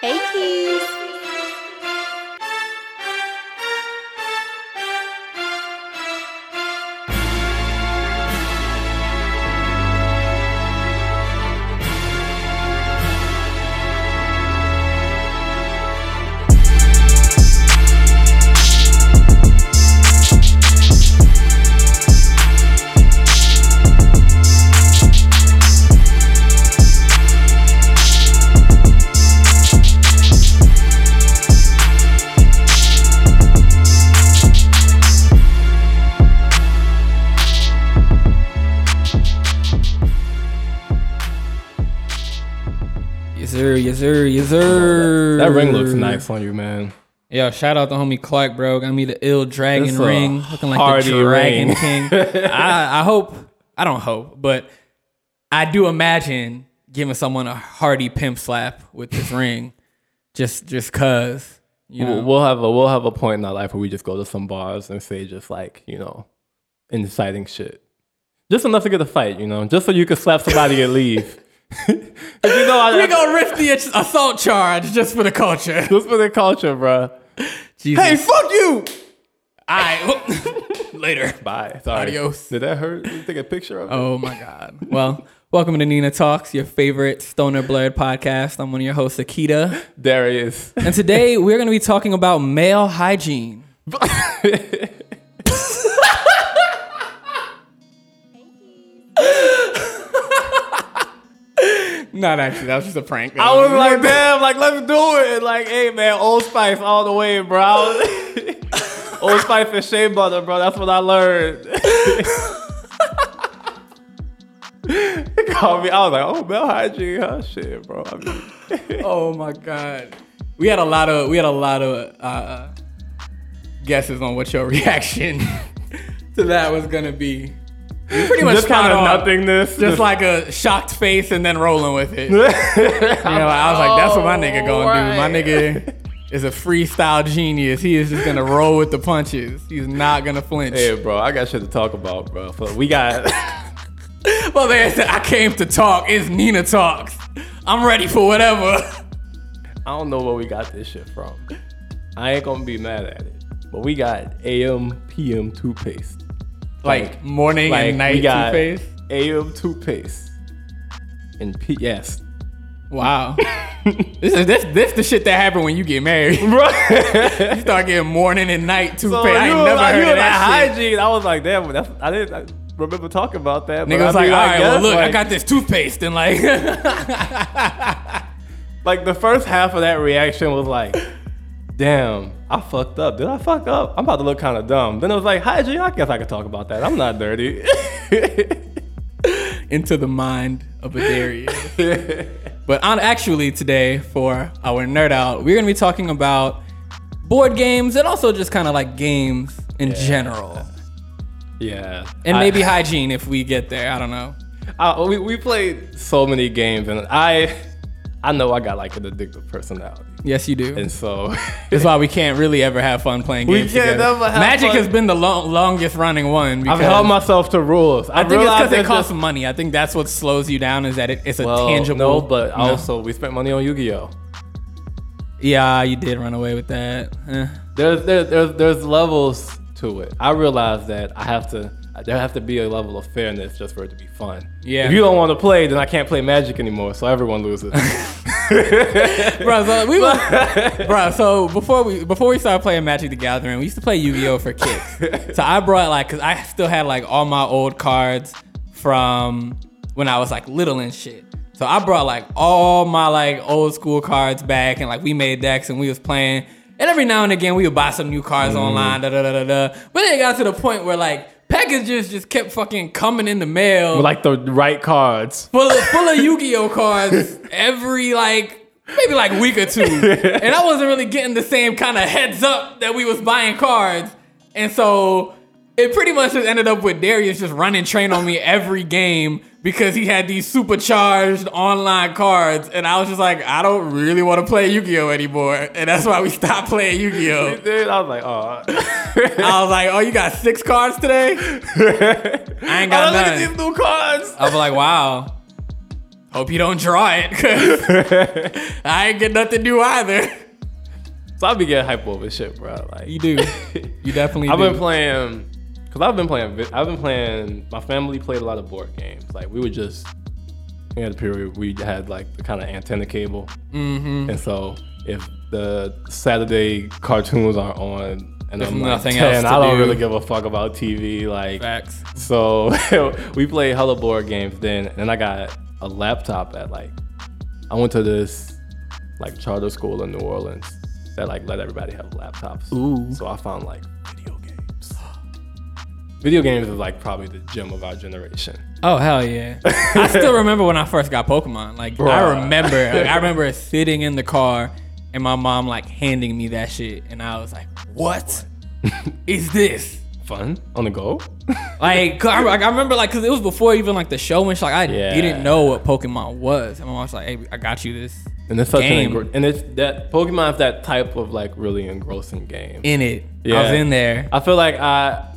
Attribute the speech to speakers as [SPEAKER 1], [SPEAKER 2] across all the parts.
[SPEAKER 1] Hey, Keys.
[SPEAKER 2] Yes sir, yes sir, yes sir.
[SPEAKER 3] That ring looks nice on you, man.
[SPEAKER 2] Yo, shout out to homie Clark, bro. Got me the ill dragon
[SPEAKER 3] That's a
[SPEAKER 2] ring, looking like
[SPEAKER 3] hardy
[SPEAKER 2] the dragon
[SPEAKER 3] ring.
[SPEAKER 2] king. I, I hope, I don't hope, but I do imagine giving someone a hearty pimp slap with this ring, just just cause you know.
[SPEAKER 3] We'll- We'll have a we'll have a point in our life where we just go to some bars and say just like you know, inciting shit, just enough to get a fight, you know, just so you can slap somebody and leave. 'Cause you know, I,
[SPEAKER 2] we gonna risk the ass- assault charge just for the culture.
[SPEAKER 3] this for the culture, bruh.
[SPEAKER 2] Jesus.
[SPEAKER 3] Hey, fuck you.
[SPEAKER 2] all right, later.
[SPEAKER 3] Bye. Sorry.
[SPEAKER 2] Adios.
[SPEAKER 3] Did that hurt? Did you take a picture of it?
[SPEAKER 2] Oh my God. Well, welcome to Nina Talks, your favorite stoner blurred podcast. I'm one of your hosts, Akita.
[SPEAKER 3] Darius.
[SPEAKER 2] And today we're going to be talking about male hygiene. Not actually. That was just a prank.
[SPEAKER 3] I was like, damn, like let's do it. Like, hey man, Old Spice all the way, bro. Old Spice and shea butter, bro. That's what I learned. They called me. I was like, oh, Bell hygiene, huh? Shit, bro. I mean,
[SPEAKER 2] oh my god. We had a lot of we had a lot of uh, guesses on what your reaction to that was gonna be. You Pretty much
[SPEAKER 3] just kind of
[SPEAKER 2] nothing.
[SPEAKER 3] nothingness.
[SPEAKER 2] just like a shocked face and then rolling with it. you know, I was like, that's what my nigga gonna do. My nigga is a freestyle genius. He is just gonna roll with the punches. He's not gonna flinch.
[SPEAKER 3] Hey, bro, I got shit to talk about, bro. So we got.
[SPEAKER 2] Well, they said I came to talk. It's Nina talks. I'm ready for whatever.
[SPEAKER 3] I don't know where we got this shit from. I ain't gonna be mad at it. But we got AM PM toothpaste.
[SPEAKER 2] Like morning and night
[SPEAKER 3] we got
[SPEAKER 2] face.
[SPEAKER 3] AM toothpaste. And PS.
[SPEAKER 2] Wow. this is this this the shit that happened when you get married. You
[SPEAKER 3] Bro.
[SPEAKER 2] start getting morning and night toothpaste.
[SPEAKER 3] so
[SPEAKER 2] I
[SPEAKER 3] you
[SPEAKER 2] ain't
[SPEAKER 3] were
[SPEAKER 2] never
[SPEAKER 3] like,
[SPEAKER 2] heard of
[SPEAKER 3] you were like
[SPEAKER 2] that shit.
[SPEAKER 3] hygiene. I was like, damn, that's, I didn't I remember talking about that. but
[SPEAKER 2] Nigga was
[SPEAKER 3] I
[SPEAKER 2] like,
[SPEAKER 3] mean,
[SPEAKER 2] all
[SPEAKER 3] I
[SPEAKER 2] right, well,
[SPEAKER 3] guess,
[SPEAKER 2] look, I
[SPEAKER 3] like-
[SPEAKER 2] got this toothpaste and like.
[SPEAKER 3] like the first half of that reaction was like, damn, I fucked up. Did I fuck up? I'm about to look kind of dumb. Then it was like, hygiene, I guess I could talk about that. I'm not dirty.
[SPEAKER 2] into the mind of a Darius. but on actually today for our nerd out, we're gonna be talking about board games and also just kind of like games in general,
[SPEAKER 3] yeah.
[SPEAKER 2] and
[SPEAKER 3] I-
[SPEAKER 2] maybe hygiene if we get there. I don't know.
[SPEAKER 3] I, we, we played so many games, and I I know I got like an addictive personality,
[SPEAKER 2] Yes, you do.
[SPEAKER 3] and so
[SPEAKER 2] That's why we can't really ever have fun playing
[SPEAKER 3] We
[SPEAKER 2] games.
[SPEAKER 3] can't
[SPEAKER 2] together.
[SPEAKER 3] never have
[SPEAKER 2] Magic
[SPEAKER 3] fun.
[SPEAKER 2] has been the long, longest running one.
[SPEAKER 3] I've
[SPEAKER 2] Because
[SPEAKER 3] held myself to rules. I,
[SPEAKER 2] I think it's
[SPEAKER 3] realized
[SPEAKER 2] because it
[SPEAKER 3] that
[SPEAKER 2] costs
[SPEAKER 3] just-
[SPEAKER 2] money. I think that's what slows you down is that it, it's a
[SPEAKER 3] well,
[SPEAKER 2] tangible.
[SPEAKER 3] No, but
[SPEAKER 2] No.
[SPEAKER 3] also we spent money on Yu-Gi-Oh.
[SPEAKER 2] yeah, you did run away with that. Eh.
[SPEAKER 3] There's there's there's, there's levels to it. I realized that I have to. There have to be a level of fairness just for it to be fun.
[SPEAKER 2] Yeah.
[SPEAKER 3] If you don't want to play, then I can't play Magic anymore. So everyone loses.
[SPEAKER 2] bro, so we was, bro, so before we before we started playing Magic the Gathering, we used to play Yu-Gi-Oh for kicks. so I brought like cuz I still had like all my old cards from when I was like little and shit. So I brought like all my like old school cards back and like we made decks and we was playing. And every now and again we would buy some new cards online, da da da da da. But then it got to the point where like packages just kept fucking coming in the mail
[SPEAKER 3] like the right cards.
[SPEAKER 2] full of, full of Yu-Gi-Oh cards every like maybe like week or two, and I wasn't really getting the same kind of heads up that we was buying cards, and so it pretty much just ended up with Darius just running train on me every game because he had these supercharged online cards, and I was just like, I don't really want to play Yu-Gi-Oh anymore, and that's why we stopped playing Yu-Gi-Oh.
[SPEAKER 3] Dude, I was like, oh.
[SPEAKER 2] I was like, Oh, you got six cards today? I ain't got
[SPEAKER 3] oh, look at
[SPEAKER 2] none.
[SPEAKER 3] these new cards.
[SPEAKER 2] I was like, wow. Hope you don't draw it, cause I ain't get nothing new either.
[SPEAKER 3] So I be getting hype over shit, bro. Like
[SPEAKER 2] You do. You definitely.
[SPEAKER 3] I've
[SPEAKER 2] do.
[SPEAKER 3] been playing, cause I've been playing. vi- I've been playing. My family played a lot of board games. Like we would just, we had a period we had like the kind of antenna cable, mm-hmm. and so if the Saturday cartoons aren't on, and I'm like
[SPEAKER 2] nothing
[SPEAKER 3] 10,
[SPEAKER 2] else to
[SPEAKER 3] I don't
[SPEAKER 2] do.
[SPEAKER 3] really give a fuck about TV. Like
[SPEAKER 2] Facts.
[SPEAKER 3] so, we played hella board games then, and I got a laptop at like, I went to this like charter school in New Orleans that like let everybody have laptops.
[SPEAKER 2] Ooh.
[SPEAKER 3] So I found like video games. Video games is like probably the gem of our generation.
[SPEAKER 2] Oh hell yeah! I still remember when I first got Pokemon. Like I
[SPEAKER 3] Bruh.
[SPEAKER 2] remember, like, I remember sitting in the car and my mom like handing me that shit, and I was like, "What is this?"
[SPEAKER 3] Fun on the go.
[SPEAKER 2] Like, 'cause I, like, I remember, like, cause it was before even like the show and shit. Like, I
[SPEAKER 3] Yeah.
[SPEAKER 2] didn't know what Pokemon was, and my mom was like, "Hey, I got you this
[SPEAKER 3] And it's such
[SPEAKER 2] Game.
[SPEAKER 3] an engr- and it's that Pokemon is that type of like really engrossing game.
[SPEAKER 2] in it." I
[SPEAKER 3] Yeah.
[SPEAKER 2] was in there.
[SPEAKER 3] I feel like I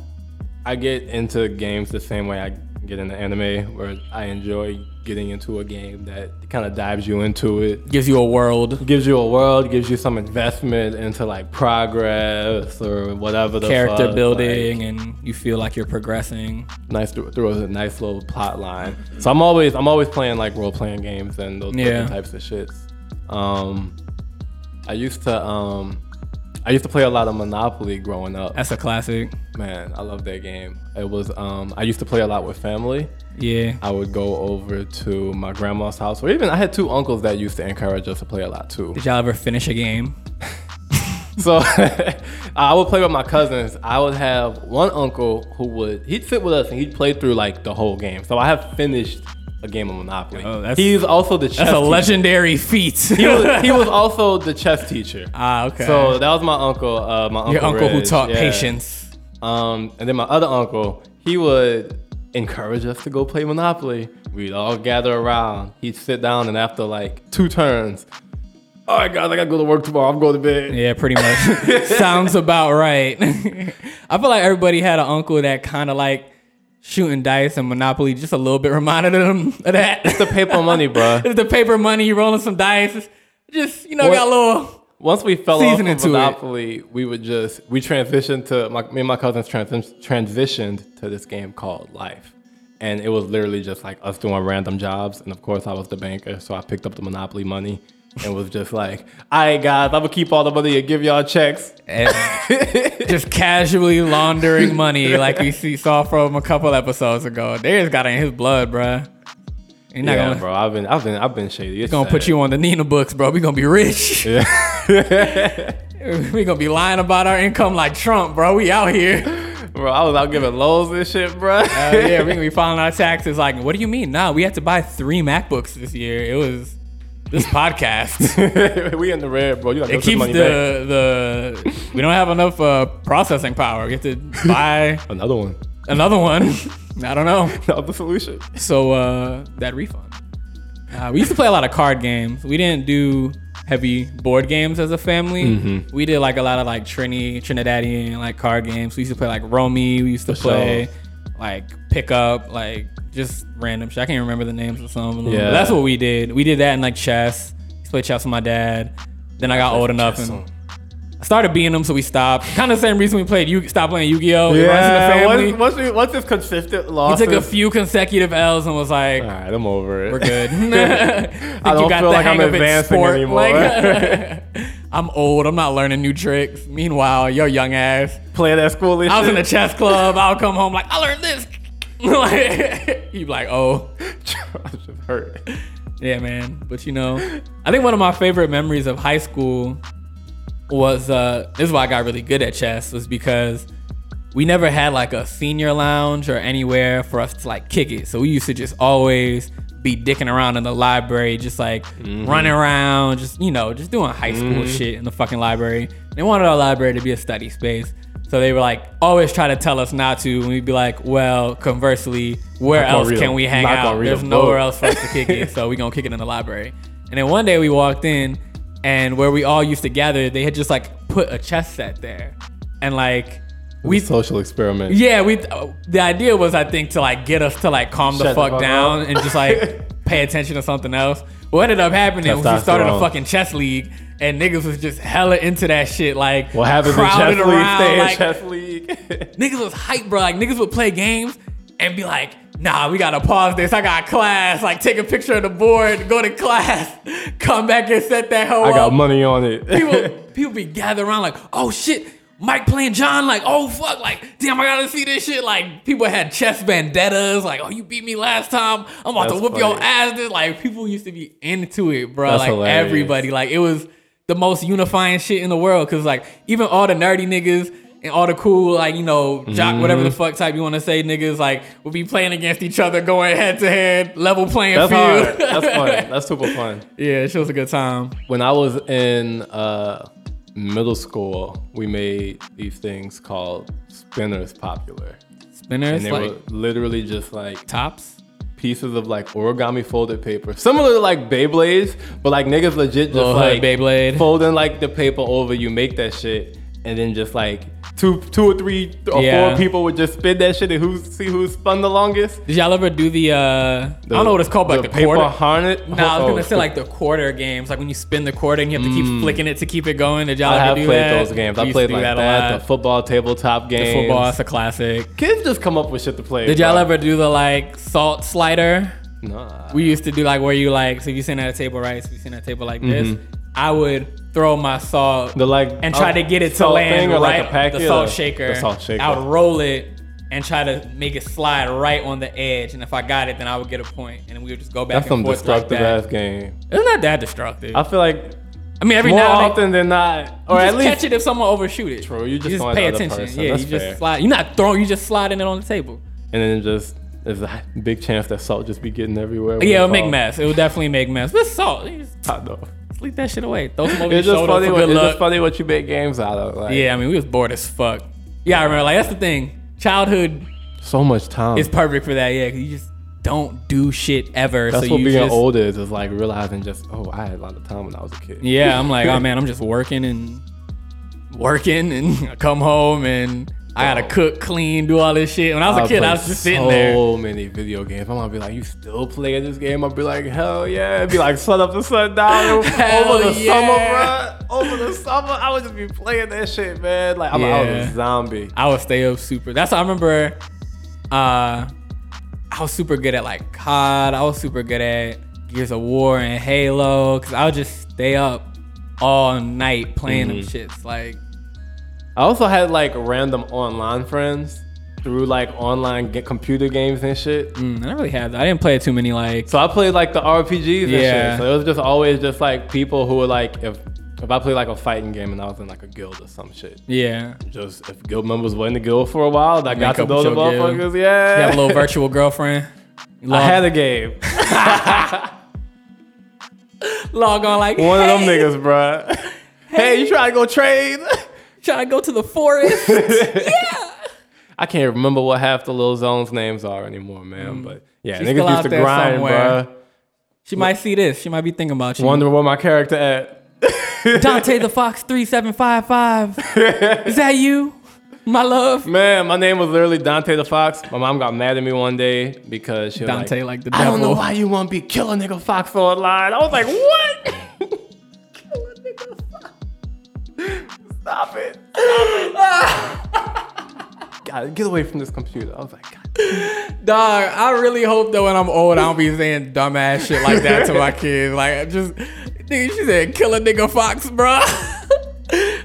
[SPEAKER 3] I get into games the same way I get into anime, where I enjoy getting into a game that kind of dives you into it,
[SPEAKER 2] Gives you a world,
[SPEAKER 3] gives you a world, gives you some investment into like progress or whatever. The
[SPEAKER 2] character
[SPEAKER 3] fuck, like-
[SPEAKER 2] building, and you feel like you're progressing.
[SPEAKER 3] nice through, through a nice little plot line. So I'm always I'm always playing like role playing games and those
[SPEAKER 2] Yeah.
[SPEAKER 3] different types of shits. Um, I used to um, I used to play a lot of Monopoly growing up.
[SPEAKER 2] That's a classic.
[SPEAKER 3] Man, I love that game. It was um, I used to play a lot with family.
[SPEAKER 2] Yeah.
[SPEAKER 3] I would go over to my grandma's house, or even I had two uncles that used to encourage us to play a lot too.
[SPEAKER 2] Did y'all ever finish a game?
[SPEAKER 3] So I would play with my cousins. I would have one uncle who would he'd sit with us and he'd play through like the whole game. So I have finished a game of Monopoly.
[SPEAKER 2] Oh, that's-
[SPEAKER 3] He's also the chess.
[SPEAKER 2] That's a
[SPEAKER 3] teacher.
[SPEAKER 2] legendary feat.
[SPEAKER 3] He was, he was also the chess teacher.
[SPEAKER 2] ah, okay.
[SPEAKER 3] So that was my uncle. Uh, my uncle
[SPEAKER 2] Your uncle who
[SPEAKER 3] Reg,
[SPEAKER 2] taught
[SPEAKER 3] yeah.
[SPEAKER 2] patience.
[SPEAKER 3] Um, and then my other uncle, he would encourage us to go play Monopoly. We'd all gather around. He'd sit down and after like two turns, all right guys, I gotta go to work tomorrow. I'm going to bed.
[SPEAKER 2] Yeah, pretty much. Sounds about right. I feel like everybody had an uncle that kind of like shooting dice and Monopoly just a little bit reminded them of that. It's
[SPEAKER 3] the paper money, bruh.
[SPEAKER 2] the paper money, you rolling some dice. Just, you know,
[SPEAKER 3] What-
[SPEAKER 2] got a little.
[SPEAKER 3] Once we fell
[SPEAKER 2] Season
[SPEAKER 3] off
[SPEAKER 2] into it.
[SPEAKER 3] of Monopoly, we would just we transitioned to my, me and my cousins trans- transitioned to this game called Life, and it was literally just like us doing random jobs. And of course, I was the banker, so I picked up the Monopoly money and was just like, "All right, guys, I'm gonna keep all the money and give y'all checks."
[SPEAKER 2] and just casually laundering money like we see, saw from a couple episodes ago. They just got it in his blood, bruh. You're not
[SPEAKER 3] Yeah,
[SPEAKER 2] gonna,
[SPEAKER 3] bro, I've been I've been I've been shady. It's
[SPEAKER 2] gonna put you on the Nina books, bro. We gonna be rich. we gonna be lying about our income like Trump, bro. We out here.
[SPEAKER 3] bro. I was out giving loans and shit, bro.
[SPEAKER 2] Uh, yeah, we gonna be filing our taxes. Like, what do you mean? Nah, we had to buy three MacBooks this year. It was this podcast.
[SPEAKER 3] we in the red, bro. You gotta
[SPEAKER 2] It
[SPEAKER 3] give some
[SPEAKER 2] keeps
[SPEAKER 3] money back.
[SPEAKER 2] the the we don't have enough uh, processing power. We have to buy
[SPEAKER 3] Another one.
[SPEAKER 2] another one. I don't know.
[SPEAKER 3] Another solution.
[SPEAKER 2] So uh, that refund. Uh, we used to play a lot of card games. We didn't do heavy board games as a family.
[SPEAKER 3] Mm-hmm.
[SPEAKER 2] We did like a lot of like Trini, Trinidadian like card games. We used to play like Romy. We used to
[SPEAKER 3] sure.
[SPEAKER 2] play like Pick Up, like just random shit. I can't remember the names of some of them. but
[SPEAKER 3] Yeah.
[SPEAKER 2] that's what we did. We did that in like chess. Used to play chess with my dad. Then I got old enough
[SPEAKER 3] Chess
[SPEAKER 2] and
[SPEAKER 3] on.
[SPEAKER 2] I started beating them, so we stopped. Kind of the same reason we played. You stopped playing Yu-Gi-Oh. It runs in the
[SPEAKER 3] Yeah,
[SPEAKER 2] family.
[SPEAKER 3] once, once, we, once it's consistent
[SPEAKER 2] He
[SPEAKER 3] losses.
[SPEAKER 2] took a few consecutive L's and was like,
[SPEAKER 3] All right, I'm over it.
[SPEAKER 2] we're good. I
[SPEAKER 3] don't feel like I'm advancing anymore.
[SPEAKER 2] I'm old. I'm not learning new tricks. Meanwhile, your young ass.
[SPEAKER 3] Playing at school and
[SPEAKER 2] I was in
[SPEAKER 3] shit.
[SPEAKER 2] the chess club. I'll come home like I learned this. like, you be like, oh,
[SPEAKER 3] I was just hurt.
[SPEAKER 2] yeah, man. But you know, I think one of my favorite memories of high school was uh, this is why I got really good at chess was because we never had like a senior lounge or anywhere for us to like kick it. So we used to just always be dicking around in the library, just like running around, just you know, just doing high school shit in the fucking library. They wanted our library to be a study space. So they were like always try to tell us not to, and we'd be like, "Well, conversely, where
[SPEAKER 3] Not gonna
[SPEAKER 2] else
[SPEAKER 3] read a-
[SPEAKER 2] can we hang
[SPEAKER 3] not gonna
[SPEAKER 2] out?
[SPEAKER 3] read a
[SPEAKER 2] There's nowhere
[SPEAKER 3] book."
[SPEAKER 2] else for us to kick it, so we gonna kick it in the library." And then one day we walked in, and where we all used to gather, they had just like put a chess set there, and like
[SPEAKER 3] We social experiment.
[SPEAKER 2] yeah, we. The idea was, I think, to like get us to like calm the
[SPEAKER 3] Shut the
[SPEAKER 2] fuck
[SPEAKER 3] fuck
[SPEAKER 2] down
[SPEAKER 3] up.
[SPEAKER 2] and just like pay attention to something else. What ended up happening was we started a
[SPEAKER 3] Testosterone.
[SPEAKER 2] fucking chess league, and niggas was just hella into that shit. Like
[SPEAKER 3] What happens in
[SPEAKER 2] crowded
[SPEAKER 3] chess league? Stay in
[SPEAKER 2] like,
[SPEAKER 3] chess league.
[SPEAKER 2] niggas was hype, bro. Like niggas would play games and be like, nah, we gotta pause this. I got class. Like take a picture of the board, go to class, come back and set that hoe
[SPEAKER 3] I got
[SPEAKER 2] up.
[SPEAKER 3] money on it.
[SPEAKER 2] people people be gathered around like, oh shit, Mike playing John, like, oh fuck, like, damn, I gotta see this shit. Like people had chess vendettas, like, oh you beat me last time. I'm about to
[SPEAKER 3] That's
[SPEAKER 2] whoop your
[SPEAKER 3] funny.
[SPEAKER 2] ass. This like people used to be into it, bro.
[SPEAKER 3] That's
[SPEAKER 2] like
[SPEAKER 3] hilarious.
[SPEAKER 2] everybody. Like it was the most unifying shit in the world. Cause like even all the nerdy niggas and all the cool, like, you know, jock,
[SPEAKER 3] Mm-hmm.
[SPEAKER 2] whatever the fuck type you wanna say, niggas, like, would be playing against each other, going head to head, level playing
[SPEAKER 3] That's hard.
[SPEAKER 2] field.
[SPEAKER 3] That's fun. That's super fun.
[SPEAKER 2] yeah, it was a good time.
[SPEAKER 3] When I was in uh, middle school, we made these things called spinners popular,
[SPEAKER 2] Spinners,
[SPEAKER 3] and they
[SPEAKER 2] like
[SPEAKER 3] were literally just like
[SPEAKER 2] tops.
[SPEAKER 3] pieces of like origami folded paper, similar to like Beyblades, but like niggas legit just
[SPEAKER 2] Little hood
[SPEAKER 3] like
[SPEAKER 2] Beyblade.
[SPEAKER 3] folding like the paper over. You make that shit, and then just like two, two or three or
[SPEAKER 2] Yeah.
[SPEAKER 3] four people would just spin that shit and who see who spun the longest.
[SPEAKER 2] Did y'all ever do the? uh I don't know what it's called, but like the,
[SPEAKER 3] paper
[SPEAKER 2] quarter.
[SPEAKER 3] harness.
[SPEAKER 2] no, I was
[SPEAKER 3] oh,
[SPEAKER 2] gonna say like the quarter games, like when you spin the quarter and you have to keep flicking it to keep it going. Did y'all
[SPEAKER 3] Mm. I
[SPEAKER 2] ever
[SPEAKER 3] have
[SPEAKER 2] do
[SPEAKER 3] played
[SPEAKER 2] that?
[SPEAKER 3] those games.
[SPEAKER 2] We
[SPEAKER 3] I
[SPEAKER 2] used to
[SPEAKER 3] played
[SPEAKER 2] do
[SPEAKER 3] like that,
[SPEAKER 2] a lot.
[SPEAKER 3] the football tabletop games.
[SPEAKER 2] Football, that's a classic.
[SPEAKER 3] Kids just come up with shit to play.
[SPEAKER 2] Did y'all
[SPEAKER 3] bro.
[SPEAKER 2] ever do the like salt slider?
[SPEAKER 3] Nah.
[SPEAKER 2] We used to do like where you like, so if you sitting at a table right, so you sitting at a table like this, I would throw my salt
[SPEAKER 3] Mm-hmm. the like
[SPEAKER 2] and try to get it to
[SPEAKER 3] salt
[SPEAKER 2] land
[SPEAKER 3] thing or
[SPEAKER 2] right.
[SPEAKER 3] like a pack,
[SPEAKER 2] the
[SPEAKER 3] yeah,
[SPEAKER 2] salt shaker.
[SPEAKER 3] The salt shaker.
[SPEAKER 2] I would roll it and try to make it slide right on the edge. And if I got it, then I would get a point, and we would just go back
[SPEAKER 3] That's
[SPEAKER 2] and
[SPEAKER 3] some
[SPEAKER 2] forth like
[SPEAKER 3] destructive
[SPEAKER 2] that.
[SPEAKER 3] ass game.
[SPEAKER 2] It's not that destructive.
[SPEAKER 3] I feel like
[SPEAKER 2] I mean, every
[SPEAKER 3] more
[SPEAKER 2] now and then,
[SPEAKER 3] often than not,
[SPEAKER 2] you
[SPEAKER 3] or at
[SPEAKER 2] just
[SPEAKER 3] least
[SPEAKER 2] catch it if someone overshoot it.
[SPEAKER 3] True, you just
[SPEAKER 2] just
[SPEAKER 3] find
[SPEAKER 2] pay
[SPEAKER 3] the other
[SPEAKER 2] attention.
[SPEAKER 3] person.
[SPEAKER 2] Yeah,
[SPEAKER 3] That's
[SPEAKER 2] you just
[SPEAKER 3] fair.
[SPEAKER 2] slide. You're not throwing. You just sliding it on the table.
[SPEAKER 3] and then just there's a big chance that salt just be getting everywhere. when
[SPEAKER 2] yeah,
[SPEAKER 3] it
[SPEAKER 2] it'll make
[SPEAKER 3] falls.
[SPEAKER 2] mess. It will definitely make mess. But salt, you just
[SPEAKER 3] Hot dog.
[SPEAKER 2] sleep that shit away. Throw some over
[SPEAKER 3] It's
[SPEAKER 2] your
[SPEAKER 3] just
[SPEAKER 2] shoulder
[SPEAKER 3] funny.
[SPEAKER 2] for
[SPEAKER 3] What,
[SPEAKER 2] good
[SPEAKER 3] it's
[SPEAKER 2] luck.
[SPEAKER 3] just funny what you make games out of. Like,
[SPEAKER 2] Yeah, I mean, we was bored as fuck. Yeah, I remember. Like that's the thing. Childhood
[SPEAKER 3] so much time.
[SPEAKER 2] It's perfect for that, yeah. Cause you just don't do shit ever.
[SPEAKER 3] That's
[SPEAKER 2] so
[SPEAKER 3] what
[SPEAKER 2] you
[SPEAKER 3] being
[SPEAKER 2] just,
[SPEAKER 3] old is. Is like realizing just oh, I had a lot of time when I was a kid.
[SPEAKER 2] Yeah, I'm like, oh man, I'm just working and working and I come home and I gotta
[SPEAKER 3] Bro.
[SPEAKER 2] cook, clean, do all this shit. When I was a kid, I
[SPEAKER 3] played
[SPEAKER 2] was just sitting
[SPEAKER 3] Oh. so
[SPEAKER 2] there.
[SPEAKER 3] many video games. I'm gonna be like, you still playing this game? I'll be like, hell yeah. It'd be like sun up to sundown
[SPEAKER 2] Hell
[SPEAKER 3] over the
[SPEAKER 2] yeah.
[SPEAKER 3] summer, bro. Over the summer, I would just be playing that shit, man. Like I'm I was
[SPEAKER 2] Yeah.
[SPEAKER 3] a zombie.
[SPEAKER 2] I would stay up super. That's I remember. Uh, I was super good at like COD. I was super good at Gears of War and Halo. Cause I would just stay up all night playing them
[SPEAKER 3] Mm-hmm.
[SPEAKER 2] shits. Like,
[SPEAKER 3] I also had like random online friends through like online ga- computer games and shit.
[SPEAKER 2] mm, I don't really have. That. I didn't play too many like.
[SPEAKER 3] So I played like the RPGs and
[SPEAKER 2] Yeah.
[SPEAKER 3] shit. So it was just always just like people who were like if if I played like a fighting game and I was in like a guild or some shit.
[SPEAKER 2] Yeah.
[SPEAKER 3] Just if guild members were in the guild for a while, I got to
[SPEAKER 2] up
[SPEAKER 3] know
[SPEAKER 2] with
[SPEAKER 3] the
[SPEAKER 2] your guild.
[SPEAKER 3] motherfuckers. Yeah.
[SPEAKER 2] You have a little virtual girlfriend.
[SPEAKER 3] I
[SPEAKER 2] Log,
[SPEAKER 3] had a game.
[SPEAKER 2] log on like
[SPEAKER 3] One
[SPEAKER 2] hey,
[SPEAKER 3] of them niggas, bruh. Hey, you trying to go trade?
[SPEAKER 2] Trying to go to the forest.
[SPEAKER 3] I can't remember what half the little zones names are anymore, man. But yeah,
[SPEAKER 2] She's Mm. still
[SPEAKER 3] niggas
[SPEAKER 2] out
[SPEAKER 3] used to
[SPEAKER 2] there
[SPEAKER 3] grind,
[SPEAKER 2] somewhere.
[SPEAKER 3] bruh.
[SPEAKER 2] she might see this. She might be thinking about you.
[SPEAKER 3] Wondering where my character at.
[SPEAKER 2] Dante the Fox three seven five five. Is that you, my love?
[SPEAKER 3] Man, my name was literally Dante the Fox. My mom got mad at me one day because she was
[SPEAKER 2] Dante
[SPEAKER 3] like,
[SPEAKER 2] like the
[SPEAKER 3] I don't know
[SPEAKER 2] devil.
[SPEAKER 3] why you want to be killing nigga Fox online. I was like, what? killing nigga Fox. Stop it. Stop it. God, get away from this computer. I was like, God
[SPEAKER 2] Dog, I really hope that when I'm old, I don't be saying dumbass shit like that to my kids. Like, I just, nigga, she said, kill a nigga Fox, bro.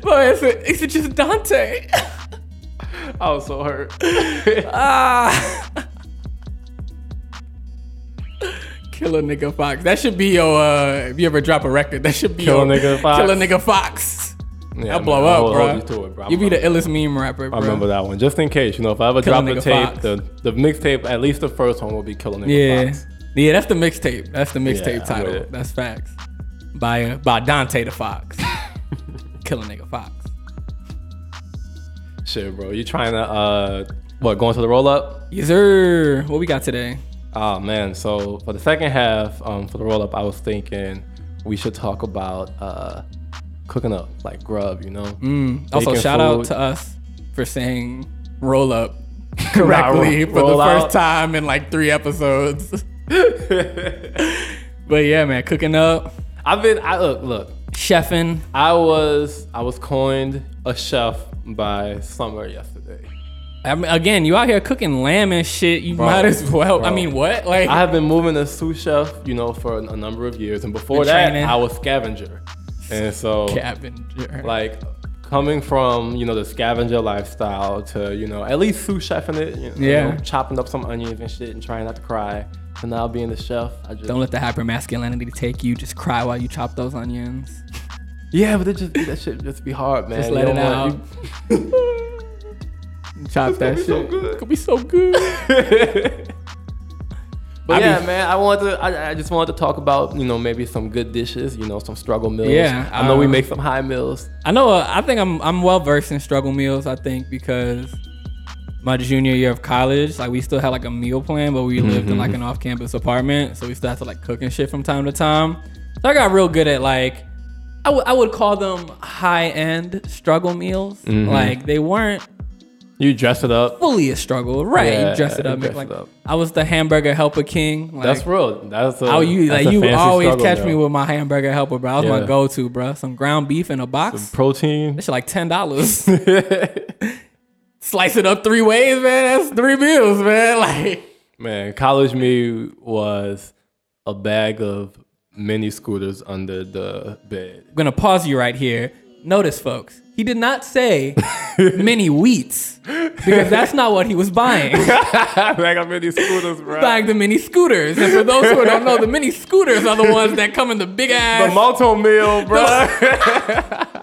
[SPEAKER 2] but it's, it's just Dante.
[SPEAKER 3] I was so hurt.
[SPEAKER 2] Ah. Kill a nigga Fox. That should be your. Uh, if you ever drop a record, that should be
[SPEAKER 3] Kill a
[SPEAKER 2] your
[SPEAKER 3] nigga Fox.
[SPEAKER 2] Kill a nigga Fox.
[SPEAKER 3] Yeah,
[SPEAKER 2] I'll
[SPEAKER 3] man,
[SPEAKER 2] blow
[SPEAKER 3] I'll
[SPEAKER 2] up,
[SPEAKER 3] hold-
[SPEAKER 2] bro.
[SPEAKER 3] hold You, to it, bro.
[SPEAKER 2] You be the
[SPEAKER 3] I
[SPEAKER 2] illest meme rapper, bro.
[SPEAKER 3] remember that one. Just in case, you know, if I ever
[SPEAKER 2] Kill a
[SPEAKER 3] drop a
[SPEAKER 2] nigga
[SPEAKER 3] tape,
[SPEAKER 2] Fox.
[SPEAKER 3] the, the mixtape, at least the first one will be Killing Nigga
[SPEAKER 2] Yeah,
[SPEAKER 3] Fox.
[SPEAKER 2] yeah. That's the mixtape. That's the mixtape
[SPEAKER 3] Yeah, I'm with
[SPEAKER 2] title.
[SPEAKER 3] it.
[SPEAKER 2] That's facts. By uh, by Dante the Fox. Kill a nigga Fox.
[SPEAKER 3] Shit, bro. You trying to, uh, what, going to the roll up?
[SPEAKER 2] Yes, sir. What we got today?
[SPEAKER 3] Oh, man. So for the second half, um, for the roll up, I was thinking we should talk about uh, cooking up, like grub, you know? Mm.
[SPEAKER 2] Also, shout out to us for saying roll up
[SPEAKER 3] Nah,
[SPEAKER 2] correctly
[SPEAKER 3] roll-
[SPEAKER 2] for the
[SPEAKER 3] roll
[SPEAKER 2] first
[SPEAKER 3] out.
[SPEAKER 2] time in like three episodes. But yeah, man, cooking up,
[SPEAKER 3] I've been. I look. Look.
[SPEAKER 2] chefing.
[SPEAKER 3] I was. I was coined a chef by summer yesterday.
[SPEAKER 2] I mean, again, you out here cooking lamb and shit. You
[SPEAKER 3] Bro,
[SPEAKER 2] might as well. I
[SPEAKER 3] bro.
[SPEAKER 2] mean, what? Like,
[SPEAKER 3] I have been moving as sous chef, you know, for a number of years, and before
[SPEAKER 2] Been
[SPEAKER 3] that,
[SPEAKER 2] training.
[SPEAKER 3] I was scavenger, and so
[SPEAKER 2] scavenger.
[SPEAKER 3] like coming from you know the scavenger lifestyle to you know at least sous chefing it, you know,
[SPEAKER 2] Yeah.
[SPEAKER 3] chopping up some onions and shit, and trying not to cry, to now being the chef, I just
[SPEAKER 2] Don't let the hyper masculinity take you. Just cry while you chop those onions.
[SPEAKER 3] yeah, but it just that shit just be hard, man.
[SPEAKER 2] Just
[SPEAKER 3] You
[SPEAKER 2] let it
[SPEAKER 3] don't
[SPEAKER 2] out.
[SPEAKER 3] want-
[SPEAKER 2] chop that
[SPEAKER 3] be
[SPEAKER 2] shit.
[SPEAKER 3] so good.
[SPEAKER 2] It's gonna be so good.
[SPEAKER 3] But
[SPEAKER 2] I be-
[SPEAKER 3] yeah, man, I wanted to, I, I just wanted to talk about, you know, maybe some good dishes, you know, some struggle meals.
[SPEAKER 2] Yeah,
[SPEAKER 3] I know we
[SPEAKER 2] um,
[SPEAKER 3] make some high meals.
[SPEAKER 2] I know. Uh, I think I'm I'm well versed in struggle meals. I think because my junior year of college, like we still had like a meal plan, but we lived in
[SPEAKER 3] Mm-hmm.
[SPEAKER 2] like an off-campus apartment, so we still had to like cook and shit from time to time. So I got real good at like. I would- I would call them high end struggle meals.
[SPEAKER 3] Mm-hmm.
[SPEAKER 2] Like they weren't
[SPEAKER 3] You dress it up.
[SPEAKER 2] fully a struggle, right?
[SPEAKER 3] Yeah,
[SPEAKER 2] you dress it
[SPEAKER 3] you
[SPEAKER 2] up,
[SPEAKER 3] dress
[SPEAKER 2] like
[SPEAKER 3] it up.
[SPEAKER 2] I was the hamburger helper king. Like,
[SPEAKER 3] That's real. That's a,
[SPEAKER 2] Oh, you
[SPEAKER 3] that's
[SPEAKER 2] like
[SPEAKER 3] a
[SPEAKER 2] you
[SPEAKER 3] fancy
[SPEAKER 2] always
[SPEAKER 3] struggle
[SPEAKER 2] catch me
[SPEAKER 3] meal.
[SPEAKER 2] with my hamburger helper, bro. That was my
[SPEAKER 3] Yeah.
[SPEAKER 2] go-to, bro. Some ground beef in a box.
[SPEAKER 3] protein.
[SPEAKER 2] That shit like ten dollars. Slice it up three ways, man. That's three meals, man. Like
[SPEAKER 3] Man, college me was a bag of mini scooters under the bed.
[SPEAKER 2] I'm gonna pause you right here. Notice, folks, he did not say mini wheats because that's not what he was buying. He
[SPEAKER 3] bag of mini scooters, bro.
[SPEAKER 2] was buying the mini scooters, and for those who don't know, the mini scooters are the ones that come in the big
[SPEAKER 3] The
[SPEAKER 2] ass.
[SPEAKER 3] Malto meal, bro.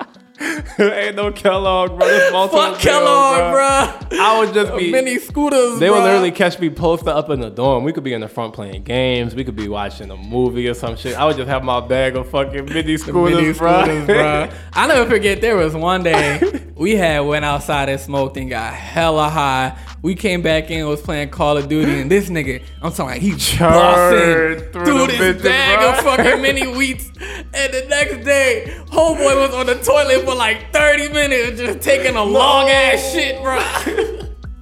[SPEAKER 3] Ain't no Kellogg, bro. This Malto meal,
[SPEAKER 2] Fuck Kellogg, bro.
[SPEAKER 3] I would just be
[SPEAKER 2] Mini scooters.
[SPEAKER 3] They would
[SPEAKER 2] bruh.
[SPEAKER 3] literally catch me posted up in the dorm. We could be in the front playing games. We could be watching a movie or some shit. I would just have my bag of fucking mini scooters,
[SPEAKER 2] Mini
[SPEAKER 3] bro.
[SPEAKER 2] scooters, bruh. I never forget there was one day we had went outside and smoked and got hella high. We came back in was playing Call of Duty and this nigga, I'm talking like he busting
[SPEAKER 3] Charred through
[SPEAKER 2] through
[SPEAKER 3] the
[SPEAKER 2] this
[SPEAKER 3] bitches,
[SPEAKER 2] bag
[SPEAKER 3] bruh.
[SPEAKER 2] of fucking mini wheats. And the next day, homeboy was on the toilet for like 30 minutes just taking a long ass shit, bro.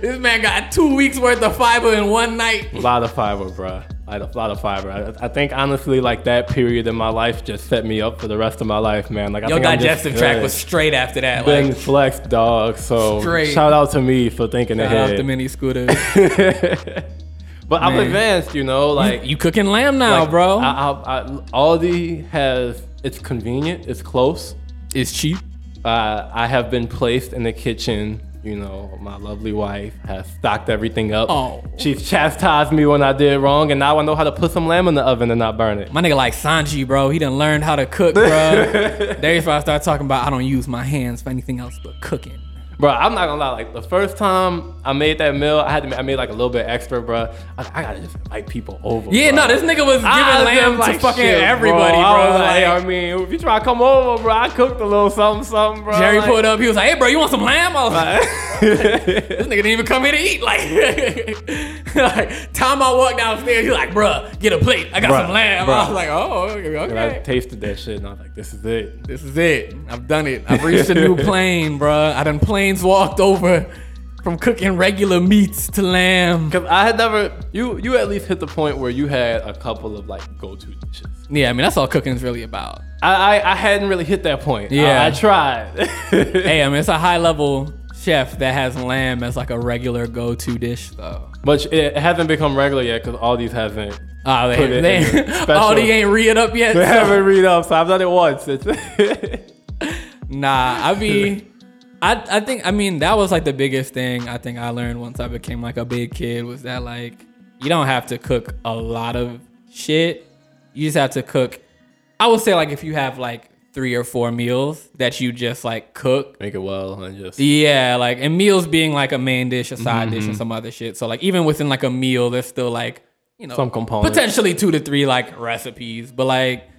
[SPEAKER 2] this man got two weeks worth of fiber in one night.
[SPEAKER 3] a lot of fiber, bro. Like a lot of fiber. I, I think honestly, like that period in my life just set me up for the rest of my life, man. Like I
[SPEAKER 2] Your
[SPEAKER 3] think I'm just
[SPEAKER 2] digestive tract
[SPEAKER 3] good.
[SPEAKER 2] was straight after that. Like,
[SPEAKER 3] been flexed, dog. So
[SPEAKER 2] Straight.
[SPEAKER 3] shout out to me for thinking
[SPEAKER 2] Shout out
[SPEAKER 3] ahead.
[SPEAKER 2] the mini scooters.
[SPEAKER 3] but I'm
[SPEAKER 2] Man.
[SPEAKER 3] advanced, you know. Like
[SPEAKER 2] You cooking lamb now,
[SPEAKER 3] like,
[SPEAKER 2] bro.
[SPEAKER 3] I, I, I, Aldi has. It's convenient. It's close.
[SPEAKER 2] it's cheap.
[SPEAKER 3] uh, I have been placed in the kitchen. You know, my lovely wife has stocked everything up.
[SPEAKER 2] Oh.
[SPEAKER 3] She's chastised me when I did wrong, and now I know how to put some lamb in the oven and not burn it.
[SPEAKER 2] My nigga like Sanji, bro. He done learned how to cook, bro. There's why I start talking about I don't use my hands for anything else but cooking.
[SPEAKER 3] Bro, I'm not gonna lie. Like the first time I made that meal, I had to, I made like a little bit extra, bro. I, I gotta just invite people over.
[SPEAKER 2] Yeah,
[SPEAKER 3] bro.
[SPEAKER 2] no, this nigga was giving
[SPEAKER 3] I was
[SPEAKER 2] lamb
[SPEAKER 3] just like,
[SPEAKER 2] to fucking
[SPEAKER 3] shit,
[SPEAKER 2] everybody, bro.
[SPEAKER 3] I, was
[SPEAKER 2] Like,
[SPEAKER 3] like, I mean, if you try to come over, bro, I cooked a little something, something, bro.
[SPEAKER 2] Jerry
[SPEAKER 3] like,
[SPEAKER 2] pulled up. He was like, "Hey, bro, you want some lamb?" I was like, "This nigga didn't even come here to eat." Like, like time I walked downstairs, he was like, "Bruh, get a plate. I got
[SPEAKER 3] Bruh,
[SPEAKER 2] some lamb." I
[SPEAKER 3] bruh.
[SPEAKER 2] was like, "Oh, okay."
[SPEAKER 3] And I tasted that shit, and I was like, this is it.
[SPEAKER 2] This is it. I've done it. I've reached a new plane, bruh. I done planes walked over from cooking regular meats to lamb.
[SPEAKER 3] Cause I had never you you at least hit the point where you had a couple of like go to dishes.
[SPEAKER 2] Yeah, I mean that's all cooking's really about.
[SPEAKER 3] I, I I hadn't really hit that point. I-
[SPEAKER 2] Yeah.
[SPEAKER 3] I, tried.
[SPEAKER 2] Hey, I mean it's a high level chef that has lamb as like a regular go to dish though.
[SPEAKER 3] but it, it hasn't become regular yet because all these haven't.
[SPEAKER 2] Oh, they,
[SPEAKER 3] Put it
[SPEAKER 2] they,
[SPEAKER 3] in the special.
[SPEAKER 2] Aldi ain't re it up yet.
[SPEAKER 3] They
[SPEAKER 2] so-
[SPEAKER 3] haven't read up, so I've done it once. It's-
[SPEAKER 2] Nah, I mean, I I think I mean that was like the biggest thing I think I learned once I became like a big kid was that like you don't have to cook a lot of shit. You just have to cook. I would say like if you have like three or four meals that you just like cook.
[SPEAKER 3] Make it well and just
[SPEAKER 2] Yeah, like and meals being like a main dish, a side dish,
[SPEAKER 3] Mm-hmm.
[SPEAKER 2] and some other shit. So like even within like a meal, there's still like you know
[SPEAKER 3] Some components.
[SPEAKER 2] potentially two to three like recipes. But like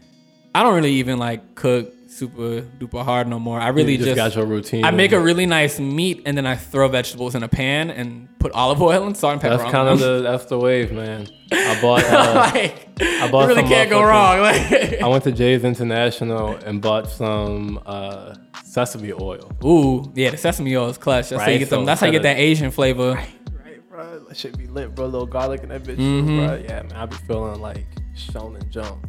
[SPEAKER 2] I don't really even like cook super duper hard no more. I really
[SPEAKER 3] you just,
[SPEAKER 2] just
[SPEAKER 3] got your routine.
[SPEAKER 2] I make a
[SPEAKER 3] and
[SPEAKER 2] really nice meat and then I throw vegetables in a pan and put olive oil and salt and pepper
[SPEAKER 3] That's
[SPEAKER 2] on
[SPEAKER 3] kind
[SPEAKER 2] them.
[SPEAKER 3] of the that's the wave, man. I bought. Uh,
[SPEAKER 2] like I
[SPEAKER 3] bought
[SPEAKER 2] really
[SPEAKER 3] some
[SPEAKER 2] can't go
[SPEAKER 3] motherfucking-
[SPEAKER 2] wrong. Like,
[SPEAKER 3] I went to Jay's International and bought some uh, sesame oil.
[SPEAKER 2] ooh, yeah, the sesame oil is clutch. That's how you
[SPEAKER 3] Right,
[SPEAKER 2] get them.
[SPEAKER 3] so
[SPEAKER 2] That's how you get
[SPEAKER 3] kinda-
[SPEAKER 2] that Asian flavor.
[SPEAKER 3] bro. That shit be lit, bro. little garlic and that bitch, bro. Yeah, man. I be feeling like Shonen Jump.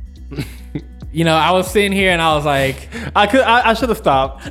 [SPEAKER 2] You know, I was sitting here and I was like,
[SPEAKER 3] I could. I, I should have stopped.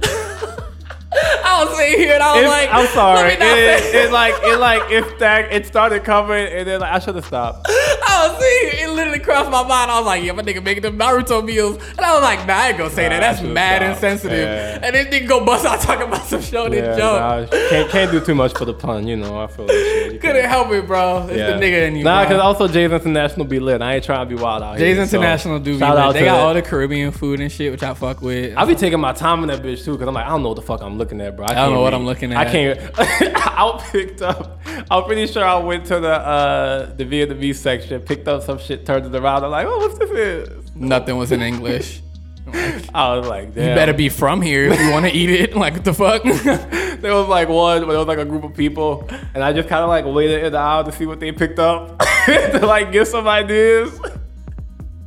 [SPEAKER 2] I was sitting here and I was
[SPEAKER 3] It's-
[SPEAKER 2] like,
[SPEAKER 3] I'm sorry.
[SPEAKER 2] let me not say-
[SPEAKER 3] It, it like it like it that it started covering and then like I should have stopped.
[SPEAKER 2] I was seeing it literally crossed my mind. I was like, yeah, my nigga making them Naruto meals. And I was like, nah, I ain't gonna say
[SPEAKER 3] Nah,
[SPEAKER 2] that. That's
[SPEAKER 3] I should've
[SPEAKER 2] mad
[SPEAKER 3] stopped.
[SPEAKER 2] insensitive.
[SPEAKER 3] Yeah.
[SPEAKER 2] And then nigga go bust out talking about some shonen
[SPEAKER 3] Yeah,
[SPEAKER 2] junk.
[SPEAKER 3] nah, can't can't do too much for the pun, you know. I feel that shit. You
[SPEAKER 2] Couldn't
[SPEAKER 3] can't-
[SPEAKER 2] help it, bro. It's
[SPEAKER 3] yeah.
[SPEAKER 2] the nigga in you.
[SPEAKER 3] Nah,
[SPEAKER 2] bro.
[SPEAKER 3] because also Jay's International be lit. I ain't trying to be wild out here.
[SPEAKER 2] Jay's
[SPEAKER 3] so
[SPEAKER 2] International do be
[SPEAKER 3] shout
[SPEAKER 2] lit.
[SPEAKER 3] out
[SPEAKER 2] They
[SPEAKER 3] to
[SPEAKER 2] got
[SPEAKER 3] that.
[SPEAKER 2] all the Caribbean food and shit, which I fuck with.
[SPEAKER 3] I be taking my time in that bitch too, cause I'm like, I don't know what the fuck I'm looking at, bro. I,
[SPEAKER 2] don't know
[SPEAKER 3] can't
[SPEAKER 2] what
[SPEAKER 3] read.
[SPEAKER 2] I'm looking
[SPEAKER 3] I
[SPEAKER 2] at.
[SPEAKER 3] can't. I picked up. I'm pretty sure I went to the uh, the Vietnamese section, picked up some shit, turned it around. I'm like, oh, what's this? Is?
[SPEAKER 2] Nothing was in English.
[SPEAKER 3] I was like, damn.
[SPEAKER 2] You better be from here if you want to eat it. Like what the fuck?
[SPEAKER 3] there was like one, where there was like a group of people, and I just kind of like waited in the aisle to see what they picked up to like give some ideas.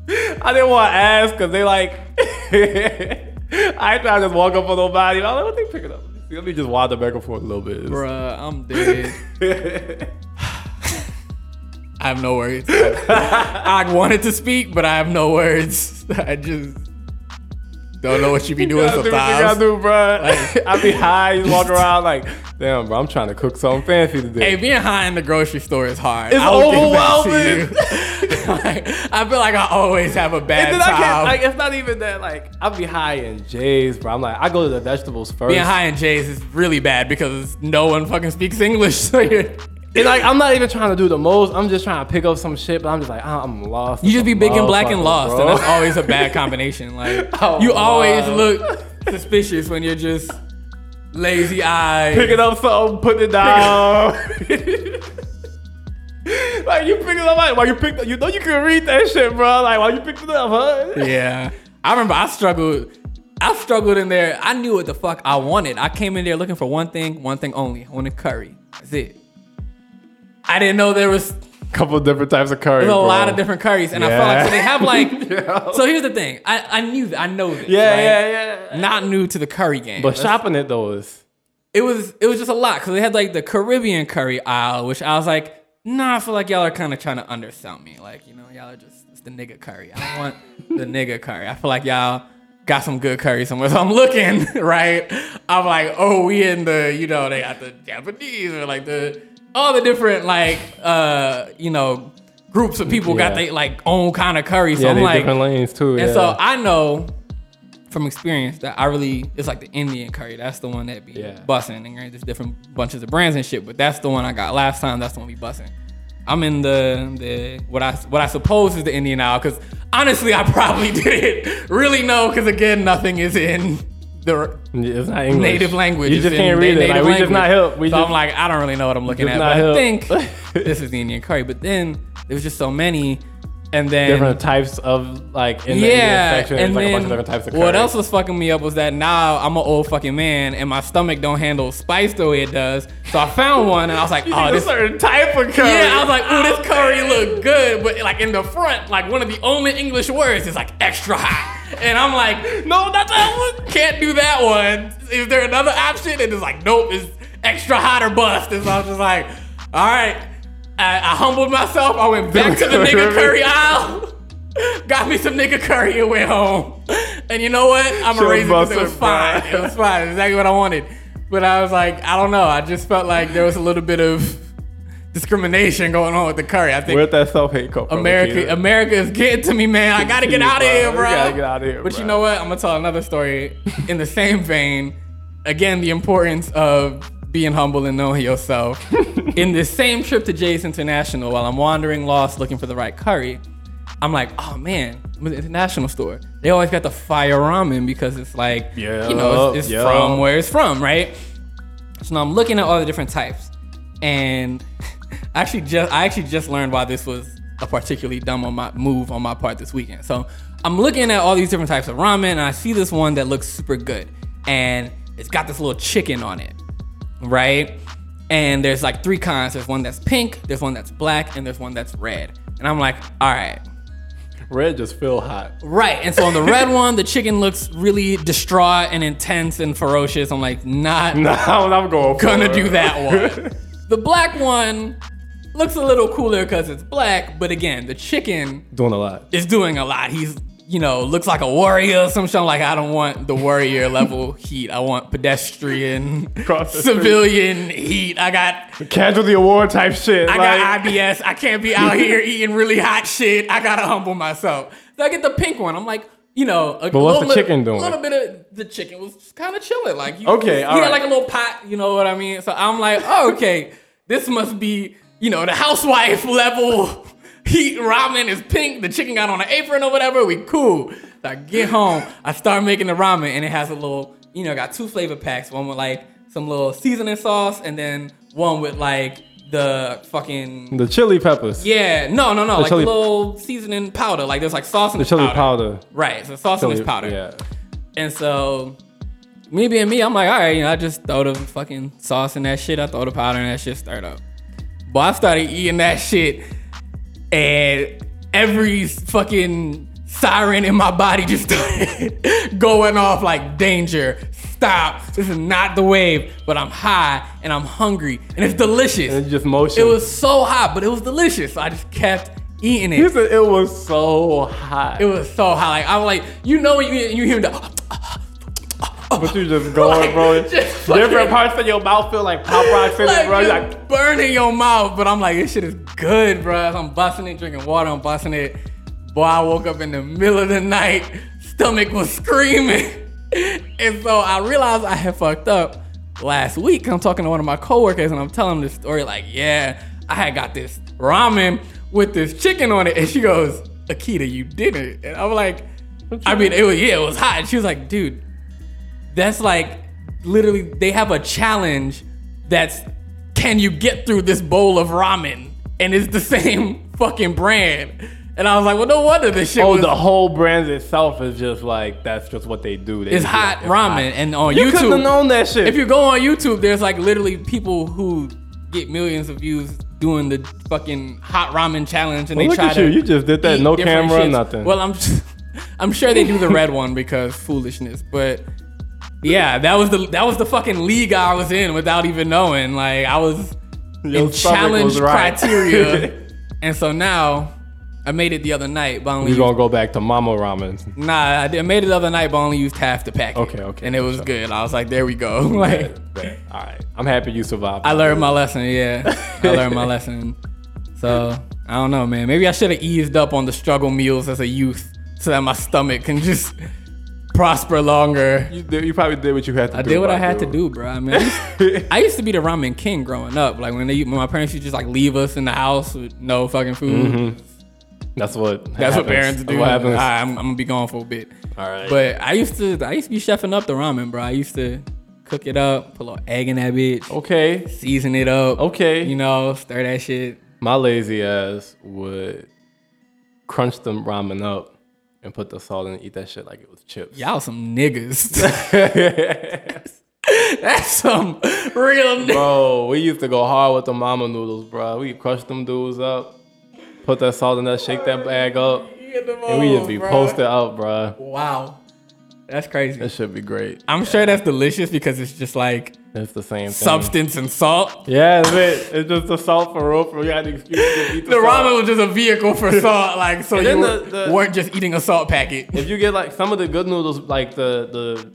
[SPEAKER 3] I didn't want to ask because they like, I tried to just walk up on nobody. I was like, what they picking up? Let me just wander back and forth a little bit.
[SPEAKER 2] Bruh, I'm dead. I have no words. I wanted to speak, but I have no words. I just don't know what you be doing
[SPEAKER 3] Gotta do what you gotta
[SPEAKER 2] sometimes.
[SPEAKER 3] do, bro. I be high, you walk around like, damn, bro, I'm trying to cook something fancy today.
[SPEAKER 2] Hey, being high in the grocery store is hard.
[SPEAKER 3] It's
[SPEAKER 2] I will give that to
[SPEAKER 3] overwhelming.
[SPEAKER 2] you. Like, I feel like I always have a bad
[SPEAKER 3] and then
[SPEAKER 2] time.
[SPEAKER 3] I can't, like, it's not even that, like, I be high in J's, bro. I'm like, I go to the vegetables first.
[SPEAKER 2] being high in J's is really bad because no one fucking speaks English. So you're,
[SPEAKER 3] And like, I'm not even trying to do the most. I'm just trying to pick up some shit, but I'm just like, ah, I'm lost.
[SPEAKER 2] you just be big and black and lost,
[SPEAKER 3] Bro.
[SPEAKER 2] and that's always a bad combination. Like
[SPEAKER 3] Oh,
[SPEAKER 2] you
[SPEAKER 3] wow.
[SPEAKER 2] always look suspicious when you're just lazy eyed.
[SPEAKER 3] Picking up something, putting it down. like, you pick it up, like, while you picked up, you know you can read that shit, bro. Like, while you picked it up, huh?
[SPEAKER 2] Yeah. I remember I struggled. I struggled in there. I knew what the fuck I wanted. I came in there looking for one thing, one thing only. I wanted curry. That's it. I didn't know there was
[SPEAKER 3] Couple different types of curry.
[SPEAKER 2] there's a lot
[SPEAKER 3] bro.
[SPEAKER 2] of different curries, and I felt
[SPEAKER 3] Yeah.
[SPEAKER 2] like so they have like.
[SPEAKER 3] Yeah.
[SPEAKER 2] So here's the thing. I, I knew that. I know this.
[SPEAKER 3] Yeah,
[SPEAKER 2] right?
[SPEAKER 3] yeah, yeah.
[SPEAKER 2] Not new to the curry game.
[SPEAKER 3] But shopping it though is
[SPEAKER 2] it was it was just a lot because they had like the Caribbean curry aisle, which I was like, nah, I feel like y'all are kind of trying to undersell me. Like, you know, y'all are just it's the nigga curry. I don't want the nigga curry. I feel like y'all got some good curry somewhere. So I'm looking, right? I'm like, oh, we in the, you know, they got the Japanese or like the all the different like uh, you know, groups of people got
[SPEAKER 3] Yeah.
[SPEAKER 2] they like own kind of curry. So
[SPEAKER 3] yeah,
[SPEAKER 2] I'm
[SPEAKER 3] they
[SPEAKER 2] like
[SPEAKER 3] different lanes too.
[SPEAKER 2] and
[SPEAKER 3] yeah.
[SPEAKER 2] so I know from experience that I really it's like the Indian curry. That's the one that be
[SPEAKER 3] Yeah.
[SPEAKER 2] bussing. And granted, there's different bunches of brands and shit, but that's the one I got last time. That's the one we bussing. I'm in the the what I what I suppose is the Indian aisle because honestly, I probably didn't really know because again, nothing is in the
[SPEAKER 3] it's not English.
[SPEAKER 2] native language.
[SPEAKER 3] You
[SPEAKER 2] It's
[SPEAKER 3] just
[SPEAKER 2] in
[SPEAKER 3] can't
[SPEAKER 2] their
[SPEAKER 3] read it. Like,
[SPEAKER 2] native
[SPEAKER 3] we just not
[SPEAKER 2] language.
[SPEAKER 3] help. We
[SPEAKER 2] so
[SPEAKER 3] just,
[SPEAKER 2] I'm like, I don't really know what I'm looking
[SPEAKER 3] just
[SPEAKER 2] at, but
[SPEAKER 3] not
[SPEAKER 2] I
[SPEAKER 3] help.
[SPEAKER 2] think this is the Indian curry. But then there was just so many, and then
[SPEAKER 3] different types of like in the Indian section.
[SPEAKER 2] and
[SPEAKER 3] it's like a bunch
[SPEAKER 2] then
[SPEAKER 3] of different types of curry.
[SPEAKER 2] What else was fucking me up was that now I'm an old fucking man and my stomach don't handle spice the way it does. So I found one and I was like, oh, this.
[SPEAKER 3] certain type of curry.
[SPEAKER 2] Yeah, I was like, ooh, this curry look good, but like in the front, like one of the only English words is like extra hot. And I'm like, no, not that one. Can't do that one. Is there another option? And it's like, nope, it's extra hot or bust. And so I was just like, all right. I, I humbled myself. I went back to the nigga curry aisle, got me some nigga curry and went home. And you know what? I'm
[SPEAKER 3] Should've
[SPEAKER 2] a raisin because it
[SPEAKER 3] busted,
[SPEAKER 2] was fine.
[SPEAKER 3] bruh.
[SPEAKER 2] It was fine. Exactly what I wanted. But I was like, I don't know. I just felt like there was a little bit of discrimination going on with the curry. I think
[SPEAKER 3] Where'd that self hate come from?
[SPEAKER 2] America,
[SPEAKER 3] Akira?
[SPEAKER 2] America is getting to me, man. I gotta get out of here,
[SPEAKER 3] We
[SPEAKER 2] bro.
[SPEAKER 3] gotta get outta here,
[SPEAKER 2] But you
[SPEAKER 3] bro.
[SPEAKER 2] know what? I'm gonna tell another story in the same vein. Again, the importance of being humble and knowing yourself. in this same trip to Jay's International, while I'm wandering lost looking for the right curry, I'm like, oh man, I'm at the international store. They always got the fire ramen because it's like, you know, it's, it's
[SPEAKER 3] Yeah, yeah.
[SPEAKER 2] from where it's from, right? So now I'm looking at all the different types, and I actually just I actually just learned why this was a particularly dumb on my move on my part this weekend. So I'm looking at all these different types of ramen, and I see this one that looks super good, and it's got this little chicken on it, right? And there's like three kinds. There's one that's pink, there's one that's black, and there's one that's red. And I'm like, all right,
[SPEAKER 3] Red just feel hot.
[SPEAKER 2] Right. And so on the red one, the chicken looks really distraught and intense and ferocious. I'm like, not
[SPEAKER 3] Nah, I'm going. for
[SPEAKER 2] gonna
[SPEAKER 3] it.
[SPEAKER 2] do that one. the black one Looks a little cooler because it's black, but again, the chicken
[SPEAKER 3] Doing a lot.
[SPEAKER 2] is doing a lot. He's you know looks like a warrior or some shit. I'm like I don't want the warrior level heat. I want pedestrian,
[SPEAKER 3] Cross the
[SPEAKER 2] civilian heat. I got
[SPEAKER 3] Casualty award type shit.
[SPEAKER 2] I got
[SPEAKER 3] like,
[SPEAKER 2] IBS. I can't be out here eating really hot shit. I gotta humble myself. So I get the pink one. I'm like, you know, a
[SPEAKER 3] But what's
[SPEAKER 2] little
[SPEAKER 3] the
[SPEAKER 2] bit-
[SPEAKER 3] chicken doing?
[SPEAKER 2] A little bit of the chicken was kind of chilling. Like, you,
[SPEAKER 3] Okay,
[SPEAKER 2] he
[SPEAKER 3] all
[SPEAKER 2] had
[SPEAKER 3] right.
[SPEAKER 2] like a little pot. You know what I mean? So I'm like, oh, okay, this must be you know the housewife level heat ramen is pink. The chicken got on an apron or whatever. We cool. So I get home. I start making the ramen, and it has a little, you know, got two flavor packs. One with like some little seasoning sauce, and then one with like the fucking
[SPEAKER 3] the chili peppers.
[SPEAKER 2] yeah, no, no, no. like
[SPEAKER 3] chili-
[SPEAKER 2] a little seasoning powder. Like there's like sauce in
[SPEAKER 3] The
[SPEAKER 2] the
[SPEAKER 3] chili
[SPEAKER 2] powder.
[SPEAKER 3] powder.
[SPEAKER 2] Right, so sauce in
[SPEAKER 3] Chili
[SPEAKER 2] this powder.
[SPEAKER 3] Yeah.
[SPEAKER 2] And so, me being me, I'm like, all right, you know, I just throw the fucking sauce in that shit. I throw the powder in that shit, stirred up. But I started eating that shit, and every fucking siren in my body just started going off like danger. Stop. This is not the wave, but I'm high and I'm hungry and it's delicious.
[SPEAKER 3] And just motion.
[SPEAKER 2] It was so hot, but it was delicious. So I just kept eating
[SPEAKER 3] He
[SPEAKER 2] it.
[SPEAKER 3] said it was so hot.
[SPEAKER 2] It was so hot. Like I'm like, you know, when you you hear the
[SPEAKER 3] but you just going,
[SPEAKER 2] Like,
[SPEAKER 3] bro.
[SPEAKER 2] just
[SPEAKER 3] Different
[SPEAKER 2] fucking-
[SPEAKER 3] parts of your mouth feel like pop rock feel
[SPEAKER 2] like,
[SPEAKER 3] bro. You're
[SPEAKER 2] just
[SPEAKER 3] like,
[SPEAKER 2] burning your mouth, but I'm like, this shit is good, bro. I'm busting it, drinking water, I'm busting it. Boy, I woke up in the middle of the night, stomach was screaming, and so I realized I had fucked up last week. I'm talking to one of my coworkers, and I'm telling him this story. Like, yeah, I had got this ramen with this chicken on it, and she goes, Akita, you did it, and I'm like. I mean, it was yeah, it was hot. And she was like, dude, that's like literally they have a challenge that's can you get through this bowl of ramen? And it's the same fucking brand. And I was like, well, no wonder this shit
[SPEAKER 3] oh,
[SPEAKER 2] was
[SPEAKER 3] the whole brand itself is just like that's just what they do. They
[SPEAKER 2] is
[SPEAKER 3] do
[SPEAKER 2] hot
[SPEAKER 3] it. It's
[SPEAKER 2] ramen. And on
[SPEAKER 3] You couldn't have
[SPEAKER 2] YouTube,
[SPEAKER 3] known that shit.
[SPEAKER 2] if you go on YouTube, there's like literally people who get millions of views doing the fucking hot ramen challenge, and
[SPEAKER 3] Well,
[SPEAKER 2] they
[SPEAKER 3] look
[SPEAKER 2] try
[SPEAKER 3] at
[SPEAKER 2] to
[SPEAKER 3] you. You just did that.
[SPEAKER 2] eat
[SPEAKER 3] No
[SPEAKER 2] different
[SPEAKER 3] camera,
[SPEAKER 2] shits.
[SPEAKER 3] nothing.
[SPEAKER 2] Well, I'm I'm sure they do the red one because foolishness, but. Yeah, that was the that was the fucking league I was in without even knowing. Like I was
[SPEAKER 3] Your
[SPEAKER 2] in
[SPEAKER 3] stomach
[SPEAKER 2] challenge
[SPEAKER 3] was right.
[SPEAKER 2] criteria, and so now I made it the other night. But I only
[SPEAKER 3] We're
[SPEAKER 2] used
[SPEAKER 3] gonna go back to Mama Ramen.
[SPEAKER 2] Nah, I did, made it the other night, but only used half the packet.
[SPEAKER 3] Okay, okay,
[SPEAKER 2] And it was good. I was like, there we go. like,
[SPEAKER 3] All right, I'm happy you survived.
[SPEAKER 2] I learned my lesson. Yeah, I learned my lesson. So I don't know, man. Maybe I should have eased up on the struggle meals as a youth, so that my stomach can just prosper longer.
[SPEAKER 3] you, did, you probably did what you had to
[SPEAKER 2] I
[SPEAKER 3] do.
[SPEAKER 2] did what
[SPEAKER 3] bro,
[SPEAKER 2] I had to
[SPEAKER 3] dude.
[SPEAKER 2] do, bro. I mean, I used, I used to be the ramen king growing up. Like when they, when my parents used to just like leave us in the house with no fucking food.
[SPEAKER 3] That's what.
[SPEAKER 2] That's what parents do.
[SPEAKER 3] What Mm-hmm. happens?
[SPEAKER 2] All right, I'm, I'm gonna be gone for a bit.
[SPEAKER 3] All right.
[SPEAKER 2] But I used to, I used to be chefing up the ramen, bro. I used to cook it up, put a little egg in that bitch,
[SPEAKER 3] okay,
[SPEAKER 2] season it up.
[SPEAKER 3] okay.
[SPEAKER 2] You know, stir that shit.
[SPEAKER 3] my lazy ass would crunch the ramen up and put the salt in and eat that shit like it was chips.
[SPEAKER 2] Y'all some niggas. That's some real niggas.
[SPEAKER 3] Bro, we used to go hard with the mama noodles, bro. We crush them dudes up, put that salt in that, shake that bag up, and we just be posted up, bro.
[SPEAKER 2] Wow. That's crazy.
[SPEAKER 3] That should be great.
[SPEAKER 2] I'm sure that's delicious because it's just like
[SPEAKER 3] It's the same thing.
[SPEAKER 2] substance and salt.
[SPEAKER 3] Yeah, that's it. It's just the salt for real. For real. you had the excuse to eat the,
[SPEAKER 2] The
[SPEAKER 3] salt.
[SPEAKER 2] ramen was just a vehicle for salt, like so
[SPEAKER 3] And then
[SPEAKER 2] you weren't-
[SPEAKER 3] the- the-
[SPEAKER 2] weren't just eating a salt packet.
[SPEAKER 3] If you get like some of the good noodles, like the the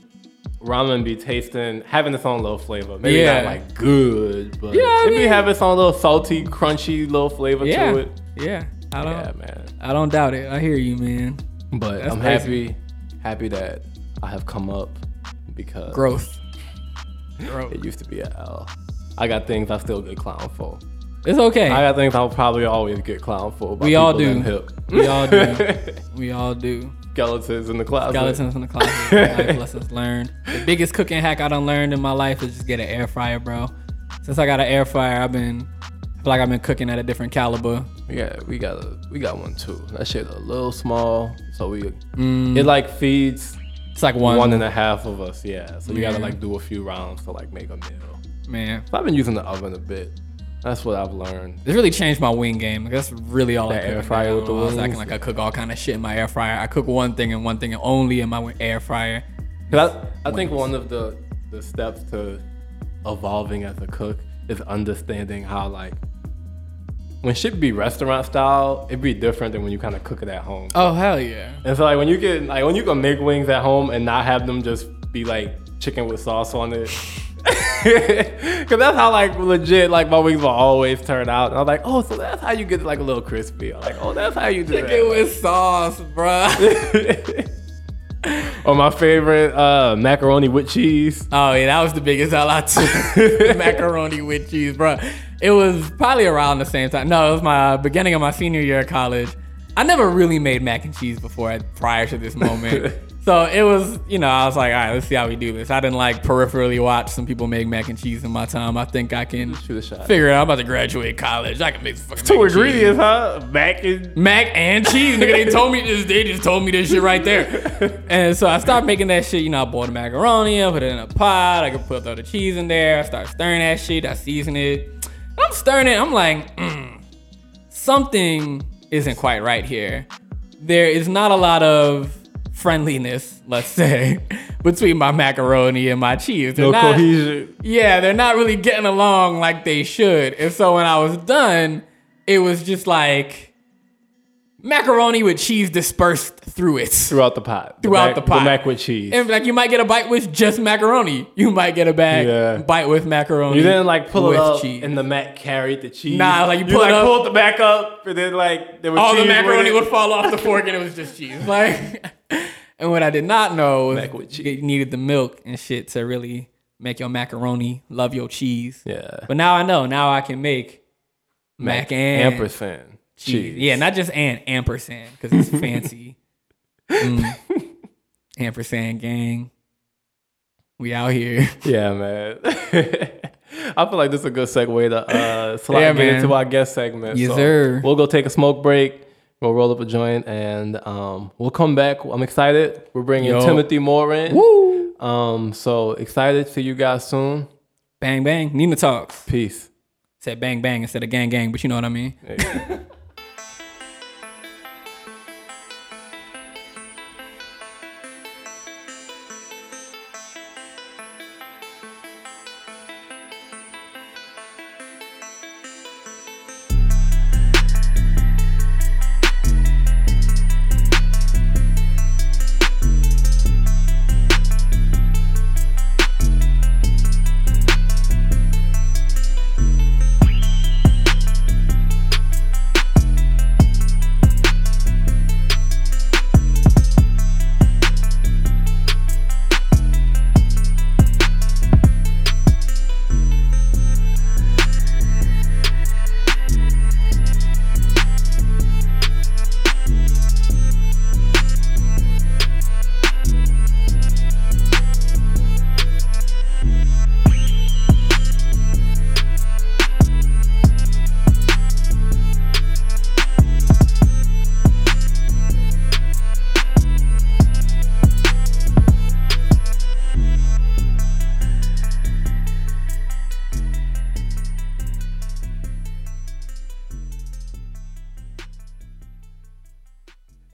[SPEAKER 3] ramen be tasting having its own little flavor. Maybe
[SPEAKER 2] Yeah.
[SPEAKER 3] not like good, but
[SPEAKER 2] Yeah, I
[SPEAKER 3] it be
[SPEAKER 2] mean-
[SPEAKER 3] having its own little salty, crunchy little flavor to
[SPEAKER 2] Yeah,
[SPEAKER 3] it.
[SPEAKER 2] yeah. I don't,
[SPEAKER 3] Yeah, man.
[SPEAKER 2] I don't doubt it. I hear you, man.
[SPEAKER 3] But
[SPEAKER 2] That's
[SPEAKER 3] I'm
[SPEAKER 2] crazy.
[SPEAKER 3] happy, happy that I have come up because
[SPEAKER 2] Growth. Growth.
[SPEAKER 3] it used to be a L. I got things I still get clown for.
[SPEAKER 2] It's okay.
[SPEAKER 3] I got things I'll probably always get clown for. by
[SPEAKER 2] We all
[SPEAKER 3] people
[SPEAKER 2] do.
[SPEAKER 3] in Hip.
[SPEAKER 2] we all do. We all do.
[SPEAKER 3] Skeletons in the closet.
[SPEAKER 2] Skeletons in the closet. life lessons learned. The biggest cooking hack I done learned in my life is just get an air fryer, bro. Since I got an air fryer, I've been I feel like I've been cooking at a different caliber.
[SPEAKER 3] We got we got a, we got one too. That shit a little small, so we it like feeds
[SPEAKER 2] It's like Mm. one,
[SPEAKER 3] one and a half of us. Yeah, so you gotta
[SPEAKER 2] Yeah.
[SPEAKER 3] like do a few rounds to like make a meal.
[SPEAKER 2] man.
[SPEAKER 3] So I've been using the oven a bit. That's what I've learned.
[SPEAKER 2] This really changed my wing game. Like, that's really all I
[SPEAKER 3] That
[SPEAKER 2] cook
[SPEAKER 3] air
[SPEAKER 2] now.
[SPEAKER 3] fryer with the
[SPEAKER 2] I was
[SPEAKER 3] wings?
[SPEAKER 2] acting like I cook all kind of shit in my air fryer. I cook one thing and one thing and only in my air fryer.
[SPEAKER 3] 'Cause I, I think one of the the steps to evolving as a cook is understanding how like when shit be restaurant style, it be different than when you kind of cook it at home.
[SPEAKER 2] Oh hell yeah.
[SPEAKER 3] And so like when you can like when you can make wings at home and not have them just be like chicken with sauce on it. Cause that's how like legit like my wings will always turn out. And I was like, oh, so that's how you get like a little crispy. I'm like, oh, that's how you do
[SPEAKER 2] Chicken with sauce, bruh.
[SPEAKER 3] that. or my favorite uh, macaroni with cheese.
[SPEAKER 2] Oh yeah, that was the biggest hell I took. Macaroni with cheese, bro. It was probably around the same time. No, it was my beginning of my senior year of college. I never really made mac and cheese before prior to this moment. so it was, you know, I was like, all right, let's see how we do this. I didn't like peripherally watch some people make mac and cheese in my time. I think I can
[SPEAKER 3] Shoot a shot.
[SPEAKER 2] figure it out. I'm about to graduate college. I can make some fucking mac
[SPEAKER 3] Two
[SPEAKER 2] and cheese.
[SPEAKER 3] ingredients, huh? Mac and
[SPEAKER 2] Mac and cheese, nigga. They told me this. They just told me this shit right there. And so I start making that shit. You know, I boil the macaroni, I put it in a pot. I can put all the cheese in there. I start stirring that shit. I season it. I'm stirring it. I'm like, mm, something isn't quite right here. There is not a lot of friendliness, let's say, between my macaroni and my cheese. They're
[SPEAKER 3] no
[SPEAKER 2] not-
[SPEAKER 3] cohesion.
[SPEAKER 2] yeah, they're not really getting along like they should. And so when I was done, it was just like macaroni with cheese dispersed through it.
[SPEAKER 3] Throughout the pot.
[SPEAKER 2] Throughout the pot.
[SPEAKER 3] The mac with cheese.
[SPEAKER 2] And like you might get a bite with just macaroni. You might get a bag
[SPEAKER 3] Yeah.
[SPEAKER 2] bite with macaroni.
[SPEAKER 3] You didn't like pull it
[SPEAKER 2] with
[SPEAKER 3] up
[SPEAKER 2] cheese.
[SPEAKER 3] and the mac carried the cheese.
[SPEAKER 2] Nah, like, you pull it up-
[SPEAKER 3] pulled the mac up and then like there was
[SPEAKER 2] All the
[SPEAKER 3] cheese with
[SPEAKER 2] macaroni
[SPEAKER 3] it.
[SPEAKER 2] would fall off the fork and it was just cheese. Like and what I did not know was
[SPEAKER 3] Mac with cheese.
[SPEAKER 2] you needed the milk and shit to really make your macaroni love your cheese.
[SPEAKER 3] Yeah.
[SPEAKER 2] But now I know. Now I can make mac, and
[SPEAKER 3] ampersand
[SPEAKER 2] cheese.
[SPEAKER 3] cheese.
[SPEAKER 2] Yeah, not just and ampersand because it's fancy. Mm. Ampersand gang, we out here.
[SPEAKER 3] Yeah, man. I feel like this is a good segue to uh slide
[SPEAKER 2] Yeah,
[SPEAKER 3] get into
[SPEAKER 2] man.
[SPEAKER 3] our guest segment.
[SPEAKER 2] Yes, sir.
[SPEAKER 3] We'll go take a smoke break. We'll roll up a joint and um, we'll come back. I'm excited. We're bringing
[SPEAKER 2] Yo.
[SPEAKER 3] Timothy Moore in.
[SPEAKER 2] Woo!
[SPEAKER 3] Um, so excited. See you guys soon.
[SPEAKER 2] Bang bang. Nina talks.
[SPEAKER 3] Peace.
[SPEAKER 2] Said bang bang instead of gang gang, but you know what I mean.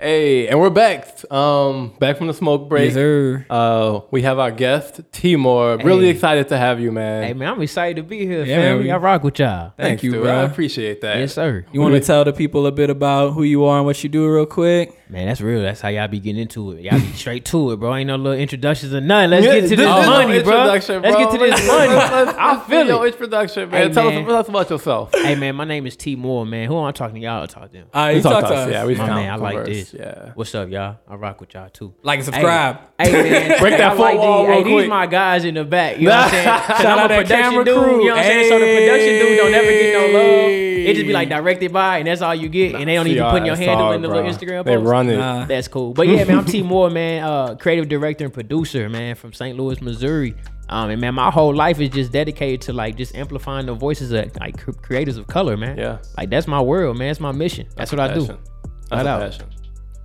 [SPEAKER 3] Hey, and we're back. Um, back from the smoke break.
[SPEAKER 2] Yes, sir.
[SPEAKER 3] Uh, we have our guest, Timor. Really excited to have you, man.
[SPEAKER 1] Hey man, I'm excited to be here,
[SPEAKER 2] Yeah, man,
[SPEAKER 1] fam.
[SPEAKER 2] we-
[SPEAKER 1] I rock with y'all.
[SPEAKER 2] Thank you,
[SPEAKER 3] dude.
[SPEAKER 2] bro.
[SPEAKER 3] I appreciate that.
[SPEAKER 1] Yes, sir.
[SPEAKER 2] You want to tell the people a bit about who you are and what you do, real quick?
[SPEAKER 1] Man, that's real. That's how y'all be getting into it. Y'all be straight to it, bro. Ain't no little introductions or nothing. Let's
[SPEAKER 3] Yeah,
[SPEAKER 1] get to this,
[SPEAKER 3] is no
[SPEAKER 1] money, bro. Let's
[SPEAKER 3] introduction, bro.
[SPEAKER 1] get to
[SPEAKER 3] Let's-
[SPEAKER 1] this money.
[SPEAKER 3] let's- let's
[SPEAKER 1] I
[SPEAKER 3] do
[SPEAKER 1] feel
[SPEAKER 3] your
[SPEAKER 1] it.
[SPEAKER 3] introduction, man.
[SPEAKER 1] Hey,
[SPEAKER 3] tell, Us,
[SPEAKER 1] man.
[SPEAKER 3] tell us about yourself.
[SPEAKER 1] hey man, my name is T Moore, man. Who am I talking to? Y'all talk to them.
[SPEAKER 2] Uh, you
[SPEAKER 3] We
[SPEAKER 2] talk,
[SPEAKER 3] talked
[SPEAKER 2] to
[SPEAKER 3] us,
[SPEAKER 2] us.
[SPEAKER 3] Yeah, we
[SPEAKER 1] My
[SPEAKER 3] found
[SPEAKER 1] man, I like
[SPEAKER 3] converse,
[SPEAKER 1] this.
[SPEAKER 3] Yeah.
[SPEAKER 1] What's up, y'all? I rock with y'all too.
[SPEAKER 2] Like and subscribe.
[SPEAKER 1] Hey, hey man,
[SPEAKER 3] Break that
[SPEAKER 1] I
[SPEAKER 3] fourth wall
[SPEAKER 1] these,
[SPEAKER 3] real
[SPEAKER 1] hey,
[SPEAKER 3] quick.
[SPEAKER 1] these my guys in the back. You know what I'm saying?
[SPEAKER 3] Shout
[SPEAKER 1] So I'm
[SPEAKER 2] out
[SPEAKER 1] a
[SPEAKER 2] that
[SPEAKER 1] production
[SPEAKER 2] camera
[SPEAKER 1] dude.
[SPEAKER 2] crew.
[SPEAKER 1] You know what I'm saying? So the production dude don't ever get no love.
[SPEAKER 2] Hey.
[SPEAKER 1] It just be like directed by, and that's all you get. And they don't
[SPEAKER 3] See,
[SPEAKER 1] even
[SPEAKER 3] all
[SPEAKER 1] put your
[SPEAKER 3] that's
[SPEAKER 1] handle
[SPEAKER 3] all,
[SPEAKER 1] in the
[SPEAKER 3] bro.
[SPEAKER 1] little Instagram post.
[SPEAKER 3] They run it.
[SPEAKER 2] Nah.
[SPEAKER 1] That's cool. But yeah, man, I'm T Moore, man, uh, creative director and producer, man, from St. Louis, Missouri. Um, and man, my whole life is just dedicated to like just amplifying the voices of like cr- creators of color, man.
[SPEAKER 3] Yeah.
[SPEAKER 1] Like that's my world, man. That's my mission. That's, what I do.
[SPEAKER 3] Passion. That's
[SPEAKER 1] Shout
[SPEAKER 3] a
[SPEAKER 1] out.
[SPEAKER 3] passion.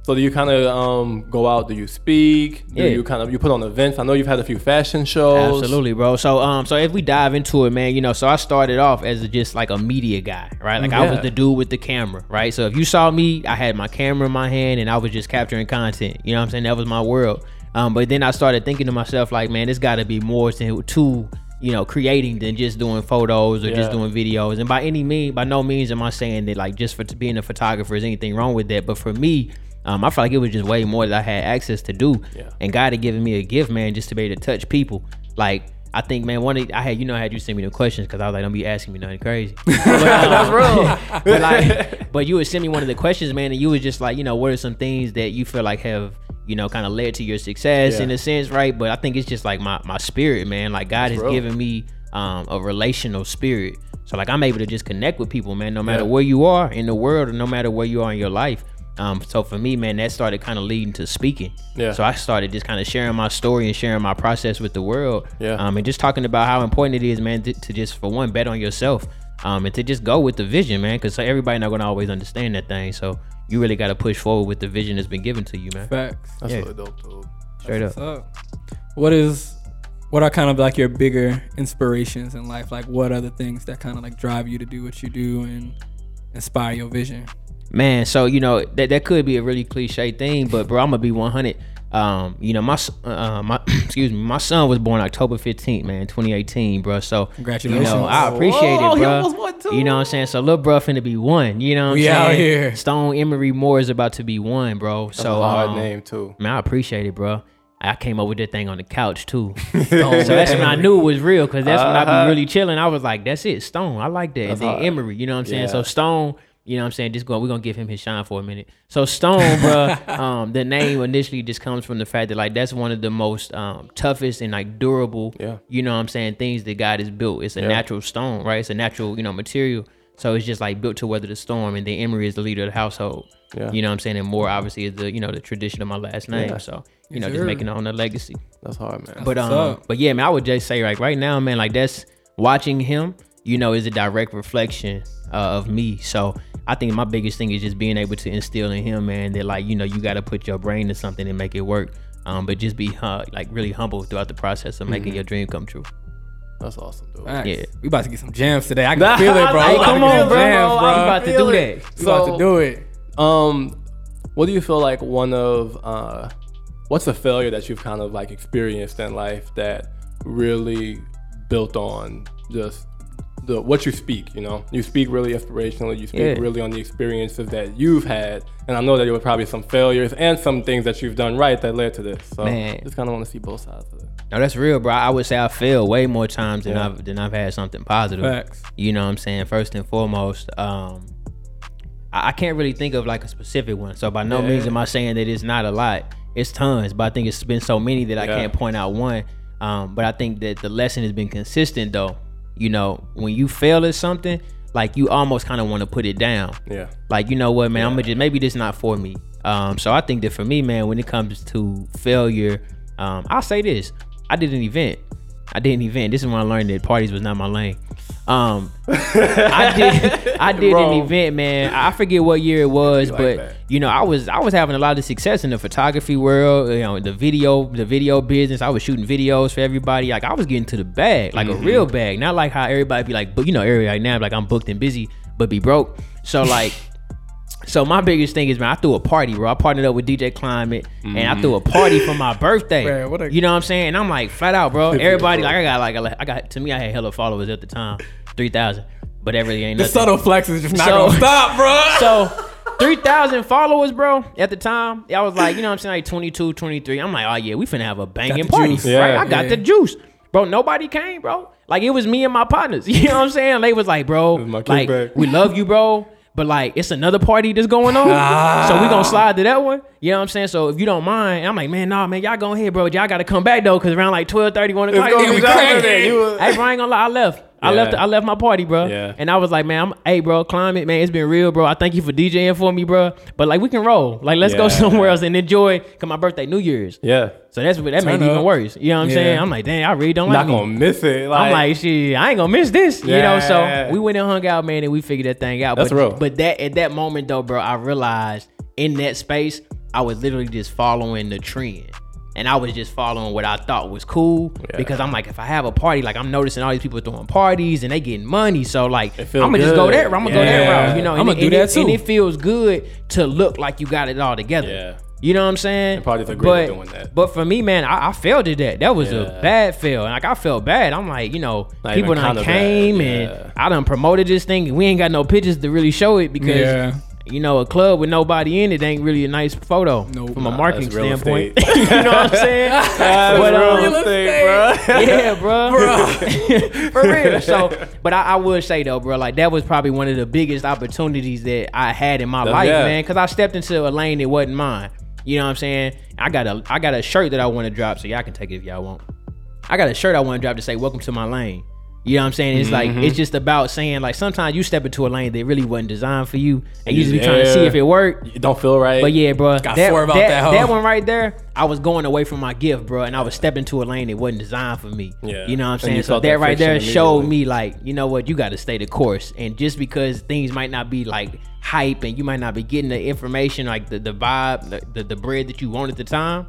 [SPEAKER 3] So do you kind of um, go out? Do you speak? Do
[SPEAKER 1] Yeah.
[SPEAKER 3] you kind of you put on events? I know you've had a few fashion shows.
[SPEAKER 1] Absolutely, bro. So um, so if we dive into it, man, you know, so I started off as a, just like a media guy, right? Like I
[SPEAKER 3] Mm, Yeah.
[SPEAKER 1] was the dude with the camera, right? So if you saw me, I had my camera in my hand and I was just capturing content. You know what I'm saying? That was my world. Um, but then I started thinking to myself, like, man, there's got to be more to, to you know, creating than just doing photos or just
[SPEAKER 3] Yeah.
[SPEAKER 1] doing videos. And by any mean, by no means am I saying that like just for t- being a photographer is anything wrong with that. But for me, um, I feel like it was just way more that I had access to do.
[SPEAKER 3] Yeah.
[SPEAKER 1] And God had given me a gift, man, just to be able to touch people. Like I think, man, one of the- I had you know I had you send me the questions because I was like, don't be asking me nothing crazy. That's real. but, like, but you would send me one of the questions, man, and you was just like, you know, what are some things that you feel like have you know kind of led to your success
[SPEAKER 3] Yeah.
[SPEAKER 1] in a sense, right? But I think it's just like my my spirit, man. Like God has
[SPEAKER 3] real.
[SPEAKER 1] given me um, a relational spirit, so like I'm able to just connect with people, man, no matter
[SPEAKER 3] Yeah.
[SPEAKER 1] where you are in the world, or no matter where you are in your life. Um, so for me, man, that started kind of leading to speaking.
[SPEAKER 3] Yeah.
[SPEAKER 1] So I started just kind of sharing my story and sharing my process with the world.
[SPEAKER 3] Yeah.
[SPEAKER 1] Um, and just talking about how important it is, man, to, to just for one bet on yourself. Um, and to just go with the vision, man, because everybody not gonna always understand that thing. So you really gotta push forward with the vision that's been given to you, man.
[SPEAKER 2] Facts.
[SPEAKER 3] That's
[SPEAKER 1] Yeah.
[SPEAKER 3] really dope, dude.
[SPEAKER 1] Straight up.
[SPEAKER 2] So, what is what are kind of like your bigger inspirations in life? Like, what are the things that kind of like drive you to do what you do and inspire your vision?
[SPEAKER 1] man so you know that, that could be a really cliche thing but bro i'm gonna be 100 um you know my s- uh, my excuse me my son was born october 15th man 2018 bro so
[SPEAKER 2] Congratulations.
[SPEAKER 1] you know, i appreciate
[SPEAKER 3] Whoa,
[SPEAKER 1] it
[SPEAKER 3] he almost
[SPEAKER 1] bro
[SPEAKER 3] won, too.
[SPEAKER 1] you know what i'm saying so little bro finna be one you know what i'm
[SPEAKER 2] We out
[SPEAKER 1] saying
[SPEAKER 2] here.
[SPEAKER 1] stone emery moore is about to be one bro so
[SPEAKER 3] Hard
[SPEAKER 1] um,
[SPEAKER 3] name too.
[SPEAKER 1] man i appreciate it bro I came up with that thing on the couch too. Stone. so that's when I knew it was real because that's when I be really chilling. I was like, that's it, Stone. I like that. and then
[SPEAKER 3] Uh-huh. hard.
[SPEAKER 1] Emery, you know what I'm saying?
[SPEAKER 3] Yeah.
[SPEAKER 1] So Stone, you know what I'm saying? Just going, we're gonna give him his shine for a minute. So Stone, bro, um, the name initially just comes from the fact that like that's one of the most um, toughest and like durable,
[SPEAKER 3] Yeah.
[SPEAKER 1] you know what I'm saying, things that God has built. It's a natural stone, right? It's a natural, you know, material. So it's just like built to weather the storm. And then Emery is the leader of the household.
[SPEAKER 3] Yeah.
[SPEAKER 1] You know what I'm saying? And more obviously is the, you know, the tradition of my last name.
[SPEAKER 3] Yeah.
[SPEAKER 1] So, you
[SPEAKER 2] Yes,
[SPEAKER 1] know,
[SPEAKER 2] sir.
[SPEAKER 1] just making on a legacy.
[SPEAKER 3] That's hard, man.
[SPEAKER 1] But um,
[SPEAKER 2] up.
[SPEAKER 1] but yeah, man, I would just say like right now, man, like that's watching him, you know, is a direct reflection uh, of me. So I think my biggest thing is just being able to instill in him, man, that like you know you got to put your brain to something and make it work. Um, but just be uh, like really humble throughout the process of making your dream come true.
[SPEAKER 3] That's awesome, dude.
[SPEAKER 2] Facts.
[SPEAKER 1] Yeah.
[SPEAKER 2] We about to get some jams today. I can feel it, bro.
[SPEAKER 1] Hey,
[SPEAKER 2] We about
[SPEAKER 1] come
[SPEAKER 2] to get
[SPEAKER 1] on,
[SPEAKER 2] some
[SPEAKER 1] bro.
[SPEAKER 2] jams,
[SPEAKER 1] I'm about to
[SPEAKER 3] Feel
[SPEAKER 1] do
[SPEAKER 3] it.
[SPEAKER 1] that.
[SPEAKER 2] We about to do it.
[SPEAKER 3] Um, what do you feel like one of uh, what's a failure that you've kind of like experienced in life that really built on just the what you speak? You know, you speak really inspirationally. You speak
[SPEAKER 1] Yeah.
[SPEAKER 3] really on the experiences that you've had, and I know that there were probably some failures and some things that you've done right that led to this. So
[SPEAKER 1] Man.
[SPEAKER 3] just kind of want to see both sides of it.
[SPEAKER 1] No, that's real, bro. I would say I failed way more times than
[SPEAKER 3] Yeah.
[SPEAKER 1] I've than I've had something positive.
[SPEAKER 2] Facts.
[SPEAKER 1] You know what I'm saying? First and foremost, um, I, I can't really think of like a specific one. So by no
[SPEAKER 3] Yeah.
[SPEAKER 1] means am I saying that it's not a lot. It's tons, but I think it's been so many that I
[SPEAKER 3] Yeah.
[SPEAKER 1] can't point out one. Um, but I think that the lesson has been consistent though. You know, when you fail at something, like you almost kind of want to put it down
[SPEAKER 3] Yeah,
[SPEAKER 1] like you know what man i'm gonna just maybe this not for me um so i think that for me man when it comes to failure um i'll say this i did an event i did an event this is when i learned that parties was not my lane um i did i did
[SPEAKER 3] Wrong.
[SPEAKER 1] an event man i forget what year it was
[SPEAKER 3] like
[SPEAKER 1] but
[SPEAKER 3] that.
[SPEAKER 1] you know i was i was having a lot of success in the photography world you know the video the video business i was shooting videos for everybody like i was getting to the bag like a
[SPEAKER 3] Mm-hmm.
[SPEAKER 1] real bag not like how everybody be like but you know everybody right now like i'm booked and busy but be broke so like so my biggest thing is, man, I threw a party, bro. I partnered up with DJ Climate, and I threw a party for my birthday.
[SPEAKER 2] Man, what a-
[SPEAKER 1] you know what I'm saying? And I'm like, flat out, bro. Everybody, like, I got like, I got to me, I had hella followers at the time, three thousand, but that really ain't
[SPEAKER 2] The
[SPEAKER 1] nothing.
[SPEAKER 2] subtle flex is just not
[SPEAKER 1] So-
[SPEAKER 2] gonna stop, bro.
[SPEAKER 1] So 3,000 followers, bro, at the time. I was like, you know what I'm saying? Like 22, 23. I'm like, oh, yeah, we finna have a banging
[SPEAKER 2] the
[SPEAKER 1] party.
[SPEAKER 2] juice.
[SPEAKER 1] right?
[SPEAKER 3] Yeah.
[SPEAKER 1] I got
[SPEAKER 2] Yeah.
[SPEAKER 1] the juice. Bro, nobody came, bro. Like, it was me and my partners. You know what I'm saying? They was like, bro,
[SPEAKER 3] was my
[SPEAKER 1] like,
[SPEAKER 3] kickback.
[SPEAKER 1] we love you, bro. But like it's another party that's going on,
[SPEAKER 3] Ah.
[SPEAKER 1] so we gonna slide to that one. You know what I'm saying? So if you don't mind, and I'm like, man, nah, man, y'all go ahead, bro. Y'all gotta come back though, cause around like 12, 30, 1 o'clock,
[SPEAKER 3] gonna
[SPEAKER 1] it
[SPEAKER 3] be
[SPEAKER 1] was
[SPEAKER 3] dark
[SPEAKER 1] crazy.
[SPEAKER 3] in there. You was-
[SPEAKER 1] Hey, bro, I ain't gonna lie, I left. I
[SPEAKER 3] Yeah.
[SPEAKER 1] left. I left my party, bro.
[SPEAKER 3] Yeah.
[SPEAKER 1] And I was like, man, I'm, hey, bro, climate, man, it's been real, bro. I thank you for DJing for me, bro. But like, we can roll. Like, let's go
[SPEAKER 3] Yeah.
[SPEAKER 1] somewhere else and enjoy. Cause my birthday, New Year's.
[SPEAKER 3] yeah,
[SPEAKER 1] So that's what that made
[SPEAKER 2] Turn
[SPEAKER 1] it even
[SPEAKER 2] up.
[SPEAKER 1] worse. You know what I'm
[SPEAKER 2] Yeah.
[SPEAKER 1] saying? I'm like, dang, I really don't
[SPEAKER 3] not
[SPEAKER 1] like. it.
[SPEAKER 3] gonna miss it.
[SPEAKER 1] I'm like, shit, I ain't gonna miss this. You know,
[SPEAKER 3] Yeah.
[SPEAKER 1] so we went and hung out, man, and we figured that thing out.
[SPEAKER 3] That's
[SPEAKER 1] but,
[SPEAKER 3] real.
[SPEAKER 1] But that at that moment though, bro, I realized in that space, I was literally just following the trend. And I was just following what I thought was cool
[SPEAKER 3] Yeah.
[SPEAKER 1] because I'm like, if I have a party, like I'm noticing all these people throwing parties and they getting money, so like I'm
[SPEAKER 3] feel
[SPEAKER 1] gonna just go
[SPEAKER 3] good.
[SPEAKER 1] there. I'm gonna go that
[SPEAKER 3] Yeah.
[SPEAKER 1] route, you know.
[SPEAKER 2] I'ma
[SPEAKER 1] and it-
[SPEAKER 2] do
[SPEAKER 1] and
[SPEAKER 2] that
[SPEAKER 1] it- And
[SPEAKER 2] too.
[SPEAKER 1] it feels good to look like you got it all together.
[SPEAKER 3] Yeah.
[SPEAKER 1] You know what I'm saying?
[SPEAKER 3] And probably disagree
[SPEAKER 1] but,
[SPEAKER 3] with doing that.
[SPEAKER 1] But for me, man, I, I failed at that. That was
[SPEAKER 3] Yeah.
[SPEAKER 1] a bad fail. And like I felt bad. I'm like, you know,
[SPEAKER 3] Not
[SPEAKER 1] people
[SPEAKER 3] even
[SPEAKER 1] done
[SPEAKER 3] kinda
[SPEAKER 1] came
[SPEAKER 3] bad,
[SPEAKER 1] and
[SPEAKER 3] yeah.
[SPEAKER 1] I done promoted this thing and we ain't got no pictures to really show it because
[SPEAKER 2] Yeah.
[SPEAKER 1] you know, a club with nobody in it ain't really a nice photo
[SPEAKER 2] Nope.
[SPEAKER 1] from a
[SPEAKER 2] Nah,
[SPEAKER 1] marketing
[SPEAKER 3] that's real
[SPEAKER 1] standpoint. you know what I'm saying? But, um,
[SPEAKER 3] real estate, bro.
[SPEAKER 1] yeah, bro. For real. So, but I, I would say though, bro, like that was probably one of the biggest opportunities that I had in my life,
[SPEAKER 3] Oh, yeah.
[SPEAKER 1] man. Cause I stepped into a lane that wasn't mine. You know what I'm saying? I got a I got a shirt that I want to drop, so y'all can take it if y'all want. I got a shirt I want to drop to say "Welcome to my lane." You know what I'm saying? It's
[SPEAKER 3] Mm-hmm.
[SPEAKER 1] like it's just about saying like sometimes you step into a lane that really wasn't designed for you, and you just be trying to see
[SPEAKER 3] Yeah.
[SPEAKER 1] if it worked.
[SPEAKER 3] It don't feel right.
[SPEAKER 1] But yeah, bro, that,
[SPEAKER 2] swerve out
[SPEAKER 1] that,
[SPEAKER 2] that hoe.
[SPEAKER 1] that one right there, I was going away from my gift, bro, and I was stepping to a lane that wasn't designed for me.
[SPEAKER 3] Yeah.
[SPEAKER 1] you know what I'm
[SPEAKER 3] And
[SPEAKER 1] saying.
[SPEAKER 3] you
[SPEAKER 1] So
[SPEAKER 3] felt
[SPEAKER 1] that,
[SPEAKER 3] that
[SPEAKER 1] right there
[SPEAKER 3] friction
[SPEAKER 1] showed
[SPEAKER 3] immediately.
[SPEAKER 1] me, like, you know what, you got to stay the course. And just because things might not be like hype, and you might not be getting the information, like the the vibe, the the, the bread that you want at the time,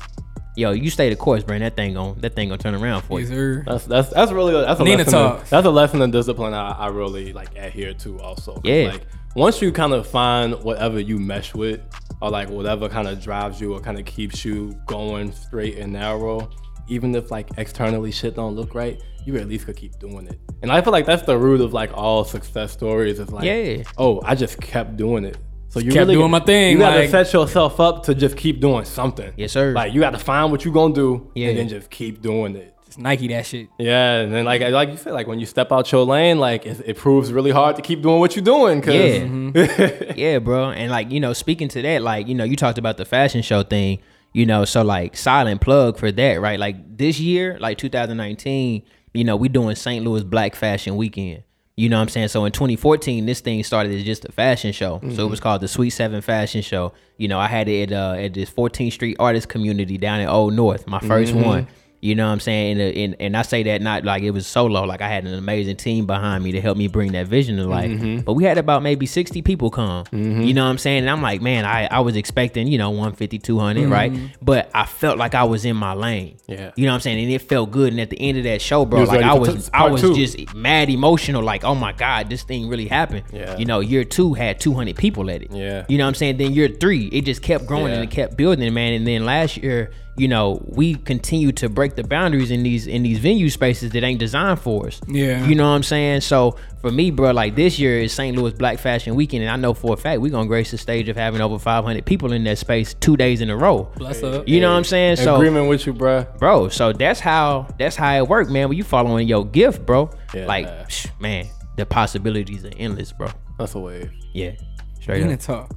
[SPEAKER 1] yo, you stay the course, bro. and that thing gon' that thing gonna turn around for you.
[SPEAKER 2] User.
[SPEAKER 3] That's that's that's really that's a
[SPEAKER 2] Nina
[SPEAKER 3] lesson.
[SPEAKER 2] talks.
[SPEAKER 3] In, that's a lesson in discipline I, I really like adhere to also. 'Cause,
[SPEAKER 1] Yeah.
[SPEAKER 3] Like once you kind of find whatever you mesh with, or like whatever kind of drives you or kind of keeps you going straight and narrow, even if like externally shit don't look right, you at least could keep doing it. And I feel like that's the root of like all success stories. Is like,
[SPEAKER 1] Yeah.
[SPEAKER 3] oh, I just kept doing it. So you
[SPEAKER 2] Kept doing my thing,
[SPEAKER 3] You gotta
[SPEAKER 2] like-
[SPEAKER 3] set yourself up to just keep doing something.
[SPEAKER 1] Yes, sir.
[SPEAKER 3] Like you gotta find what you gonna do,
[SPEAKER 1] Yeah.
[SPEAKER 3] and then just keep doing it.
[SPEAKER 2] It's Nike that shit.
[SPEAKER 3] Yeah, and then like like you said, like when you step out your lane, like it, it proves really hard to keep doing what you're doing. Cause
[SPEAKER 1] Yeah. yeah, bro. And like, you know, speaking to that, like, you know, you talked about the fashion show thing, you know, so like silent plug for that, right? Like this year, like 2019, you know, we doing St. Louis Black Fashion Weekend. You know what I'm saying? So in 2014, this thing started as just a fashion show. So it was called the Sweet Seven Fashion Show. You know, I had it at, uh, at this 14th Street Artist Community down in Old North, my 1st one. You know what I'm saying? And, and and I say that not like it was solo. Like I had an amazing team behind me to help me bring that vision to life.
[SPEAKER 3] Mm-hmm.
[SPEAKER 1] But we had about maybe 60 people come. You know what I'm saying? And I'm like, man, I, I was expecting, you know, 150, 200, right? But I felt like I was in my lane.
[SPEAKER 3] Mm-hmm. Yeah.
[SPEAKER 1] You know what I'm saying? And it felt good. And at the end of that show, bro,
[SPEAKER 3] You was
[SPEAKER 1] like
[SPEAKER 3] ready
[SPEAKER 1] I
[SPEAKER 3] for
[SPEAKER 1] was
[SPEAKER 3] t-
[SPEAKER 1] I
[SPEAKER 3] part
[SPEAKER 1] was
[SPEAKER 3] two.
[SPEAKER 1] just mad emotional. Like, oh my God, this thing really happened.
[SPEAKER 3] Yeah.
[SPEAKER 1] You know, year two had 200 people at it.
[SPEAKER 3] Yeah.
[SPEAKER 1] You know what I'm saying? Then year three, it just kept growing
[SPEAKER 3] Yeah.
[SPEAKER 1] and it kept building, man. And then last year, you know, we continued to break the boundaries in these in these venue spaces that ain't designed for us.
[SPEAKER 2] Yeah.
[SPEAKER 1] You know what I'm saying? So for me, bro, like this year is St. Louis Black Fashion Weekend, and I know for a fact we're gonna grace the stage of having over 500 people in that space two days in a row.
[SPEAKER 2] Bless up.
[SPEAKER 1] You know what I'm saying? So
[SPEAKER 3] agreement with you, bruh.
[SPEAKER 1] bro. So that's how that's how it worked, man. When you following your gift, bro,
[SPEAKER 3] Yeah.
[SPEAKER 1] like psh, man, the possibilities are endless, bro.
[SPEAKER 3] That's a wave.
[SPEAKER 1] Yeah, straight
[SPEAKER 2] Nina
[SPEAKER 1] up.
[SPEAKER 2] talk.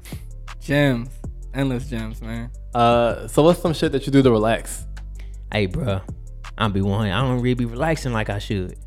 [SPEAKER 2] Gems. Endless gems, man.
[SPEAKER 3] Uh, so what's some shit that you do to relax?
[SPEAKER 1] Hey, bro, I'm be one. I don't really be relaxing like I should.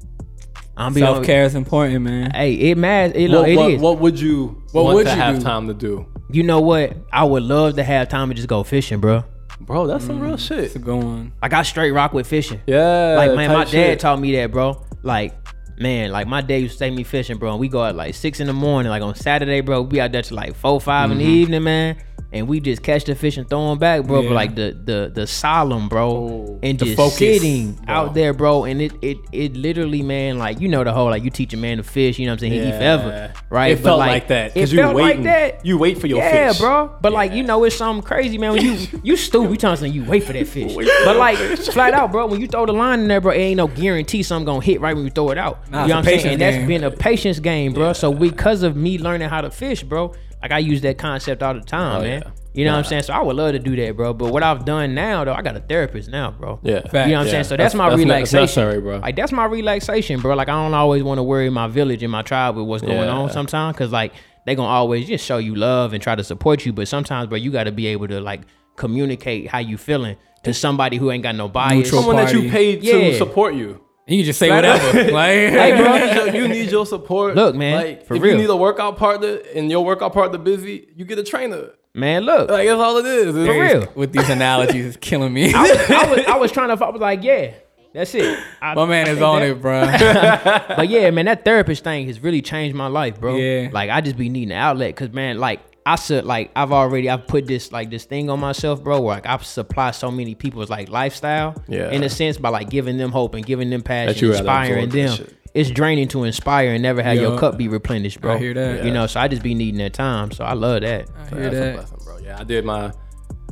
[SPEAKER 1] I'm be
[SPEAKER 2] Self
[SPEAKER 1] on.
[SPEAKER 2] care is important, man.
[SPEAKER 1] Hey, it matters. It,
[SPEAKER 3] What,
[SPEAKER 1] look, it
[SPEAKER 3] what,
[SPEAKER 1] is.
[SPEAKER 3] what would you
[SPEAKER 2] What
[SPEAKER 3] want
[SPEAKER 2] would
[SPEAKER 3] to
[SPEAKER 2] you
[SPEAKER 3] have
[SPEAKER 2] do?
[SPEAKER 3] time to do,
[SPEAKER 1] You know what? I would love to have time to just go fishing, bro.
[SPEAKER 3] bro? That's some real
[SPEAKER 2] It's
[SPEAKER 3] shit.
[SPEAKER 2] a good one.
[SPEAKER 1] Like I straight rock with fishing.
[SPEAKER 3] Yeah,
[SPEAKER 1] Mm. Like man,
[SPEAKER 3] type
[SPEAKER 1] my dad
[SPEAKER 3] shit.
[SPEAKER 1] taught me that, bro. Like man, like my dad used to take me fishing, bro. And we go at like six in the morning, like on Saturday, bro. We out there to like four, 5 in the
[SPEAKER 3] Mm-hmm.
[SPEAKER 1] evening, man. And we just catch the fish and throw them back, bro. But
[SPEAKER 2] Yeah.
[SPEAKER 1] like the the the solemn, bro,
[SPEAKER 3] Oh,
[SPEAKER 1] and
[SPEAKER 2] the
[SPEAKER 1] just
[SPEAKER 2] focus,
[SPEAKER 1] sitting
[SPEAKER 3] bro.
[SPEAKER 1] out there, bro. And it it it literally, man, like you know the whole like you teach a man to fish, you know what I'm saying? He eat
[SPEAKER 3] Yeah.
[SPEAKER 1] forever, right?
[SPEAKER 3] It felt like, that.
[SPEAKER 1] It
[SPEAKER 3] 'cause you
[SPEAKER 1] felt like
[SPEAKER 3] waiting-
[SPEAKER 1] that.
[SPEAKER 3] You wait for your
[SPEAKER 1] yeah,
[SPEAKER 3] fish.
[SPEAKER 1] bro. But like
[SPEAKER 3] Yeah.
[SPEAKER 1] you know, it's something crazy, man. When you you stupid, you trying to say you wait for that fish. but like flat out, bro. When you throw the line in there, bro, it ain't no guarantee something gonna hit right when you throw it out.
[SPEAKER 2] Nah, it's
[SPEAKER 1] you
[SPEAKER 2] a
[SPEAKER 1] know what I'm saying?
[SPEAKER 2] patience
[SPEAKER 1] And that's
[SPEAKER 2] game.
[SPEAKER 1] been a patience game, bro. So because of me learning how to fish, bro, like I use that concept all the time,
[SPEAKER 3] Oh,
[SPEAKER 1] man.
[SPEAKER 3] yeah.
[SPEAKER 1] You know what I'm saying? So I would love to do that, bro. But what I've done now, though, I got a therapist now, bro.
[SPEAKER 3] Yeah.
[SPEAKER 1] You know what I'm
[SPEAKER 3] Yeah.
[SPEAKER 1] saying? So
[SPEAKER 3] That's-
[SPEAKER 1] that's, my
[SPEAKER 3] that's ne- that's
[SPEAKER 1] relaxation,
[SPEAKER 3] necessary, bro.
[SPEAKER 1] Like that's my relaxation, bro. Like I don't always want to worry my village and my tribe with what's going
[SPEAKER 3] Yeah.
[SPEAKER 1] on sometimes, cause like they gonna always just show you love and try to support you, but sometimes, bro, you got to be able to like communicate how you feeling to somebody who ain't got no bias.
[SPEAKER 2] Neutral.
[SPEAKER 3] Someone that you
[SPEAKER 2] Party.
[SPEAKER 3] paid
[SPEAKER 1] Yeah.
[SPEAKER 3] to support you.
[SPEAKER 2] You can just say whatever. like,
[SPEAKER 3] Hey, bro, you need your- you need your support.
[SPEAKER 1] Look, man,
[SPEAKER 3] Like,
[SPEAKER 1] for
[SPEAKER 3] if
[SPEAKER 1] real.
[SPEAKER 3] you need a workout partner and your workout partner busy, you get a trainer.
[SPEAKER 1] Man, look,
[SPEAKER 3] Like that's all it is. It's-
[SPEAKER 1] for real.
[SPEAKER 2] with these analogies, it's killing me.
[SPEAKER 1] I was, I was, I was trying to. I was like, yeah, that's it. I,
[SPEAKER 2] My man
[SPEAKER 1] I
[SPEAKER 2] is
[SPEAKER 1] think
[SPEAKER 2] on
[SPEAKER 1] that-
[SPEAKER 2] it, bro.
[SPEAKER 1] but yeah, man, that therapist thing has really changed my life, bro.
[SPEAKER 2] Yeah.
[SPEAKER 1] Like I just be needing an outlet, cause man, like I said, like I've already I've put this like this thing on myself, bro. Where like I've supplied so many people's like lifestyle,
[SPEAKER 3] Yeah.
[SPEAKER 1] in a sense by like giving them hope and giving them
[SPEAKER 3] That
[SPEAKER 1] passion,
[SPEAKER 3] you rather
[SPEAKER 1] inspiring
[SPEAKER 3] absorb that
[SPEAKER 1] them.
[SPEAKER 3] shit.
[SPEAKER 1] It's draining to inspire and never have
[SPEAKER 2] Yeah.
[SPEAKER 1] your cup be replenished, bro.
[SPEAKER 2] I hear that.
[SPEAKER 1] You know, so I just be needing that time. So I love that.
[SPEAKER 2] I hear
[SPEAKER 3] That's a
[SPEAKER 2] that.
[SPEAKER 3] blessing, bro. Yeah, I did my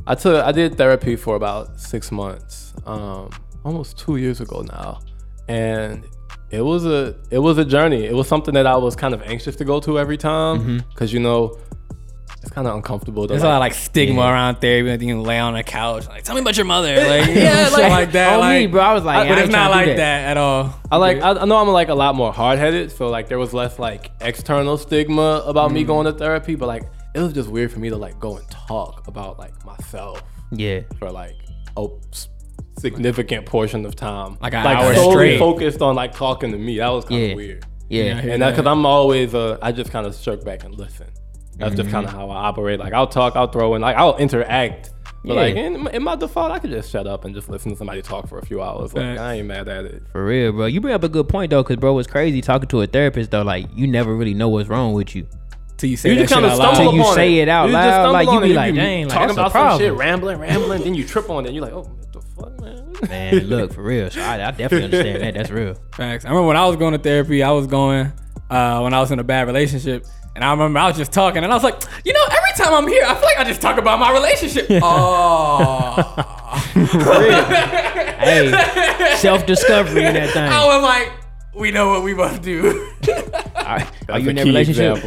[SPEAKER 3] I took I did therapy for about six months, um, almost two years ago now, and it was a it was a journey. It was something that I was kind of anxious to go to every time because you know it's kind of uncomfortable. to,
[SPEAKER 2] There's Mm-hmm. a
[SPEAKER 3] like-
[SPEAKER 2] lot of like stigma around therapy. Like, you can lay on a couch, like tell me about your mother, like yeah, shit like, that.
[SPEAKER 1] on
[SPEAKER 2] like,
[SPEAKER 1] me, bro. I was like,
[SPEAKER 2] but
[SPEAKER 1] I
[SPEAKER 2] it's
[SPEAKER 1] ain't
[SPEAKER 2] not
[SPEAKER 1] tryna do
[SPEAKER 2] like that.
[SPEAKER 1] that.
[SPEAKER 2] at all.
[SPEAKER 3] I like I, I know I'm like a lot more hard headed, so like there was less like external stigma about
[SPEAKER 2] Mm.
[SPEAKER 3] me going to therapy, but like it was just weird for me to like go and talk about like myself
[SPEAKER 1] yeah.
[SPEAKER 3] for like a s- significant portion of time,
[SPEAKER 2] Like an hour
[SPEAKER 3] solely
[SPEAKER 2] straight.
[SPEAKER 3] focused on like talking to me. That was kind of
[SPEAKER 1] Yeah.
[SPEAKER 3] weird,
[SPEAKER 1] Yeah.
[SPEAKER 2] Yeah.
[SPEAKER 3] and that's because I'm always uh, I just kind of shirk back and listen. That's just kind of how I operate. Like I'll talk, I'll throw in, like I'll interact. But like
[SPEAKER 1] Yeah.
[SPEAKER 3] in, in my default, I could just shut up and just listen to somebody talk for a few hours. Like
[SPEAKER 2] Facts.
[SPEAKER 3] I ain't mad at it.
[SPEAKER 1] For real, bro. You bring up a good point though, cause bro, it's crazy talking to a therapist though. Like you never really know what's wrong with you.
[SPEAKER 2] Till you say
[SPEAKER 3] You
[SPEAKER 2] that
[SPEAKER 3] just
[SPEAKER 2] shit
[SPEAKER 3] kind of
[SPEAKER 2] out
[SPEAKER 3] stumble
[SPEAKER 1] Till
[SPEAKER 2] loud.
[SPEAKER 1] you
[SPEAKER 3] upon
[SPEAKER 1] say
[SPEAKER 3] it.
[SPEAKER 1] it out
[SPEAKER 3] You
[SPEAKER 1] loud,
[SPEAKER 3] just stumble
[SPEAKER 1] like, you
[SPEAKER 3] on it.
[SPEAKER 1] be like, "Dang, like,
[SPEAKER 3] talking
[SPEAKER 1] that's a
[SPEAKER 3] about some shit,
[SPEAKER 1] problem."
[SPEAKER 3] rambling, rambling, then you trip on it. You're like, oh, what the fuck, man?
[SPEAKER 1] Man, look for real. So I, I definitely understand that. That's real.
[SPEAKER 2] Facts. I remember when I was going to therapy, I was going uh, when I was in a bad relationship. And I remember I was just talking, and I was like, you know, every time I'm here, I feel like I just talk about my relationship. Oh.
[SPEAKER 1] Hey, self discovery in that
[SPEAKER 2] I
[SPEAKER 1] thing.
[SPEAKER 2] was like, we know what we both do.
[SPEAKER 1] Are you in that relationship?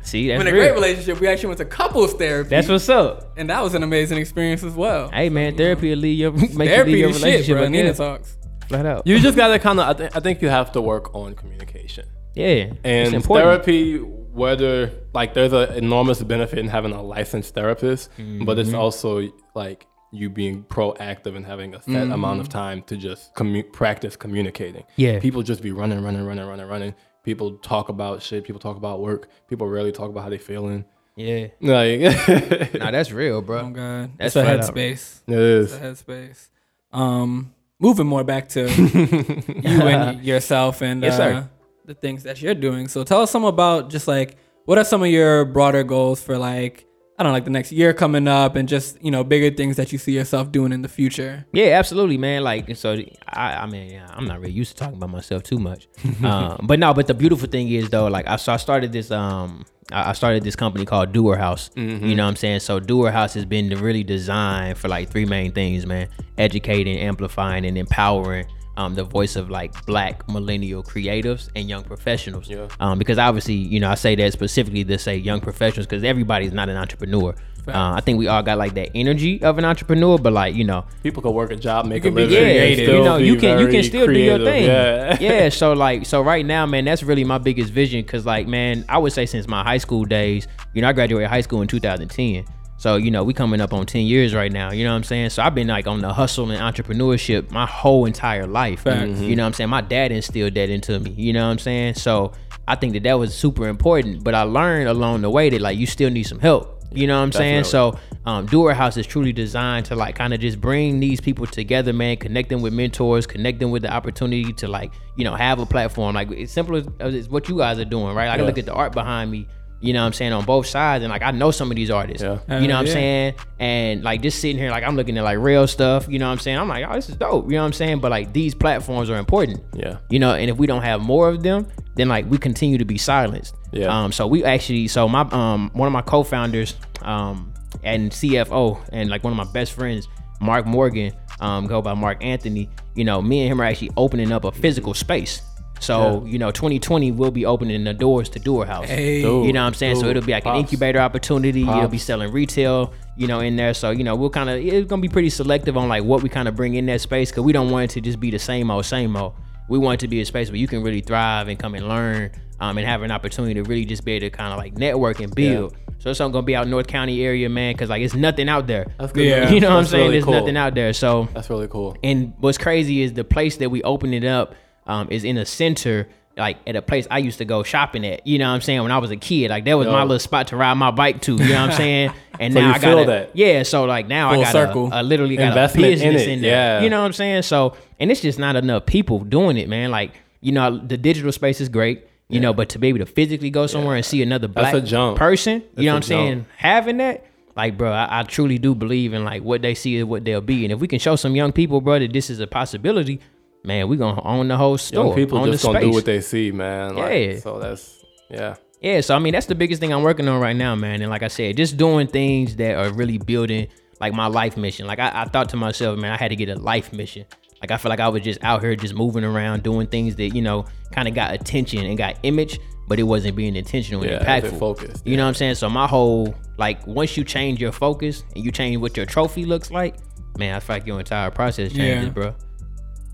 [SPEAKER 1] See, that's
[SPEAKER 2] in a great
[SPEAKER 1] real.
[SPEAKER 2] relationship, we actually went to couples therapy.
[SPEAKER 1] That's what's up.
[SPEAKER 2] and that was an amazing experience as well.
[SPEAKER 1] Hey man, therapy will leave your make
[SPEAKER 2] therapy
[SPEAKER 1] you leave your
[SPEAKER 2] is shit,
[SPEAKER 1] relationship
[SPEAKER 2] bro. Nina
[SPEAKER 1] again.
[SPEAKER 2] talks.
[SPEAKER 1] Flat out.
[SPEAKER 3] You just gotta kind of. I, think I think you have to work on communication
[SPEAKER 1] yeah, it's
[SPEAKER 3] and
[SPEAKER 1] important.
[SPEAKER 3] therapy. Whether like there's an enormous benefit in having a licensed therapist, but
[SPEAKER 1] Mm-hmm.
[SPEAKER 3] it's also like you being proactive and having a set amount of time to just commu- practice communicating.
[SPEAKER 1] Mm-hmm. Yeah.
[SPEAKER 3] people just be running, running, running, running, running. People talk about shit. People talk about work. People rarely talk about how they feeling.
[SPEAKER 1] Yeah,
[SPEAKER 3] Like it
[SPEAKER 1] nah, that's real, bro.
[SPEAKER 2] Oh God, that's
[SPEAKER 1] That's
[SPEAKER 2] it's a
[SPEAKER 1] flat out.
[SPEAKER 2] headspace.
[SPEAKER 3] is.
[SPEAKER 2] It's a headspace. Um, moving more back to you and yourself and
[SPEAKER 1] Yes, sir.
[SPEAKER 2] uh, the things that you're doing. So tell us some about just like what are some of your broader goals for like I don't know, like the next year coming up and just you know bigger things that you see yourself doing in the future.
[SPEAKER 1] Yeah, absolutely, man. Like, so I, I mean, yeah, I'm not really used to talking about myself too much, um, but no. But the beautiful thing is though, like, I so I started this, um, I I started this company called Doer House. You know what I'm saying? So Doer House has been really designed for like three main things, man: educating, amplifying, and empowering. Um, the voice of like black millennial creatives and young professionals
[SPEAKER 3] Yeah.
[SPEAKER 1] um, because obviously you know i say that specifically to say young professionals because everybody's not an entrepreneur uh, i think we all got like that energy of an entrepreneur but like you know
[SPEAKER 3] People could work a job, make a
[SPEAKER 2] can be
[SPEAKER 3] living.
[SPEAKER 1] yeah,
[SPEAKER 3] and
[SPEAKER 2] creative.
[SPEAKER 3] still
[SPEAKER 1] you know,
[SPEAKER 3] be
[SPEAKER 1] you can you
[SPEAKER 3] very
[SPEAKER 1] can still do
[SPEAKER 3] creative.
[SPEAKER 1] your thing.
[SPEAKER 3] Yeah.
[SPEAKER 1] yeah. So like, so right now, man, that's really my biggest vision. Cause like, man, I would say since my high school days, you know, I graduated high school in 2010. So you know, we coming up on 10 years right now. You know what I'm saying? So I've been like on the hustle and entrepreneurship my whole entire life.
[SPEAKER 3] Mm-hmm.
[SPEAKER 1] You know what I'm saying? My dad instilled that into me. You know what I'm saying? So I think that that was super important. But I learned along the way that like you still need some help. You know what I'm saying?
[SPEAKER 3] Definitely.
[SPEAKER 1] So so um, Doer House is truly designed to like kind of just bring these people together, man. Connect them with mentors, connect them with the opportunity to like you know have a platform. Like it's simple as, as what you guys are doing, right? Like, I can
[SPEAKER 3] Yeah.
[SPEAKER 1] look at the art behind me. You know what I'm saying on both sides, and like I know some of these artists.
[SPEAKER 3] Yeah.
[SPEAKER 1] You know what I'm
[SPEAKER 2] yeah.
[SPEAKER 1] saying, and like just sitting here, like I'm looking at like real stuff. You know what I'm saying? I'm like, oh, this is dope. You know what I'm saying? But like these platforms are important.
[SPEAKER 3] Yeah.
[SPEAKER 1] You know, and if we don't have more of them, then like we continue to be silenced.
[SPEAKER 3] Yeah.
[SPEAKER 1] Um. So we actually, so my um one of my co-founders um and CFO and like one of my best friends, Mark Morgan, um go by Mark Anthony. You know, me and him are actually opening up a physical space. So you know, 2020 will be opening the doors to Door House.
[SPEAKER 2] Hey.
[SPEAKER 1] You know what I'm saying? So
[SPEAKER 3] Dope.
[SPEAKER 1] it'll be like an
[SPEAKER 3] Pops.
[SPEAKER 1] incubator opportunity. It'll be
[SPEAKER 3] Pops.
[SPEAKER 1] selling retail, you know, in there. So, you know, we'll kind of, it's going to be pretty selective on like what we kind of bring in that space because we don't want it to just be the same old, same old. We want it to be a space where you can really thrive and come and learn um, and have an opportunity to really just be able to kind of like network and build. So it's not going to be out North County area, man, because like it's nothing out there.
[SPEAKER 3] That's good.
[SPEAKER 2] Yeah.
[SPEAKER 1] you know what I'm
[SPEAKER 3] That's
[SPEAKER 1] saying?
[SPEAKER 3] really
[SPEAKER 1] There's
[SPEAKER 3] cool.
[SPEAKER 1] nothing out there. So
[SPEAKER 3] That's really cool.
[SPEAKER 1] and what's crazy is the place that we opened it up um, is in a center, like at a place I used to go shopping at. You know what I'm saying? When I was a kid, like that was my
[SPEAKER 3] Yo.
[SPEAKER 1] little spot to ride my bike to. You know what I'm saying? And
[SPEAKER 3] So
[SPEAKER 1] now
[SPEAKER 3] you
[SPEAKER 1] I
[SPEAKER 3] feel
[SPEAKER 1] got
[SPEAKER 3] that.
[SPEAKER 1] yeah. So like now
[SPEAKER 2] Full
[SPEAKER 1] I got a-
[SPEAKER 2] circle.
[SPEAKER 1] A, literally got
[SPEAKER 3] Investment
[SPEAKER 1] a
[SPEAKER 3] in
[SPEAKER 1] business in,
[SPEAKER 3] it,
[SPEAKER 1] there.
[SPEAKER 3] yeah.
[SPEAKER 1] You know what I'm saying? So and it's just not enough people doing it, man. Like you know the digital space is great. You know, but to be able to physically go somewhere and see another black
[SPEAKER 3] a jump.
[SPEAKER 1] person, you know what I'm
[SPEAKER 3] That's a jump.
[SPEAKER 1] saying? having that, like, bro, I, I truly do believe in like what they see is what they'll be, and if we can show some young people, bro, that this is a possibility, man, we gonna own the whole store.
[SPEAKER 3] Young people
[SPEAKER 1] own
[SPEAKER 3] just
[SPEAKER 1] the
[SPEAKER 3] gonna do
[SPEAKER 1] space.
[SPEAKER 3] what they see, man. Like,
[SPEAKER 1] Yeah.
[SPEAKER 3] So that's yeah.
[SPEAKER 1] Yeah, so I mean that's the biggest thing I'm working on right now, man. And like I said, just doing things that are really building like my life mission. Like I, I thought to myself, man, I had to get a life mission. Like I feel like I was just out here just moving around doing things that, you know, kind of got attention and got image, but it wasn't being intentional and
[SPEAKER 3] Yeah, it
[SPEAKER 1] impactful.
[SPEAKER 3] wasn't focused,
[SPEAKER 1] You know what I'm saying? So my whole like once you change your focus and you change what your trophy looks like, man, I feel like your entire process changes,
[SPEAKER 2] Yeah.
[SPEAKER 1] bro.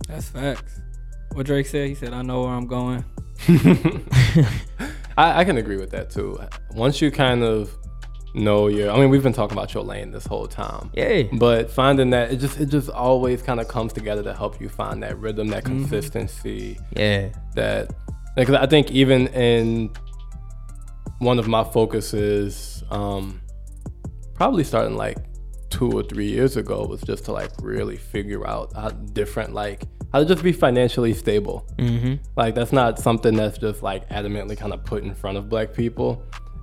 [SPEAKER 2] That's facts. What Drake said, he said, I know where I'm going.
[SPEAKER 3] I, I can agree with that too. Once you kind of know your, I mean, we've been talking about your lane this whole time.
[SPEAKER 1] Yeah.
[SPEAKER 3] But finding that it just it just always kind of comes together to help you find that rhythm, that
[SPEAKER 1] Mm-hmm.
[SPEAKER 3] consistency,
[SPEAKER 1] Yeah.
[SPEAKER 3] that because I think even in one of my focuses, um, probably starting like two or three years ago, was just to like really figure out how different like how to just be financially stable. Mm-hmm. Like that's not something that's just like adamantly kind of put in front of black people.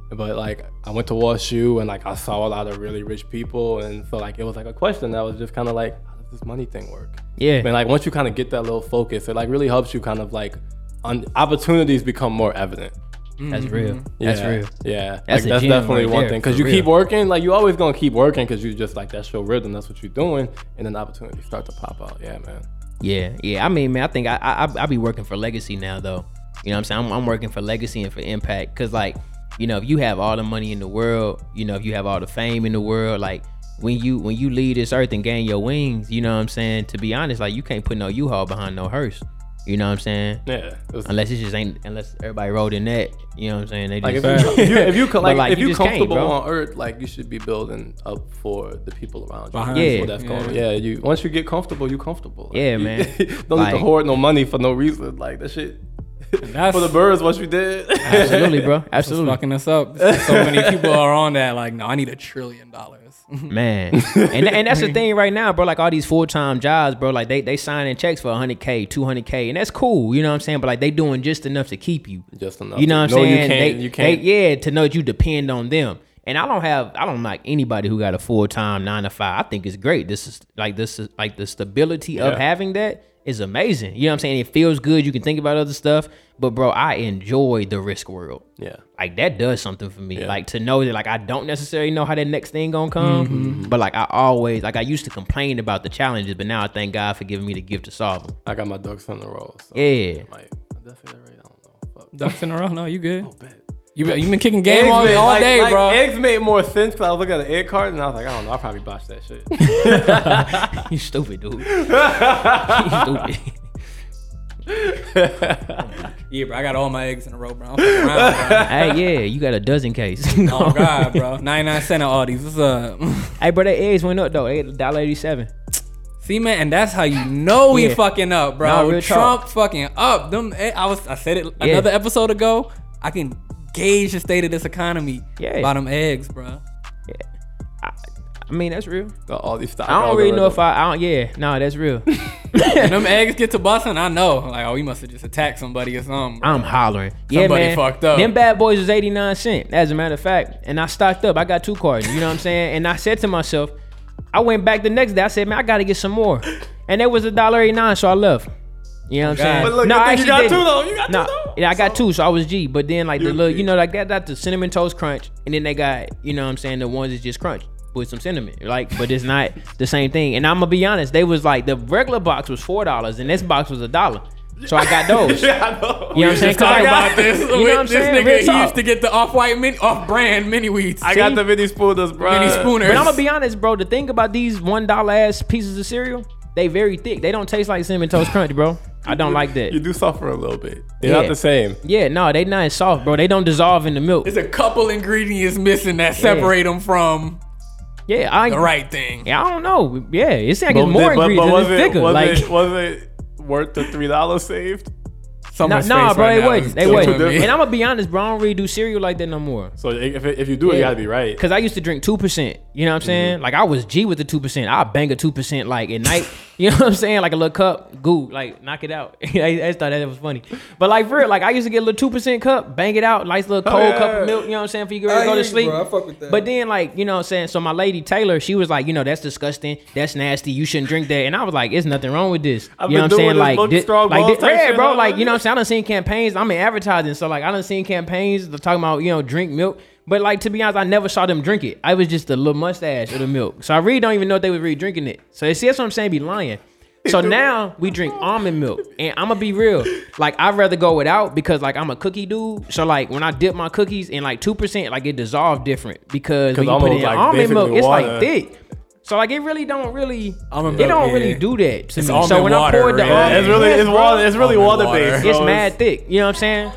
[SPEAKER 3] But like I went to WashU and like I saw a lot of really rich people, and so like it was like a question that was just kind of like, how does this money thing work?
[SPEAKER 1] Yeah.
[SPEAKER 3] And like once you kind of get that little focus, it like really helps you kind of like un- opportunities become more evident.
[SPEAKER 1] That's real. That's
[SPEAKER 3] Yeah,
[SPEAKER 1] real.
[SPEAKER 3] Yeah, that's,
[SPEAKER 1] That's a
[SPEAKER 3] like, that's
[SPEAKER 1] gem
[SPEAKER 3] definitely
[SPEAKER 1] right
[SPEAKER 3] one
[SPEAKER 1] there,
[SPEAKER 3] thing because
[SPEAKER 1] for
[SPEAKER 3] you
[SPEAKER 1] real.
[SPEAKER 3] keep working. Like you always gonna keep working because you just like that's your rhythm. That's what you're doing, and then opportunities start to pop out. Yeah, man.
[SPEAKER 1] Yeah, yeah. I mean, man, I think I I, I- I be working for legacy now though. You know what I'm saying? I'm, I'm working for legacy and for impact because like, you know, if you have all the money in the world, you know, if you have all the fame in the world, like when you when you leave this earth and gain your wings, you know what I'm saying? To be honest, like you can't put no U-Haul behind no hearse. You know what I'm saying?
[SPEAKER 3] Yeah. It was-
[SPEAKER 1] Unless it just ain't unless everybody rolled in that. You know what I'm saying? They
[SPEAKER 3] like if
[SPEAKER 1] just
[SPEAKER 3] you, if you, if you
[SPEAKER 1] But,
[SPEAKER 3] co- like,
[SPEAKER 1] like,
[SPEAKER 3] if
[SPEAKER 1] you
[SPEAKER 3] you
[SPEAKER 1] just can't,
[SPEAKER 3] comfortable
[SPEAKER 1] bro.
[SPEAKER 3] on earth, like you should be building up for the people around you.
[SPEAKER 2] Behind
[SPEAKER 1] Yeah.
[SPEAKER 3] Well, that's
[SPEAKER 2] Yeah.
[SPEAKER 3] going. Yeah, you once you get comfortable, you comfortable.
[SPEAKER 1] Yeah,
[SPEAKER 3] You-
[SPEAKER 1] man.
[SPEAKER 3] don't need
[SPEAKER 1] Like-
[SPEAKER 3] to hoard no money for no reason. Like that shit
[SPEAKER 2] That's-
[SPEAKER 3] for the birds. Once you did,
[SPEAKER 1] absolutely, bro.
[SPEAKER 2] It's
[SPEAKER 1] Absolutely.
[SPEAKER 2] fucking us up. So many people are on that. Like, no, I need a trillion dollars.
[SPEAKER 1] Man, and, and that's the thing right now, bro. Like all these full time jobs, bro. Like they they signing checks for 100k, 200k, and that's cool. You know what I'm saying? But like they doing just enough to keep you.
[SPEAKER 3] Just enough
[SPEAKER 1] You know what I'm
[SPEAKER 3] to- no, you
[SPEAKER 1] saying?
[SPEAKER 3] can't-
[SPEAKER 1] They-
[SPEAKER 3] you can't-
[SPEAKER 1] they- yeah, to know that you depend on them. And I don't have, I don't like anybody who got a full time nine to five. I think it's great. This is like this is like the stability of
[SPEAKER 3] Yeah.
[SPEAKER 1] having that is amazing. You know what I'm saying? It feels good. You can think about other stuff. But bro, I enjoy the risk world
[SPEAKER 3] yeah.
[SPEAKER 1] like that does something for me. Like to know that like I don't necessarily know how that next thing gonna come, but like I always like I used to complain about the challenges, but now I thank God for giving me the gift to solve them.
[SPEAKER 3] I got my ducks in a row. So
[SPEAKER 1] Yeah,
[SPEAKER 3] Like, did I say that right? I don't know. Fuck.
[SPEAKER 2] Ducks in a row? No, you good.
[SPEAKER 3] Bet.
[SPEAKER 2] You been- you been kicking game all,
[SPEAKER 3] made-
[SPEAKER 2] all
[SPEAKER 3] like-
[SPEAKER 2] day,
[SPEAKER 3] like,
[SPEAKER 2] bro.
[SPEAKER 3] Eggs made more sense because I was looking at the egg card and I was like, I don't know, I probably botched that shit.
[SPEAKER 1] you stupid dude. you stupid.
[SPEAKER 2] Yeah, bro. I got all my eggs in a row, bro. I'm fucking around, bro.
[SPEAKER 1] hey, yeah, you got a dozen case.
[SPEAKER 2] Oh God, bro. 99 cent of all these. What's up?
[SPEAKER 1] Hey, bro, that eggs went up though. They at dollar eighty seven.
[SPEAKER 2] See, man, and that's how you know we
[SPEAKER 1] Yeah.
[SPEAKER 2] fucking up, bro.
[SPEAKER 1] Nah, real
[SPEAKER 2] Trump
[SPEAKER 1] talk.
[SPEAKER 2] fucking up. Them, eh, I was, I said it
[SPEAKER 1] Yeah.
[SPEAKER 2] another episode ago. I can gauge the state of this economy
[SPEAKER 1] Yeah.
[SPEAKER 2] by them eggs, bro.
[SPEAKER 1] I mean, that's real.
[SPEAKER 3] all these stock
[SPEAKER 1] I don't really know if I. I don't. Yeah, no, that's real.
[SPEAKER 2] When them eggs get to busting, I know. Like, oh, we must have just attacked somebody or something. bro.
[SPEAKER 1] I'm hollering. Yeah,
[SPEAKER 2] Somebody
[SPEAKER 1] man.
[SPEAKER 2] fucked up.
[SPEAKER 1] Them bad boys was 89 cent, as a matter of fact. And I stocked up. I got two cards. You know what I'm saying? And I said to myself, I went back the next day. I said, man, I gotta get some more. And it was a dollar eighty nine, so I left. You know what I'm saying?
[SPEAKER 3] But look, good
[SPEAKER 1] I
[SPEAKER 3] thing you
[SPEAKER 1] actually
[SPEAKER 3] got
[SPEAKER 1] didn't.
[SPEAKER 3] two, though. You got two,
[SPEAKER 1] Nah,
[SPEAKER 3] though.
[SPEAKER 1] Yeah, I got two, so I was G. But then like the
[SPEAKER 3] You're
[SPEAKER 1] little,
[SPEAKER 3] G.
[SPEAKER 1] you know, like that got the cinnamon toast crunch, and then they got, you know what I'm saying, the ones that's just crunch with some cinnamon. Like, but it's not the same thing. And I'm gonna be honest, they was like the regular box was four dollars and this box was a dollar. So I got those.
[SPEAKER 3] yeah, I know.
[SPEAKER 1] You know what I'm saying?
[SPEAKER 2] Just talk
[SPEAKER 1] Cause I-
[SPEAKER 2] about this.
[SPEAKER 1] You know what I'm
[SPEAKER 2] this
[SPEAKER 1] saying? Real
[SPEAKER 2] nigga, he
[SPEAKER 1] talk.
[SPEAKER 2] used to get the off-white, mini, off-brand mini weeds.
[SPEAKER 3] I got the mini spooners, bro.
[SPEAKER 2] mini spooners.
[SPEAKER 1] But I'm gonna be honest, bro. The thing about these one dollar ass pieces of cereal, they very thick. They don't taste like cinnamon toast crunch, bro. I don't like
[SPEAKER 3] You
[SPEAKER 1] that.
[SPEAKER 3] do suffer a little bit. They're not
[SPEAKER 1] Yeah.
[SPEAKER 3] the same.
[SPEAKER 1] Yeah, no, they not soft, bro. They don't dissolve in the milk.
[SPEAKER 2] There's a couple ingredients missing that separate them from
[SPEAKER 1] Yeah, I
[SPEAKER 2] the right thing.
[SPEAKER 1] yeah, I don't know. Yeah, it's like it's more
[SPEAKER 3] but- but
[SPEAKER 1] ingredients.
[SPEAKER 3] was
[SPEAKER 1] and it's
[SPEAKER 3] it,
[SPEAKER 1] thicker.
[SPEAKER 3] was,
[SPEAKER 1] like,
[SPEAKER 3] it, was it worth the three dollars saved?
[SPEAKER 1] nah,
[SPEAKER 2] Someone's
[SPEAKER 1] nah,
[SPEAKER 2] face
[SPEAKER 1] bro,
[SPEAKER 2] right
[SPEAKER 1] they
[SPEAKER 2] now
[SPEAKER 1] wouldn't.
[SPEAKER 2] is
[SPEAKER 1] They
[SPEAKER 2] doing
[SPEAKER 1] wouldn't.
[SPEAKER 2] me.
[SPEAKER 1] And I'm gonna be honest, bro. I don't really do cereal like that no more.
[SPEAKER 3] So if, if you do it, you
[SPEAKER 1] Yeah.
[SPEAKER 3] gotta be right.
[SPEAKER 1] Cause I used to drink two percent. You know what I'm
[SPEAKER 2] Mm-hmm.
[SPEAKER 1] saying? Like I was G with the two percent. I bang a two percent like at night. You know what I'm saying? Like a little cup, goo, like knock it out. I, I just thought that was funny. But like for real, like I used to get a little two percent cup, bang it out, nice little cold
[SPEAKER 3] Oh, yeah.
[SPEAKER 1] cup of milk. You know what I'm saying? For you to go to sleep. But then like you know what I'm saying? So my lady Taylor, she was like, you know, that's disgusting. That's nasty. You shouldn't drink that. And I was like, it's nothing wrong with this.
[SPEAKER 3] I've
[SPEAKER 1] you know what
[SPEAKER 3] been
[SPEAKER 1] I'm saying?
[SPEAKER 3] doing this
[SPEAKER 1] Like,
[SPEAKER 3] book
[SPEAKER 1] thi-
[SPEAKER 3] strong
[SPEAKER 1] like
[SPEAKER 3] balls
[SPEAKER 1] thi-
[SPEAKER 3] type
[SPEAKER 1] yeah,
[SPEAKER 3] shit
[SPEAKER 1] bro.
[SPEAKER 3] all
[SPEAKER 1] Like you
[SPEAKER 3] over.
[SPEAKER 1] know what I'm saying? I done seen campaigns. I'm in advertising, so like I done seen campaigns that talking about you know drink milk. But like to be honest, I never saw them drink it. I was just a little mustache of the milk. So I really don't even know if they was really drinking it. So see that's what I'm saying, be lying. So now we drink almond milk. And I'ma be real. Like I'd rather go without because like I'm a cookie dude. So like when I dip my cookies in like two percent, like it dissolved different because when you put
[SPEAKER 3] almost,
[SPEAKER 1] it in
[SPEAKER 3] like,
[SPEAKER 1] almond milk,
[SPEAKER 3] basically
[SPEAKER 1] it's like
[SPEAKER 3] water.
[SPEAKER 1] thick. So like it really don't really
[SPEAKER 2] Almond
[SPEAKER 1] it
[SPEAKER 2] milk,
[SPEAKER 1] don't
[SPEAKER 2] yeah.
[SPEAKER 1] really do that to
[SPEAKER 2] It's
[SPEAKER 1] me. So
[SPEAKER 2] almond
[SPEAKER 1] when I
[SPEAKER 2] water,
[SPEAKER 1] poured the
[SPEAKER 2] yeah.
[SPEAKER 1] almond,
[SPEAKER 3] It's really
[SPEAKER 1] Yes,
[SPEAKER 3] it's
[SPEAKER 1] bro.
[SPEAKER 3] water. It's really
[SPEAKER 2] Almond
[SPEAKER 3] water based.
[SPEAKER 2] water.
[SPEAKER 1] It's mad thick. You know what I'm saying?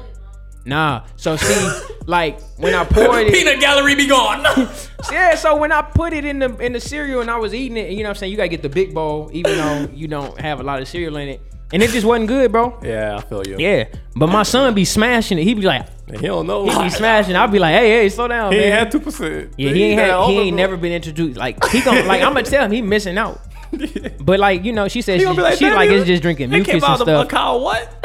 [SPEAKER 1] Nah. So see, like when I poured it,
[SPEAKER 2] Peanut gallery be gone.
[SPEAKER 1] yeah. So when I put it in the in the cereal and I was eating it, you know what I'm saying? You gotta get the big bowl, even though you don't have a lot of cereal in it, and it just wasn't good, bro.
[SPEAKER 3] Yeah, I feel you.
[SPEAKER 1] Yeah. But my son be smashing it. He be like,
[SPEAKER 3] He don't know.
[SPEAKER 1] he be smashing. I'll be like, hey, hey, slow down,
[SPEAKER 3] He
[SPEAKER 1] man.
[SPEAKER 3] ain't had two percent.
[SPEAKER 1] Yeah, he ain't had, he ain't never been introduced. Like he gon' like I'm gonna tell him he missing out. But like you know, she said she,
[SPEAKER 3] gonna be like,
[SPEAKER 1] she
[SPEAKER 3] "Damn,
[SPEAKER 1] like
[SPEAKER 3] you-
[SPEAKER 1] it's just drinking
[SPEAKER 3] It came
[SPEAKER 1] mucus and
[SPEAKER 3] out of a
[SPEAKER 1] stuff.
[SPEAKER 3] cow. What?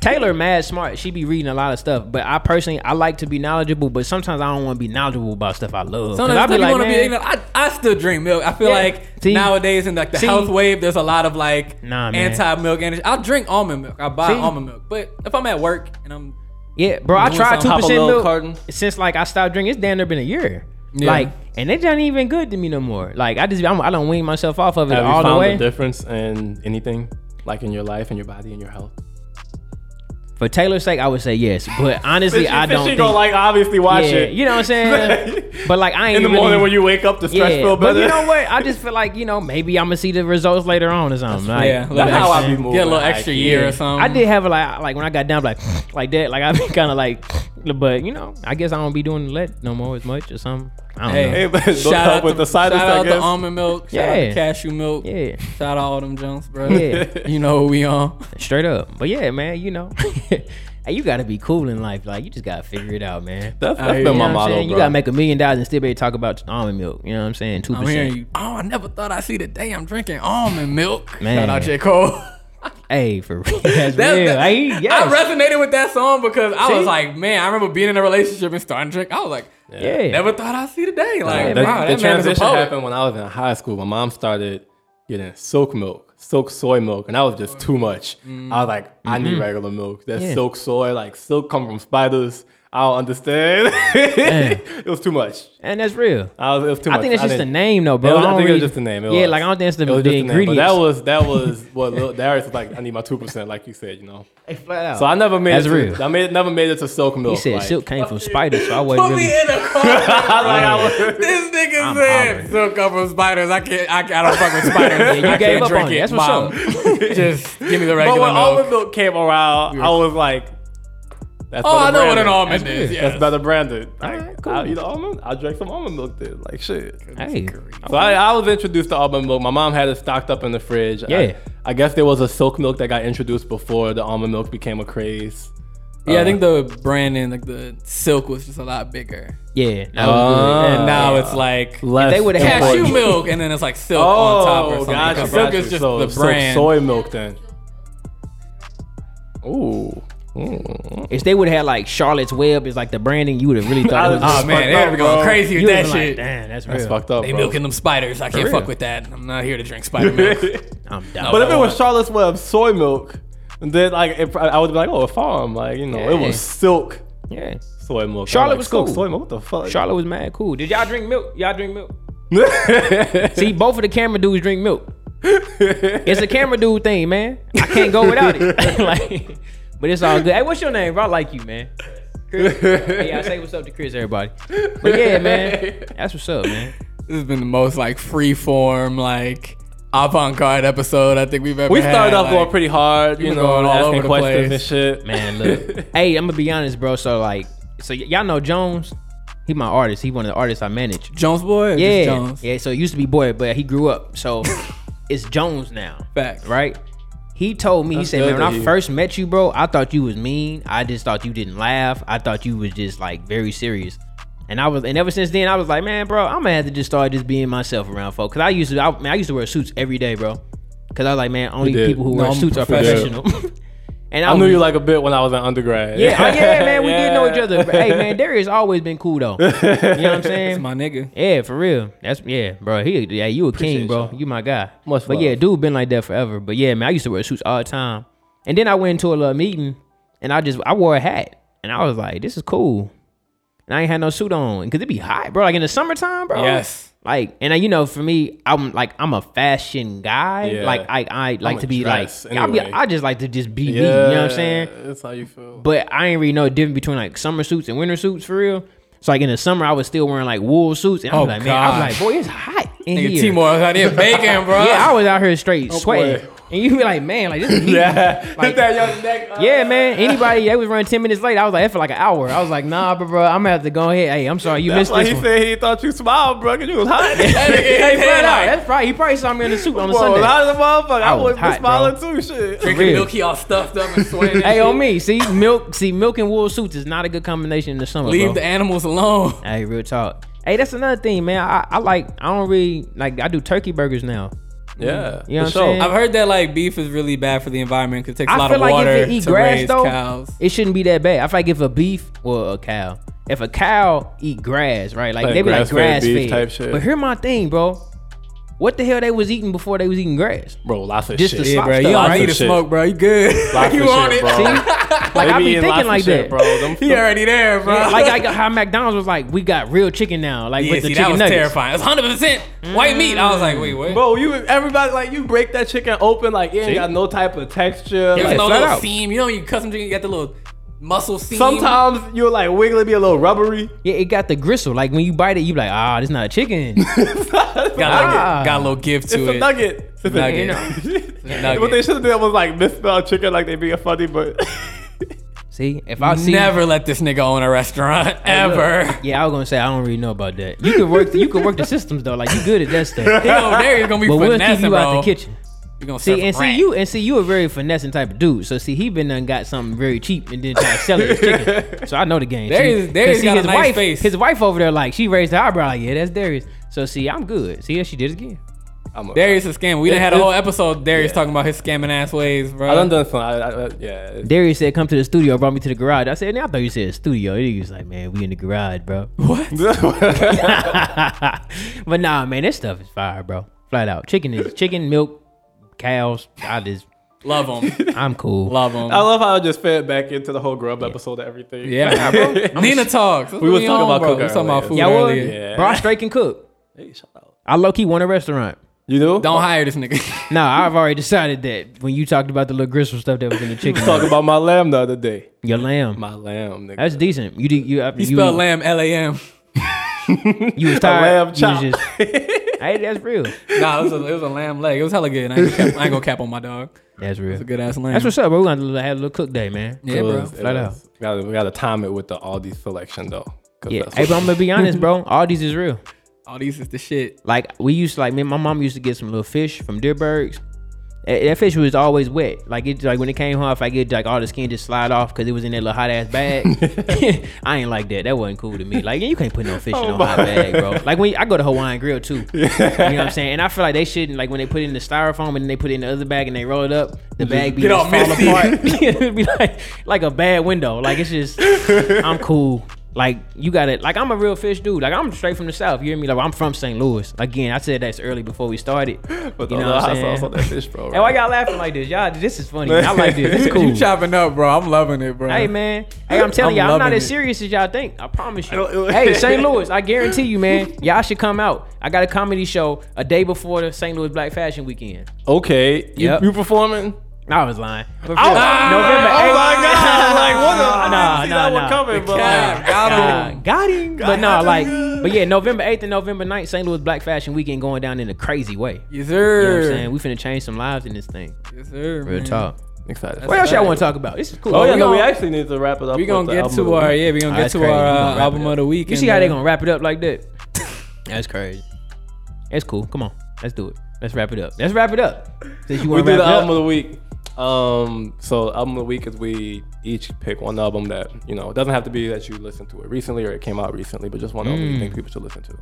[SPEAKER 1] Taylor mad smart. She be reading a lot of stuff, but I personally I like to be knowledgeable, but sometimes I don't want to be knowledgeable about stuff I love. 'Cause I
[SPEAKER 2] Sometimes
[SPEAKER 1] be
[SPEAKER 2] you
[SPEAKER 1] like,
[SPEAKER 2] want to be
[SPEAKER 1] man,
[SPEAKER 2] ignorant. I, I still drink milk. I feel
[SPEAKER 1] Yeah.
[SPEAKER 2] like
[SPEAKER 1] See?
[SPEAKER 2] nowadays in like the
[SPEAKER 1] See?
[SPEAKER 2] health wave, there's a lot of like
[SPEAKER 1] Nah, man.
[SPEAKER 2] anti-milk energy. I'll drink almond milk. I buy
[SPEAKER 1] See?
[SPEAKER 2] almond milk. But if I'm at work and I'm
[SPEAKER 1] yeah, bro. I
[SPEAKER 2] doing
[SPEAKER 1] tried two
[SPEAKER 2] something, pop a
[SPEAKER 1] percent
[SPEAKER 2] little
[SPEAKER 1] milk
[SPEAKER 2] carton.
[SPEAKER 1] since like I stopped drinking. It's damn near been a year.
[SPEAKER 2] Yeah.
[SPEAKER 1] Like, and it not even good to me no more. Like I just I'm, I don't wean myself off of it
[SPEAKER 3] Have you
[SPEAKER 1] all the
[SPEAKER 3] found
[SPEAKER 1] way.
[SPEAKER 3] a difference in anything, like in your life, in your body, in your health?
[SPEAKER 1] For Taylor's sake, I would say yes, but honestly, I don't. Think,
[SPEAKER 3] gonna like obviously watch
[SPEAKER 1] yeah,
[SPEAKER 3] it.
[SPEAKER 1] you know what I'm saying. but like I ain't
[SPEAKER 3] in the
[SPEAKER 1] really-
[SPEAKER 3] morning when you wake up, the stress feel
[SPEAKER 1] but
[SPEAKER 3] better.
[SPEAKER 1] you know what? I just feel like you know maybe I'm gonna see the results later on or something. Like,
[SPEAKER 2] yeah,
[SPEAKER 3] That's how I be
[SPEAKER 2] get a
[SPEAKER 3] moving,
[SPEAKER 2] little
[SPEAKER 3] like,
[SPEAKER 2] extra year
[SPEAKER 3] yeah.
[SPEAKER 2] or something.
[SPEAKER 1] I did have a like like when I got down like like that like I been kind of like but you know I guess I don't be doing let no more as much or something. I don't
[SPEAKER 2] Hey,
[SPEAKER 3] Hey, but look
[SPEAKER 2] shout
[SPEAKER 3] up
[SPEAKER 2] out
[SPEAKER 3] with
[SPEAKER 2] to,
[SPEAKER 3] the citrus,
[SPEAKER 2] shout
[SPEAKER 3] I
[SPEAKER 2] out to
[SPEAKER 3] guess.
[SPEAKER 2] almond milk. Shout out
[SPEAKER 1] Yeah.
[SPEAKER 2] to cashew milk.
[SPEAKER 1] know. Yeah,
[SPEAKER 2] Shout out all them Jones, bro.
[SPEAKER 1] Yeah.
[SPEAKER 2] you know who we on.
[SPEAKER 1] straight up. But yeah, man, you know, hey, you gotta be cool in life. Like you just gotta figure it out, man.
[SPEAKER 3] That's,
[SPEAKER 2] hear
[SPEAKER 3] that's
[SPEAKER 2] you.
[SPEAKER 3] been my
[SPEAKER 1] You know what I'm
[SPEAKER 3] motto,
[SPEAKER 1] saying? You
[SPEAKER 3] bro.
[SPEAKER 1] gotta make a million dollars and still be able to talk about almond milk. You know what I'm saying? Two
[SPEAKER 2] I'm hearing
[SPEAKER 1] percent.
[SPEAKER 2] you. Oh, I never thought I'd see the day I'm drinking almond milk.
[SPEAKER 1] Man.
[SPEAKER 2] Shout out J. Cole.
[SPEAKER 1] Hey, for real. That's
[SPEAKER 2] That-
[SPEAKER 1] real.
[SPEAKER 2] that-
[SPEAKER 1] Hey,
[SPEAKER 2] I
[SPEAKER 1] yes.
[SPEAKER 2] resonated with that song because I was
[SPEAKER 1] See?
[SPEAKER 2] like, man, I remember being in a relationship and starting to drink. I was like,
[SPEAKER 1] yeah.
[SPEAKER 2] never thought I'd see the day. Like,
[SPEAKER 1] Yeah,
[SPEAKER 3] the,
[SPEAKER 2] wow,
[SPEAKER 3] the
[SPEAKER 2] that man is a
[SPEAKER 3] transition
[SPEAKER 2] poet.
[SPEAKER 3] happened when I was in high school. My mom started getting silk milk, silk soy milk, and that was just too much. I was like, I need regular milk. That
[SPEAKER 1] Mm. Mm-hmm. Yeah.
[SPEAKER 3] silk soy, like silk come from spiders. I don't understand. it was too much.
[SPEAKER 1] and that's real.
[SPEAKER 3] I was, it was too much.
[SPEAKER 1] I think that's just the
[SPEAKER 3] didn't-
[SPEAKER 1] name though,
[SPEAKER 3] It
[SPEAKER 1] bro.
[SPEAKER 3] was- I,
[SPEAKER 1] don't
[SPEAKER 3] think it was
[SPEAKER 1] really-
[SPEAKER 3] just the name. It
[SPEAKER 1] yeah,
[SPEAKER 3] was.
[SPEAKER 1] like I don't think it's the,
[SPEAKER 3] It was
[SPEAKER 1] the
[SPEAKER 3] just the name. But
[SPEAKER 1] ingredients.
[SPEAKER 3] that was that was what Lil Darius was like. I need my two percent, like you said, you know. So I Oh, never made
[SPEAKER 1] That's
[SPEAKER 3] it.
[SPEAKER 1] real.
[SPEAKER 3] To, I made never made it to silk milk.
[SPEAKER 1] He said
[SPEAKER 3] like,
[SPEAKER 1] silk came from spiders, so I wasn't
[SPEAKER 2] Put
[SPEAKER 1] really.
[SPEAKER 2] me in a car.
[SPEAKER 3] I, like, I was,
[SPEAKER 2] This nigga
[SPEAKER 1] I'm hollering.
[SPEAKER 2] said silk come from spiders. I can't. I, I don't fuck with spiders.
[SPEAKER 1] you
[SPEAKER 2] I
[SPEAKER 1] gave
[SPEAKER 2] can't
[SPEAKER 1] up
[SPEAKER 2] drink
[SPEAKER 1] on it.
[SPEAKER 2] it.
[SPEAKER 1] That's what's up.
[SPEAKER 2] Mom, Just give me the
[SPEAKER 3] But
[SPEAKER 2] regular
[SPEAKER 3] when
[SPEAKER 2] milk.
[SPEAKER 3] almond milk came around, I was like, that's
[SPEAKER 2] Oh, I
[SPEAKER 3] better
[SPEAKER 2] know what an
[SPEAKER 3] branded.
[SPEAKER 2] almond
[SPEAKER 1] That's
[SPEAKER 2] is.
[SPEAKER 1] good.
[SPEAKER 2] Yes.
[SPEAKER 3] That's better branded. Like,
[SPEAKER 1] Alright, cool.
[SPEAKER 3] I'll eat almond. I'll drink some almond milk then. Like shit.
[SPEAKER 1] Hey,
[SPEAKER 3] So I, I was introduced to almond milk. My mom had it stocked up in the fridge. I-
[SPEAKER 1] Yeah.
[SPEAKER 3] I, guess there was a silk milk that got introduced before the almond milk became a craze.
[SPEAKER 2] Yeah, I think the branding, like the silk, was just a lot bigger.
[SPEAKER 1] yeah, that
[SPEAKER 3] Uh,
[SPEAKER 1] was good.
[SPEAKER 2] and now
[SPEAKER 3] yeah.
[SPEAKER 2] it's like
[SPEAKER 3] Less
[SPEAKER 1] they would've had
[SPEAKER 2] cashew
[SPEAKER 1] important.
[SPEAKER 2] milk, and then it's like silk on top or
[SPEAKER 3] Oh,
[SPEAKER 2] something.
[SPEAKER 3] gotcha.
[SPEAKER 2] Because silk
[SPEAKER 3] gotcha.
[SPEAKER 2] is just
[SPEAKER 3] So,
[SPEAKER 2] the
[SPEAKER 3] so
[SPEAKER 2] brand.
[SPEAKER 3] soy milk then. Ooh. Ooh.
[SPEAKER 1] If they would have had like Charlotte's Web as like the branding, you would have really thought it was.
[SPEAKER 3] I-
[SPEAKER 2] oh
[SPEAKER 3] It's
[SPEAKER 2] man,
[SPEAKER 3] fucked
[SPEAKER 2] they
[SPEAKER 3] up,
[SPEAKER 2] were going
[SPEAKER 3] bro.
[SPEAKER 2] crazy
[SPEAKER 1] you
[SPEAKER 2] with that
[SPEAKER 1] would've been like,
[SPEAKER 2] shit.
[SPEAKER 1] Damn, that's real.
[SPEAKER 3] That's fucked up,
[SPEAKER 2] they
[SPEAKER 3] bro.
[SPEAKER 2] milking them spiders. I can't
[SPEAKER 1] real.
[SPEAKER 2] fuck with that. I'm not here to drink spider milk.
[SPEAKER 1] I'm down.
[SPEAKER 3] But if it was Charlotte's Web soy milk, then like it, I would be like, oh, a farm, like you know, it
[SPEAKER 1] Yeah.
[SPEAKER 3] was silk
[SPEAKER 1] yeah,
[SPEAKER 3] soy milk. I'm
[SPEAKER 1] Charlotte
[SPEAKER 3] like,
[SPEAKER 1] was
[SPEAKER 3] silk
[SPEAKER 1] cool.
[SPEAKER 3] Soy milk, what the fuck?
[SPEAKER 1] Charlotte was mad cool. Did y'all drink milk? Y'all drink milk? See, both of the camera dudes drink milk. It's a camera dude thing, man. I can't go without it. like, but it's all good. Hey, what's your name? Bro? I like you, man. Chris. Hey, I say what's up to Chris, everybody. But yeah, man, that's what's up, man.
[SPEAKER 2] This has been the most like free form, like avant garde episode I think we've ever
[SPEAKER 3] we
[SPEAKER 2] had.
[SPEAKER 3] started off
[SPEAKER 2] like,
[SPEAKER 3] going pretty hard,
[SPEAKER 2] were
[SPEAKER 3] you know,
[SPEAKER 2] going all
[SPEAKER 3] asking
[SPEAKER 2] over the
[SPEAKER 3] questions
[SPEAKER 2] place.
[SPEAKER 3] and shit.
[SPEAKER 1] Man, look. hey, I'm gonna be honest, bro. So like, so y- y'all know Jones. He my artist. He one of the artists I manage.
[SPEAKER 2] Jones boy, or
[SPEAKER 1] Yeah,
[SPEAKER 2] just Jones.
[SPEAKER 1] yeah. So it used to be Boy, but he grew up. So it's Jones now,
[SPEAKER 2] Facts.
[SPEAKER 1] right? He told me.
[SPEAKER 3] That's
[SPEAKER 1] he said,
[SPEAKER 3] good
[SPEAKER 1] "Man, when
[SPEAKER 3] to
[SPEAKER 1] I
[SPEAKER 3] hear.
[SPEAKER 1] first met you, bro, I thought you was mean. I just thought you didn't laugh. I thought you was just like very serious." And I was, and ever since then, I was like, "Man, bro, I'm gonna have to just start just being myself around folks." Cause I used to, I, man, I used to wear suits every day, bro. Cause I was like, man, only
[SPEAKER 3] did.
[SPEAKER 1] people who
[SPEAKER 2] No,
[SPEAKER 1] wear
[SPEAKER 2] I'm
[SPEAKER 1] suits are
[SPEAKER 2] professional.
[SPEAKER 1] professional. and
[SPEAKER 3] I
[SPEAKER 1] was
[SPEAKER 3] knew you like a bit when I was in undergrad.
[SPEAKER 1] yeah, oh, yeah, man, we did know
[SPEAKER 3] Yeah.
[SPEAKER 1] each other. But, Hey, man, Darius always been cool though. You know what I'm
[SPEAKER 2] That's
[SPEAKER 1] saying?
[SPEAKER 2] my nigga.
[SPEAKER 1] yeah, for real. That's yeah, bro. He, yeah, you a king,
[SPEAKER 3] Appreciate
[SPEAKER 1] bro.
[SPEAKER 3] y'all.
[SPEAKER 1] You my guy.
[SPEAKER 3] Much
[SPEAKER 1] but
[SPEAKER 3] love.
[SPEAKER 1] yeah, dude, been like that forever. But yeah, man, I used to wear suits all the time. And then I went into a little meeting, and I just I wore a hat, and I was like, this is cool. and I ain't had no suit on because it be hot, bro. Like in the summertime, bro.
[SPEAKER 2] Yes.
[SPEAKER 1] Like and I, you know, for me, I'm like I'm a fashion guy.
[SPEAKER 3] Yeah.
[SPEAKER 1] Like I I like
[SPEAKER 3] a
[SPEAKER 1] to be like
[SPEAKER 3] dress
[SPEAKER 1] I, be,
[SPEAKER 3] anyway.
[SPEAKER 1] I just like to just be me. You know what I'm saying?
[SPEAKER 3] That's how you feel.
[SPEAKER 1] But I ain't really know the difference between like summer suits and winter suits for real. So like in the summer, I was still wearing like wool suits, and I was
[SPEAKER 2] Oh,
[SPEAKER 1] like, man, I was
[SPEAKER 2] gosh.
[SPEAKER 1] like, boy, it's hot in
[SPEAKER 2] Nigga
[SPEAKER 1] here.
[SPEAKER 2] Timor was out there baking, bro.
[SPEAKER 1] Yeah, I was out here straight sweating,
[SPEAKER 3] boy.
[SPEAKER 1] and you be like, man, like this is heat.
[SPEAKER 3] yeah,
[SPEAKER 1] Like-
[SPEAKER 3] that young neck. uh,
[SPEAKER 1] Yeah, man. Anybody that was running ten minutes late, I was like, that for like an hour. I was like, nah, bro, bro I'm gonna have to go ahead. Hey, I'm sorry, you
[SPEAKER 3] That's
[SPEAKER 1] missed
[SPEAKER 3] why
[SPEAKER 1] this
[SPEAKER 3] he
[SPEAKER 1] one.
[SPEAKER 3] said he thought you smiled, bro, because you was hot.
[SPEAKER 2] That nigga, he
[SPEAKER 1] Hey, flat
[SPEAKER 2] said,
[SPEAKER 1] out.
[SPEAKER 2] like,
[SPEAKER 1] That's probably he probably saw me in the suit on the
[SPEAKER 3] Well,
[SPEAKER 1] Sunday.
[SPEAKER 3] lot of the motherfucker, I,
[SPEAKER 1] I was
[SPEAKER 3] was
[SPEAKER 1] hot,
[SPEAKER 3] smiling too, shit.
[SPEAKER 2] Drinking
[SPEAKER 1] real.
[SPEAKER 2] milk, he all stuffed up and sweating. and
[SPEAKER 1] hey, oh,
[SPEAKER 2] shit.
[SPEAKER 1] on me. See, milk. See, milk and wool suits is not a good combination in the summer.
[SPEAKER 2] Leave
[SPEAKER 3] Uh-huh.
[SPEAKER 1] bro.
[SPEAKER 2] the animals alone.
[SPEAKER 1] Hey, real talk. Hey, that's another thing, man. I, I like. I don't really like. I do turkey burgers now.
[SPEAKER 3] Yeah,
[SPEAKER 1] You know
[SPEAKER 3] for
[SPEAKER 1] what I'm saying?
[SPEAKER 2] I've heard that like beef is really bad for the environment because it takes a
[SPEAKER 1] I
[SPEAKER 2] lot
[SPEAKER 1] feel
[SPEAKER 2] of
[SPEAKER 1] like if
[SPEAKER 2] water
[SPEAKER 1] it eat
[SPEAKER 2] to
[SPEAKER 1] grass,
[SPEAKER 2] raise
[SPEAKER 1] though,
[SPEAKER 2] cows.
[SPEAKER 1] It shouldn't be that bad. I feel like if a beef or a cow, if a cow eat grass, right? Like,
[SPEAKER 3] Like
[SPEAKER 1] they be like grass
[SPEAKER 3] grass-fed beef
[SPEAKER 1] fed.
[SPEAKER 3] type shit.
[SPEAKER 1] But here my thing, bro. What the hell they was eating before they was eating grass?
[SPEAKER 3] Bro, lots of
[SPEAKER 1] Just the
[SPEAKER 3] shit.
[SPEAKER 1] slop
[SPEAKER 2] Bro,
[SPEAKER 1] stuff.
[SPEAKER 2] you
[SPEAKER 3] Lots
[SPEAKER 2] don't
[SPEAKER 3] of
[SPEAKER 2] need to
[SPEAKER 3] shit.
[SPEAKER 2] smoke, bro. You good?
[SPEAKER 3] Lots
[SPEAKER 2] you
[SPEAKER 3] of
[SPEAKER 2] on
[SPEAKER 3] shit,
[SPEAKER 2] it?
[SPEAKER 3] bro.
[SPEAKER 1] See? Like I be
[SPEAKER 3] eating lots
[SPEAKER 1] thinking
[SPEAKER 3] of
[SPEAKER 1] like
[SPEAKER 3] shit,
[SPEAKER 1] that,
[SPEAKER 3] bro. Them,
[SPEAKER 2] He already there, bro.
[SPEAKER 1] Yeah, like I, how McDonald's was like, we got real chicken now, like
[SPEAKER 2] yeah,
[SPEAKER 1] with the
[SPEAKER 2] see, that
[SPEAKER 1] chicken
[SPEAKER 2] was
[SPEAKER 1] nuggets.
[SPEAKER 2] terrifying. It was 100 percent white meat. I was like, wait, what?
[SPEAKER 3] Bro, you everybody like you break that chicken open like it ain't
[SPEAKER 1] See?
[SPEAKER 3] got no type of texture.
[SPEAKER 2] There's
[SPEAKER 3] like,
[SPEAKER 2] no
[SPEAKER 1] flat
[SPEAKER 2] little
[SPEAKER 1] out.
[SPEAKER 2] seam. You know, when you custom drink, you got the little muscle seam.
[SPEAKER 3] sometimes you'll like wiggle it, be a little rubbery.
[SPEAKER 1] Yeah, it got the gristle. Like when you bite it, you be like, ah, this not a chicken.
[SPEAKER 2] got, a little-
[SPEAKER 1] Ah.
[SPEAKER 2] got a little give to
[SPEAKER 3] It's a
[SPEAKER 2] it.
[SPEAKER 3] nugget. It's a
[SPEAKER 2] Nugget. nugget.
[SPEAKER 3] what they should have done was like misspell chicken like they being funny, but
[SPEAKER 1] See, if I see
[SPEAKER 2] Never let this nigga own a restaurant ever.
[SPEAKER 1] Yeah, I was gonna say I don't really know about that. You could work, you could work the systems though. Like you good at that stuff.
[SPEAKER 2] He over there is gonna be
[SPEAKER 1] But we'll keep
[SPEAKER 2] finessing,
[SPEAKER 1] you
[SPEAKER 2] bro.
[SPEAKER 1] out the kitchen.
[SPEAKER 2] You gonna
[SPEAKER 1] See,
[SPEAKER 2] see
[SPEAKER 1] and see you, and see you a very finessing type of dude. So see, he been done got something very cheap and then try to sell it as chicken. So I know the game.
[SPEAKER 2] There
[SPEAKER 1] See,
[SPEAKER 2] is- there
[SPEAKER 1] 'cause
[SPEAKER 2] is
[SPEAKER 1] see,
[SPEAKER 2] got a
[SPEAKER 1] his
[SPEAKER 2] nice
[SPEAKER 1] wife,
[SPEAKER 2] face.
[SPEAKER 1] his wife over there, like she raised her eyebrow, like yeah, that's Darius. So see, I'm good. See, she did it again.
[SPEAKER 3] I'm a,
[SPEAKER 2] Darius is scamming. We done
[SPEAKER 3] It-
[SPEAKER 2] had a
[SPEAKER 3] it-
[SPEAKER 2] whole episode Darius talking about his scamming ass ways, bro.
[SPEAKER 3] I done done some. I, I, I, yeah,
[SPEAKER 1] Darius said, "Come to the studio." Brought me to the garage. I said, "Nah, "I thought you said studio." He was like, "Man, we in the garage, bro." but nah, man, this stuff is fire, bro. Flat out, chicken is chicken, milk, cows. I just,
[SPEAKER 2] Love him.
[SPEAKER 1] I'm cool.
[SPEAKER 2] Love him.
[SPEAKER 3] I love how I just fed back into the whole grub episode and everything.
[SPEAKER 2] yeah, bro. Nina talks.
[SPEAKER 3] We was talking about
[SPEAKER 2] bro.
[SPEAKER 3] cooking
[SPEAKER 2] We talking about
[SPEAKER 3] earlier.
[SPEAKER 2] food
[SPEAKER 1] Y'all would,
[SPEAKER 2] earlier.
[SPEAKER 3] Yeah.
[SPEAKER 1] bro. I straight can cook.
[SPEAKER 3] Hey, shout out.
[SPEAKER 1] I low key want a restaurant.
[SPEAKER 3] You do?
[SPEAKER 2] Don't hire this nigga.
[SPEAKER 1] No, I've already decided that when you talked about the little gristle stuff that was in the chicken,
[SPEAKER 3] talk about my lamb the other day.
[SPEAKER 1] your lamb.
[SPEAKER 3] My lamb, nigga.
[SPEAKER 1] That's decent. You did you after
[SPEAKER 2] You
[SPEAKER 1] you
[SPEAKER 2] spell lamb L A M.
[SPEAKER 1] you was tired.
[SPEAKER 3] lamb
[SPEAKER 1] you was
[SPEAKER 3] chop.
[SPEAKER 1] just, hey, that's real.
[SPEAKER 2] Nah, it was, a, it was a lamb leg. It was hella good. I ain't, gonna cap, I ain't gonna cap on my dog.
[SPEAKER 1] That's real.
[SPEAKER 2] It's a good ass lamb.
[SPEAKER 1] That's what's up, bro. We're gonna have a little cook day, man.
[SPEAKER 2] yeah,
[SPEAKER 3] It
[SPEAKER 2] bro.
[SPEAKER 3] was- it
[SPEAKER 1] Flat
[SPEAKER 3] was- Gotta, we gotta time it with the Aldi selection though. 'cause
[SPEAKER 1] Yeah.
[SPEAKER 3] that's
[SPEAKER 1] Hey,
[SPEAKER 3] what-
[SPEAKER 1] but I'm gonna be honest, bro. All these is real.
[SPEAKER 2] All these is the shit.
[SPEAKER 1] Like we used to like me and my mom used to get some little fish from Deerbergs. That that fish was always wet. Like it like when it came home, if I get like all the skin just slide off because it was in that little hot ass bag. I ain't like that. That wasn't cool to me. Like you can't put no fish in no hot bag, bro. Like when I go to Hawaiian Grill too. You know what I'm saying? And I feel like they shouldn't like when they put it in the styrofoam and then they put it in the other bag and they roll it up, the bag be
[SPEAKER 2] get
[SPEAKER 1] just
[SPEAKER 2] all
[SPEAKER 1] fall
[SPEAKER 2] messy.
[SPEAKER 1] apart. It'd be like like a bad window. Like it's just I'm cool. Like you got it. Like I'm a real fish dude. Like I'm straight from the south. You hear me? Like I'm from St. Louis. Again, I said that's early before we started.
[SPEAKER 3] But
[SPEAKER 1] you
[SPEAKER 3] the
[SPEAKER 1] know what I'm
[SPEAKER 3] hot
[SPEAKER 1] saying?
[SPEAKER 3] sauce on that fish, bro.
[SPEAKER 1] Hey, why y'all laughing like this? Y'all, this is funny. I like this. It's cool.
[SPEAKER 2] You chopping up, bro. I'm loving it, bro.
[SPEAKER 1] Hey man, hey, I'm
[SPEAKER 2] I'm
[SPEAKER 1] telling y'all, I'm not
[SPEAKER 2] loving
[SPEAKER 1] as
[SPEAKER 2] it.
[SPEAKER 1] serious as y'all think. I promise you.
[SPEAKER 3] Ew, ew.
[SPEAKER 1] hey, St. Louis, I guarantee you, man, y'all should come out. I got a comedy show a day before the St. Louis Black Fashion Weekend.
[SPEAKER 3] Okay, you,
[SPEAKER 1] Yep.
[SPEAKER 3] you performing?
[SPEAKER 1] I was lying. For real.
[SPEAKER 3] Ah!
[SPEAKER 1] November
[SPEAKER 3] Oh my
[SPEAKER 1] 8th.
[SPEAKER 3] god! Like what? The, I didn't
[SPEAKER 1] Nah,
[SPEAKER 3] see
[SPEAKER 1] nah,
[SPEAKER 3] that
[SPEAKER 1] nah.
[SPEAKER 3] one coming, bro.
[SPEAKER 2] Cap, got
[SPEAKER 1] Nah,
[SPEAKER 2] him.
[SPEAKER 1] got him. But no,
[SPEAKER 3] him.
[SPEAKER 1] like, but yeah, November 8th and November 9th, St. Louis Black Fashion Weekend going down in a crazy way.
[SPEAKER 2] Yes,
[SPEAKER 1] You know
[SPEAKER 2] sir.
[SPEAKER 1] what I'm saying? We finna change some lives in this thing.
[SPEAKER 2] yes, sir.
[SPEAKER 1] Real
[SPEAKER 2] man.
[SPEAKER 1] talk.
[SPEAKER 3] Excited.
[SPEAKER 1] What else y'all want to talk about? This is cool.
[SPEAKER 3] Oh yeah,
[SPEAKER 2] We
[SPEAKER 3] no, we
[SPEAKER 2] gonna-
[SPEAKER 3] actually need to wrap it up.
[SPEAKER 2] We gonna
[SPEAKER 3] with the
[SPEAKER 2] get
[SPEAKER 3] album of
[SPEAKER 2] to
[SPEAKER 3] the
[SPEAKER 2] our
[SPEAKER 3] week.
[SPEAKER 2] yeah. We gonna
[SPEAKER 1] Ah,
[SPEAKER 2] get
[SPEAKER 1] that's
[SPEAKER 2] to
[SPEAKER 1] crazy. We
[SPEAKER 2] our
[SPEAKER 1] gonna wrap
[SPEAKER 2] uh,
[SPEAKER 1] it
[SPEAKER 2] album
[SPEAKER 1] up.
[SPEAKER 2] of the week. uh,
[SPEAKER 1] You see how they gonna wrap it up like that? uh, That's crazy. That's cool. Come on, let's do it. Let's wrap it up. Let's wrap it up. Since you
[SPEAKER 3] We
[SPEAKER 1] want to
[SPEAKER 3] do
[SPEAKER 1] wrap it
[SPEAKER 3] the album
[SPEAKER 1] up,
[SPEAKER 3] of the week. Um, so album of the week is we each pick one album that you know it doesn't have to be that you listened to it recently or it came out recently, but just one album
[SPEAKER 1] Mm.
[SPEAKER 3] you think people should listen to.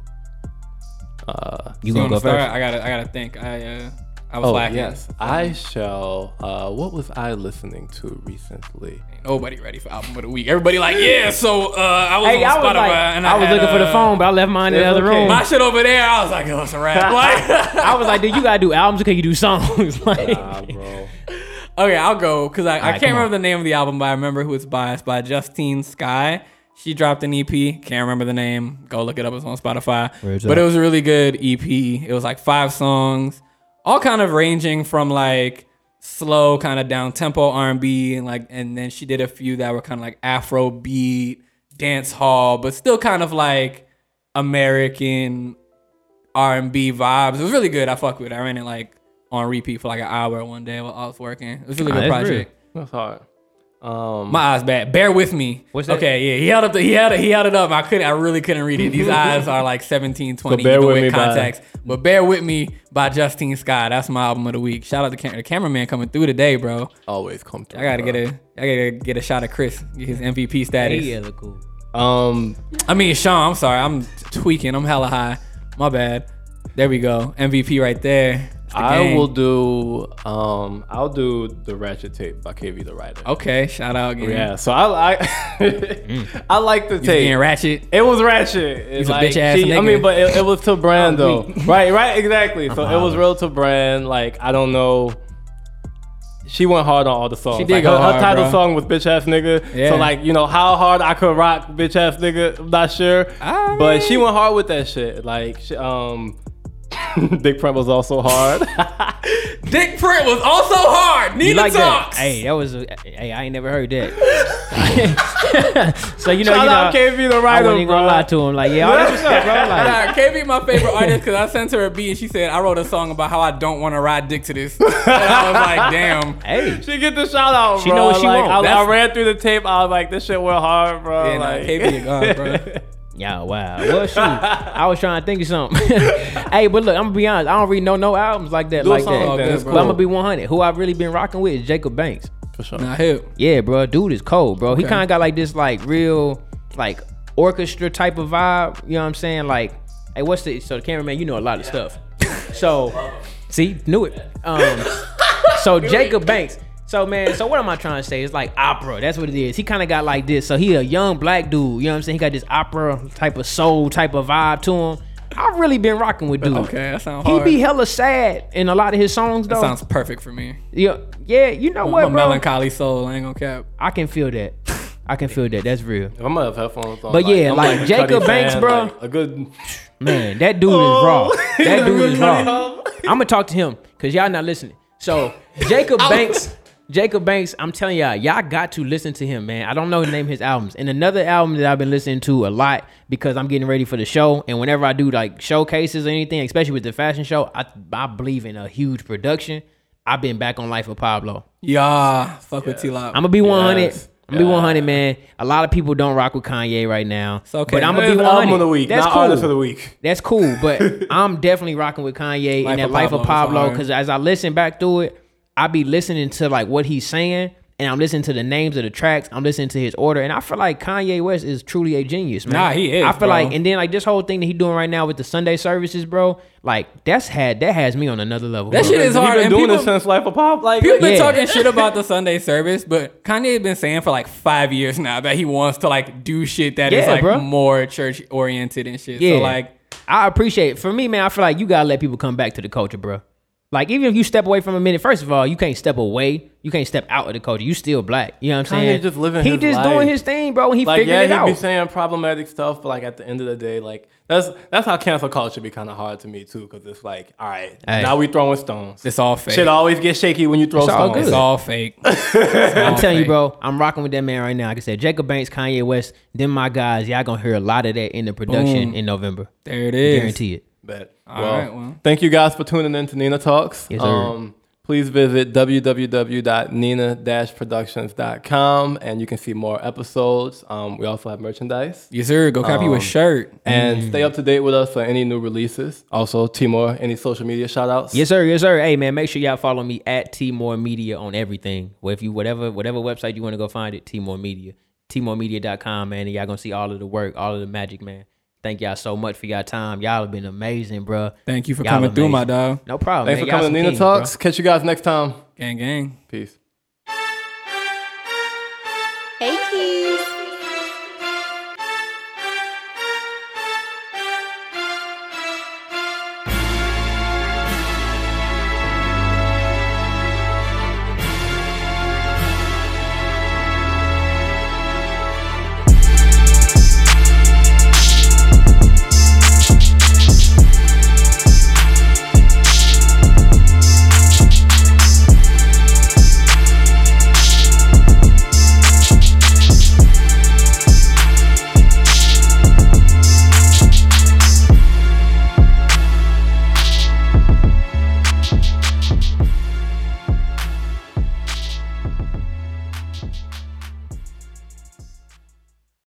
[SPEAKER 3] Uh,
[SPEAKER 1] you
[SPEAKER 2] You
[SPEAKER 1] gonna
[SPEAKER 2] wanna
[SPEAKER 1] go
[SPEAKER 2] start?
[SPEAKER 1] first?
[SPEAKER 2] I gotta. I gotta think. I uh, I was
[SPEAKER 3] oh
[SPEAKER 2] lacking.
[SPEAKER 3] yes, I shall. Uh, what was I listening to recently?
[SPEAKER 2] Ain't nobody ready for album of the week. Everybody like yeah. So uh, I was
[SPEAKER 1] Hey,
[SPEAKER 2] on
[SPEAKER 1] I
[SPEAKER 2] Spotify
[SPEAKER 1] was like,
[SPEAKER 2] and
[SPEAKER 1] I was
[SPEAKER 2] had,
[SPEAKER 1] looking for the
[SPEAKER 2] uh,
[SPEAKER 1] phone, but I left mine in the
[SPEAKER 3] it's
[SPEAKER 1] other
[SPEAKER 3] okay.
[SPEAKER 1] room.
[SPEAKER 2] My shit over there. I was like, oh, it's a wrap. Like,
[SPEAKER 1] I was like, dude, you gotta do albums because you do songs. like,
[SPEAKER 3] Ah, bro.
[SPEAKER 2] Okay, I'll go because I, I
[SPEAKER 1] right,
[SPEAKER 2] can't
[SPEAKER 1] come on.
[SPEAKER 2] remember the name of the album, but I remember who it's by. It's by Justine Sky, She dropped an EP. Can't remember the name. Go look it up. It's on Spotify.
[SPEAKER 1] Where's
[SPEAKER 2] but
[SPEAKER 1] that?
[SPEAKER 2] it was a really good EP. It was like five songs, all kind of ranging from like slow, kind of down tempo R and B, and like, and then she did a few that were kind of like Afro beat, dance hall, but still kind of like American R and B vibes. It was really good. I fuck with. it. I ran it like on repeat for like an hour one day while I was working. It was a really
[SPEAKER 1] Ah,
[SPEAKER 2] good
[SPEAKER 1] that's
[SPEAKER 2] project.
[SPEAKER 3] That's hard. Um,
[SPEAKER 2] My eyes bad. Bear with me.
[SPEAKER 1] What's that?
[SPEAKER 2] Okay, yeah, he held up. The, he held. It, he held it up. I couldn't. I really couldn't read it. These eyes are like 17, 20,
[SPEAKER 3] Bear
[SPEAKER 2] even
[SPEAKER 3] With Me by-
[SPEAKER 2] contacts. But bear with me by Justine Sky. That's my album of the week. Shout out to cam- the cameraman coming through today, bro.
[SPEAKER 3] always come through.
[SPEAKER 2] I gotta
[SPEAKER 3] bro.
[SPEAKER 2] get a. I gotta get a shot of Chris. Get his MVP status.
[SPEAKER 1] Hey, yeah, look cool.
[SPEAKER 3] Um,
[SPEAKER 2] I mean, Sean. I'm sorry. I'm tweaking. I'm hella high. My bad. There we go. MVP right there. It's the
[SPEAKER 3] I
[SPEAKER 2] gang.
[SPEAKER 3] will do. Um, I'll do the Ratchet Tape by KV the Writer.
[SPEAKER 2] Okay. Shout out. Gang.
[SPEAKER 3] Yeah. So I I, I like the tape.
[SPEAKER 2] Gang ratchet.
[SPEAKER 3] It was ratchet. It's
[SPEAKER 2] a
[SPEAKER 3] like,
[SPEAKER 2] bitch-ass
[SPEAKER 3] she- I
[SPEAKER 2] nigga.
[SPEAKER 3] mean, but it, it was to
[SPEAKER 2] I'm
[SPEAKER 3] brand though.
[SPEAKER 2] weak.
[SPEAKER 3] right, right, exactly. So it was real to brand. Like I don't know. She went hard on all the songs.
[SPEAKER 2] She did
[SPEAKER 3] Like,
[SPEAKER 2] go
[SPEAKER 3] her, her
[SPEAKER 2] hard,
[SPEAKER 3] title
[SPEAKER 2] bro.
[SPEAKER 3] song was bitch ass nigga.
[SPEAKER 2] Yeah.
[SPEAKER 3] So like you know how hard I could rock bitch ass nigga. I'm not sure,
[SPEAKER 2] I
[SPEAKER 3] but
[SPEAKER 2] mean-
[SPEAKER 3] she went hard with that shit. Like she, um, Dick Print was also hard.
[SPEAKER 2] Dick print was also hard. Need
[SPEAKER 1] You like
[SPEAKER 2] to
[SPEAKER 1] that?
[SPEAKER 2] talk.
[SPEAKER 1] Hey, that was. a- Hey, I ain't never heard that. so you know,
[SPEAKER 3] Shout
[SPEAKER 1] you know,
[SPEAKER 3] out KV the
[SPEAKER 1] I
[SPEAKER 3] writer,
[SPEAKER 1] wasn't even
[SPEAKER 3] bro.
[SPEAKER 1] gonna lie to him. Like, yeah, all this stuff, bro. Like,
[SPEAKER 2] Nah, KB my favorite artist because I sent her a beat and she said I wrote a song about how I don't want to ride dick to this. And I was like, damn.
[SPEAKER 1] hey,
[SPEAKER 3] She get the shout out,
[SPEAKER 1] She
[SPEAKER 3] bro.
[SPEAKER 1] know what she
[SPEAKER 3] like,
[SPEAKER 1] want.
[SPEAKER 3] I, I
[SPEAKER 2] That's-
[SPEAKER 3] ran through the tape. I was like, this shit went hard, bro.
[SPEAKER 2] Yeah, nah,
[SPEAKER 3] like,
[SPEAKER 2] KB a god, bro.
[SPEAKER 1] yeah, wow. Well, shoot, I was trying to think of something. hey, but look, I'm gonna be honest. I don't really know no albums like that,
[SPEAKER 3] Do a
[SPEAKER 1] like
[SPEAKER 3] song
[SPEAKER 1] that.
[SPEAKER 3] like that.
[SPEAKER 2] That's
[SPEAKER 3] It's
[SPEAKER 1] But I'm gonna
[SPEAKER 3] cool.
[SPEAKER 1] be 100. Who I've really been rocking with is Jacob Banks.
[SPEAKER 3] for sure.
[SPEAKER 2] Nah, hip.
[SPEAKER 1] Yeah, bro, dude is cold, bro. He
[SPEAKER 2] Okay.
[SPEAKER 1] kind of got like this like real like orchestra type of vibe. You know what I'm saying? Like, hey, what's the so the cameraman? You know a lot of stuff. So, see, knew it. Um, so Jacob Banks. So man, so what am I trying to say? It's like opera. That's what it is. He kind of got like this. So he a young black dude. You know what I'm saying? He got this opera type of soul type of vibe to him. I've really been rocking with dude.
[SPEAKER 2] Okay, that sounds
[SPEAKER 1] He
[SPEAKER 2] hard.
[SPEAKER 1] be hella sad in a lot of his songs though.
[SPEAKER 2] that sounds perfect for me.
[SPEAKER 1] yeah, yeah, you know
[SPEAKER 2] I'm
[SPEAKER 1] what,
[SPEAKER 2] a
[SPEAKER 1] bro?
[SPEAKER 2] melancholy soul. I ain't gonna cap.
[SPEAKER 1] I can feel that. I can feel that. That's real.
[SPEAKER 3] If I'm gonna have headphones on.
[SPEAKER 1] But yeah,
[SPEAKER 3] I'm
[SPEAKER 1] like
[SPEAKER 3] a
[SPEAKER 1] Jacob
[SPEAKER 3] Cudi
[SPEAKER 1] Banks, bro.
[SPEAKER 3] like, a good.
[SPEAKER 1] Man, that dude is raw. That dude is raw.
[SPEAKER 3] Cudi
[SPEAKER 1] I'm gonna talk to him because y'all not listening. So Jacob Banks, Jacob Banks, I'm telling y'all, y'all got to listen to him, man. I don't know the name of his albums. And another album that I've been listening to a lot because I'm getting ready for the show. And whenever I do like showcases or anything, especially with the fashion show, I I believe in a huge production. I've been back on Life of Pablo.
[SPEAKER 2] Yeah, fuck with T Lop.
[SPEAKER 1] I'm gonna be 100.
[SPEAKER 3] Yes.
[SPEAKER 1] I'm gonna be 100, man. A lot of people don't rock with Kanye right now.
[SPEAKER 2] okay.
[SPEAKER 1] But I'm gonna
[SPEAKER 3] That's
[SPEAKER 1] be 100.
[SPEAKER 3] album of the week,
[SPEAKER 1] That's
[SPEAKER 3] not
[SPEAKER 1] cool.
[SPEAKER 3] artist of the week.
[SPEAKER 1] That's cool, but I'm definitely rocking with Kanye
[SPEAKER 2] Life
[SPEAKER 1] and that
[SPEAKER 2] of
[SPEAKER 1] Life
[SPEAKER 2] Pablo
[SPEAKER 1] of
[SPEAKER 2] is
[SPEAKER 1] Pablo
[SPEAKER 2] hard.
[SPEAKER 1] because as I listen back through it, I be listening to like what he's saying, and I'm listening to the names of the tracks. I'm listening to his order, and I feel like Kanye West is truly a genius, man.
[SPEAKER 2] Nah, he is,
[SPEAKER 1] I feel
[SPEAKER 2] bro.
[SPEAKER 1] like, and then like this whole thing that he's doing right now with the Sunday services, bro. Like that's had that has me on another level.
[SPEAKER 2] That
[SPEAKER 1] bro.
[SPEAKER 2] shit is
[SPEAKER 3] He
[SPEAKER 2] hard.
[SPEAKER 3] been
[SPEAKER 2] and
[SPEAKER 3] doing
[SPEAKER 2] people,
[SPEAKER 3] this since Life of Pop. Like,
[SPEAKER 2] People been
[SPEAKER 1] Yeah.
[SPEAKER 2] talking shit about the Sunday service, but Kanye has been saying for like five years now that he wants to like do shit that is
[SPEAKER 1] Yeah,
[SPEAKER 2] like
[SPEAKER 1] bruh.
[SPEAKER 2] more church oriented and shit.
[SPEAKER 1] Yeah.
[SPEAKER 2] So like,
[SPEAKER 1] I appreciate it. For me, man, I feel like you gotta let people come back to the culture, bro. Like even if you step away from a minute, first of all, you can't step away. You can't step out of the culture. You still black. You know what I'm saying?
[SPEAKER 3] just living
[SPEAKER 1] He
[SPEAKER 3] his
[SPEAKER 1] just
[SPEAKER 3] life.
[SPEAKER 1] doing his thing, bro. And he
[SPEAKER 3] like
[SPEAKER 1] figured
[SPEAKER 3] yeah,
[SPEAKER 1] it
[SPEAKER 3] he
[SPEAKER 1] out.
[SPEAKER 3] be saying problematic stuff, but like at the end of the day, like that's that's how cancel culture be kind of hard to me too, because it's like, all right,
[SPEAKER 1] Hey.
[SPEAKER 3] now we throwing stones.
[SPEAKER 2] it's all fake.
[SPEAKER 3] Shit always get shaky when you throw
[SPEAKER 1] all
[SPEAKER 3] stones.
[SPEAKER 1] good.
[SPEAKER 2] It's all fake.
[SPEAKER 1] I'm telling you, bro, I'm rocking with that man right now. Like I said, Jacob Banks, Kanye West, them my guys. Y'all gonna hear a lot of that in the production
[SPEAKER 2] Boom.
[SPEAKER 1] in November.
[SPEAKER 2] There it is.
[SPEAKER 1] Guarantee it.
[SPEAKER 3] Bet.
[SPEAKER 2] All
[SPEAKER 3] well,
[SPEAKER 2] right, well.
[SPEAKER 3] Thank you guys for tuning in to Nina Talks. Um,
[SPEAKER 1] Yes, sir.
[SPEAKER 3] please visit www.nina-productions.com and you can see more episodes. Um, we also have merchandise.
[SPEAKER 2] Yes, sir. Go copy you a
[SPEAKER 3] Um,
[SPEAKER 2] shirt.
[SPEAKER 3] And
[SPEAKER 1] Mm.
[SPEAKER 3] stay up to date with us for any new releases. Also, Timor, any social media shout outs?
[SPEAKER 1] Yes, sir. Yes, sir. Hey, man, make sure y'all follow me at T More Media on everything. Well, if you whatever whatever website you want to go find it, T More Media, tmoremedia.com, man. And y'all gonna see all of the work, all of the magic, man. Thank y'all so much for y'all time. Y'all have been amazing, bruh.
[SPEAKER 2] Thank you for
[SPEAKER 1] Y'all
[SPEAKER 2] coming through,
[SPEAKER 1] amazing.
[SPEAKER 2] my dog.
[SPEAKER 1] No problem.
[SPEAKER 3] Thanks
[SPEAKER 1] man.
[SPEAKER 3] for
[SPEAKER 1] Y'all
[SPEAKER 3] coming to Nina
[SPEAKER 1] some kings, bruh.
[SPEAKER 3] Talks. Catch you guys next time.
[SPEAKER 2] Gang, gang.
[SPEAKER 3] Peace.
[SPEAKER 4] Hey, kids.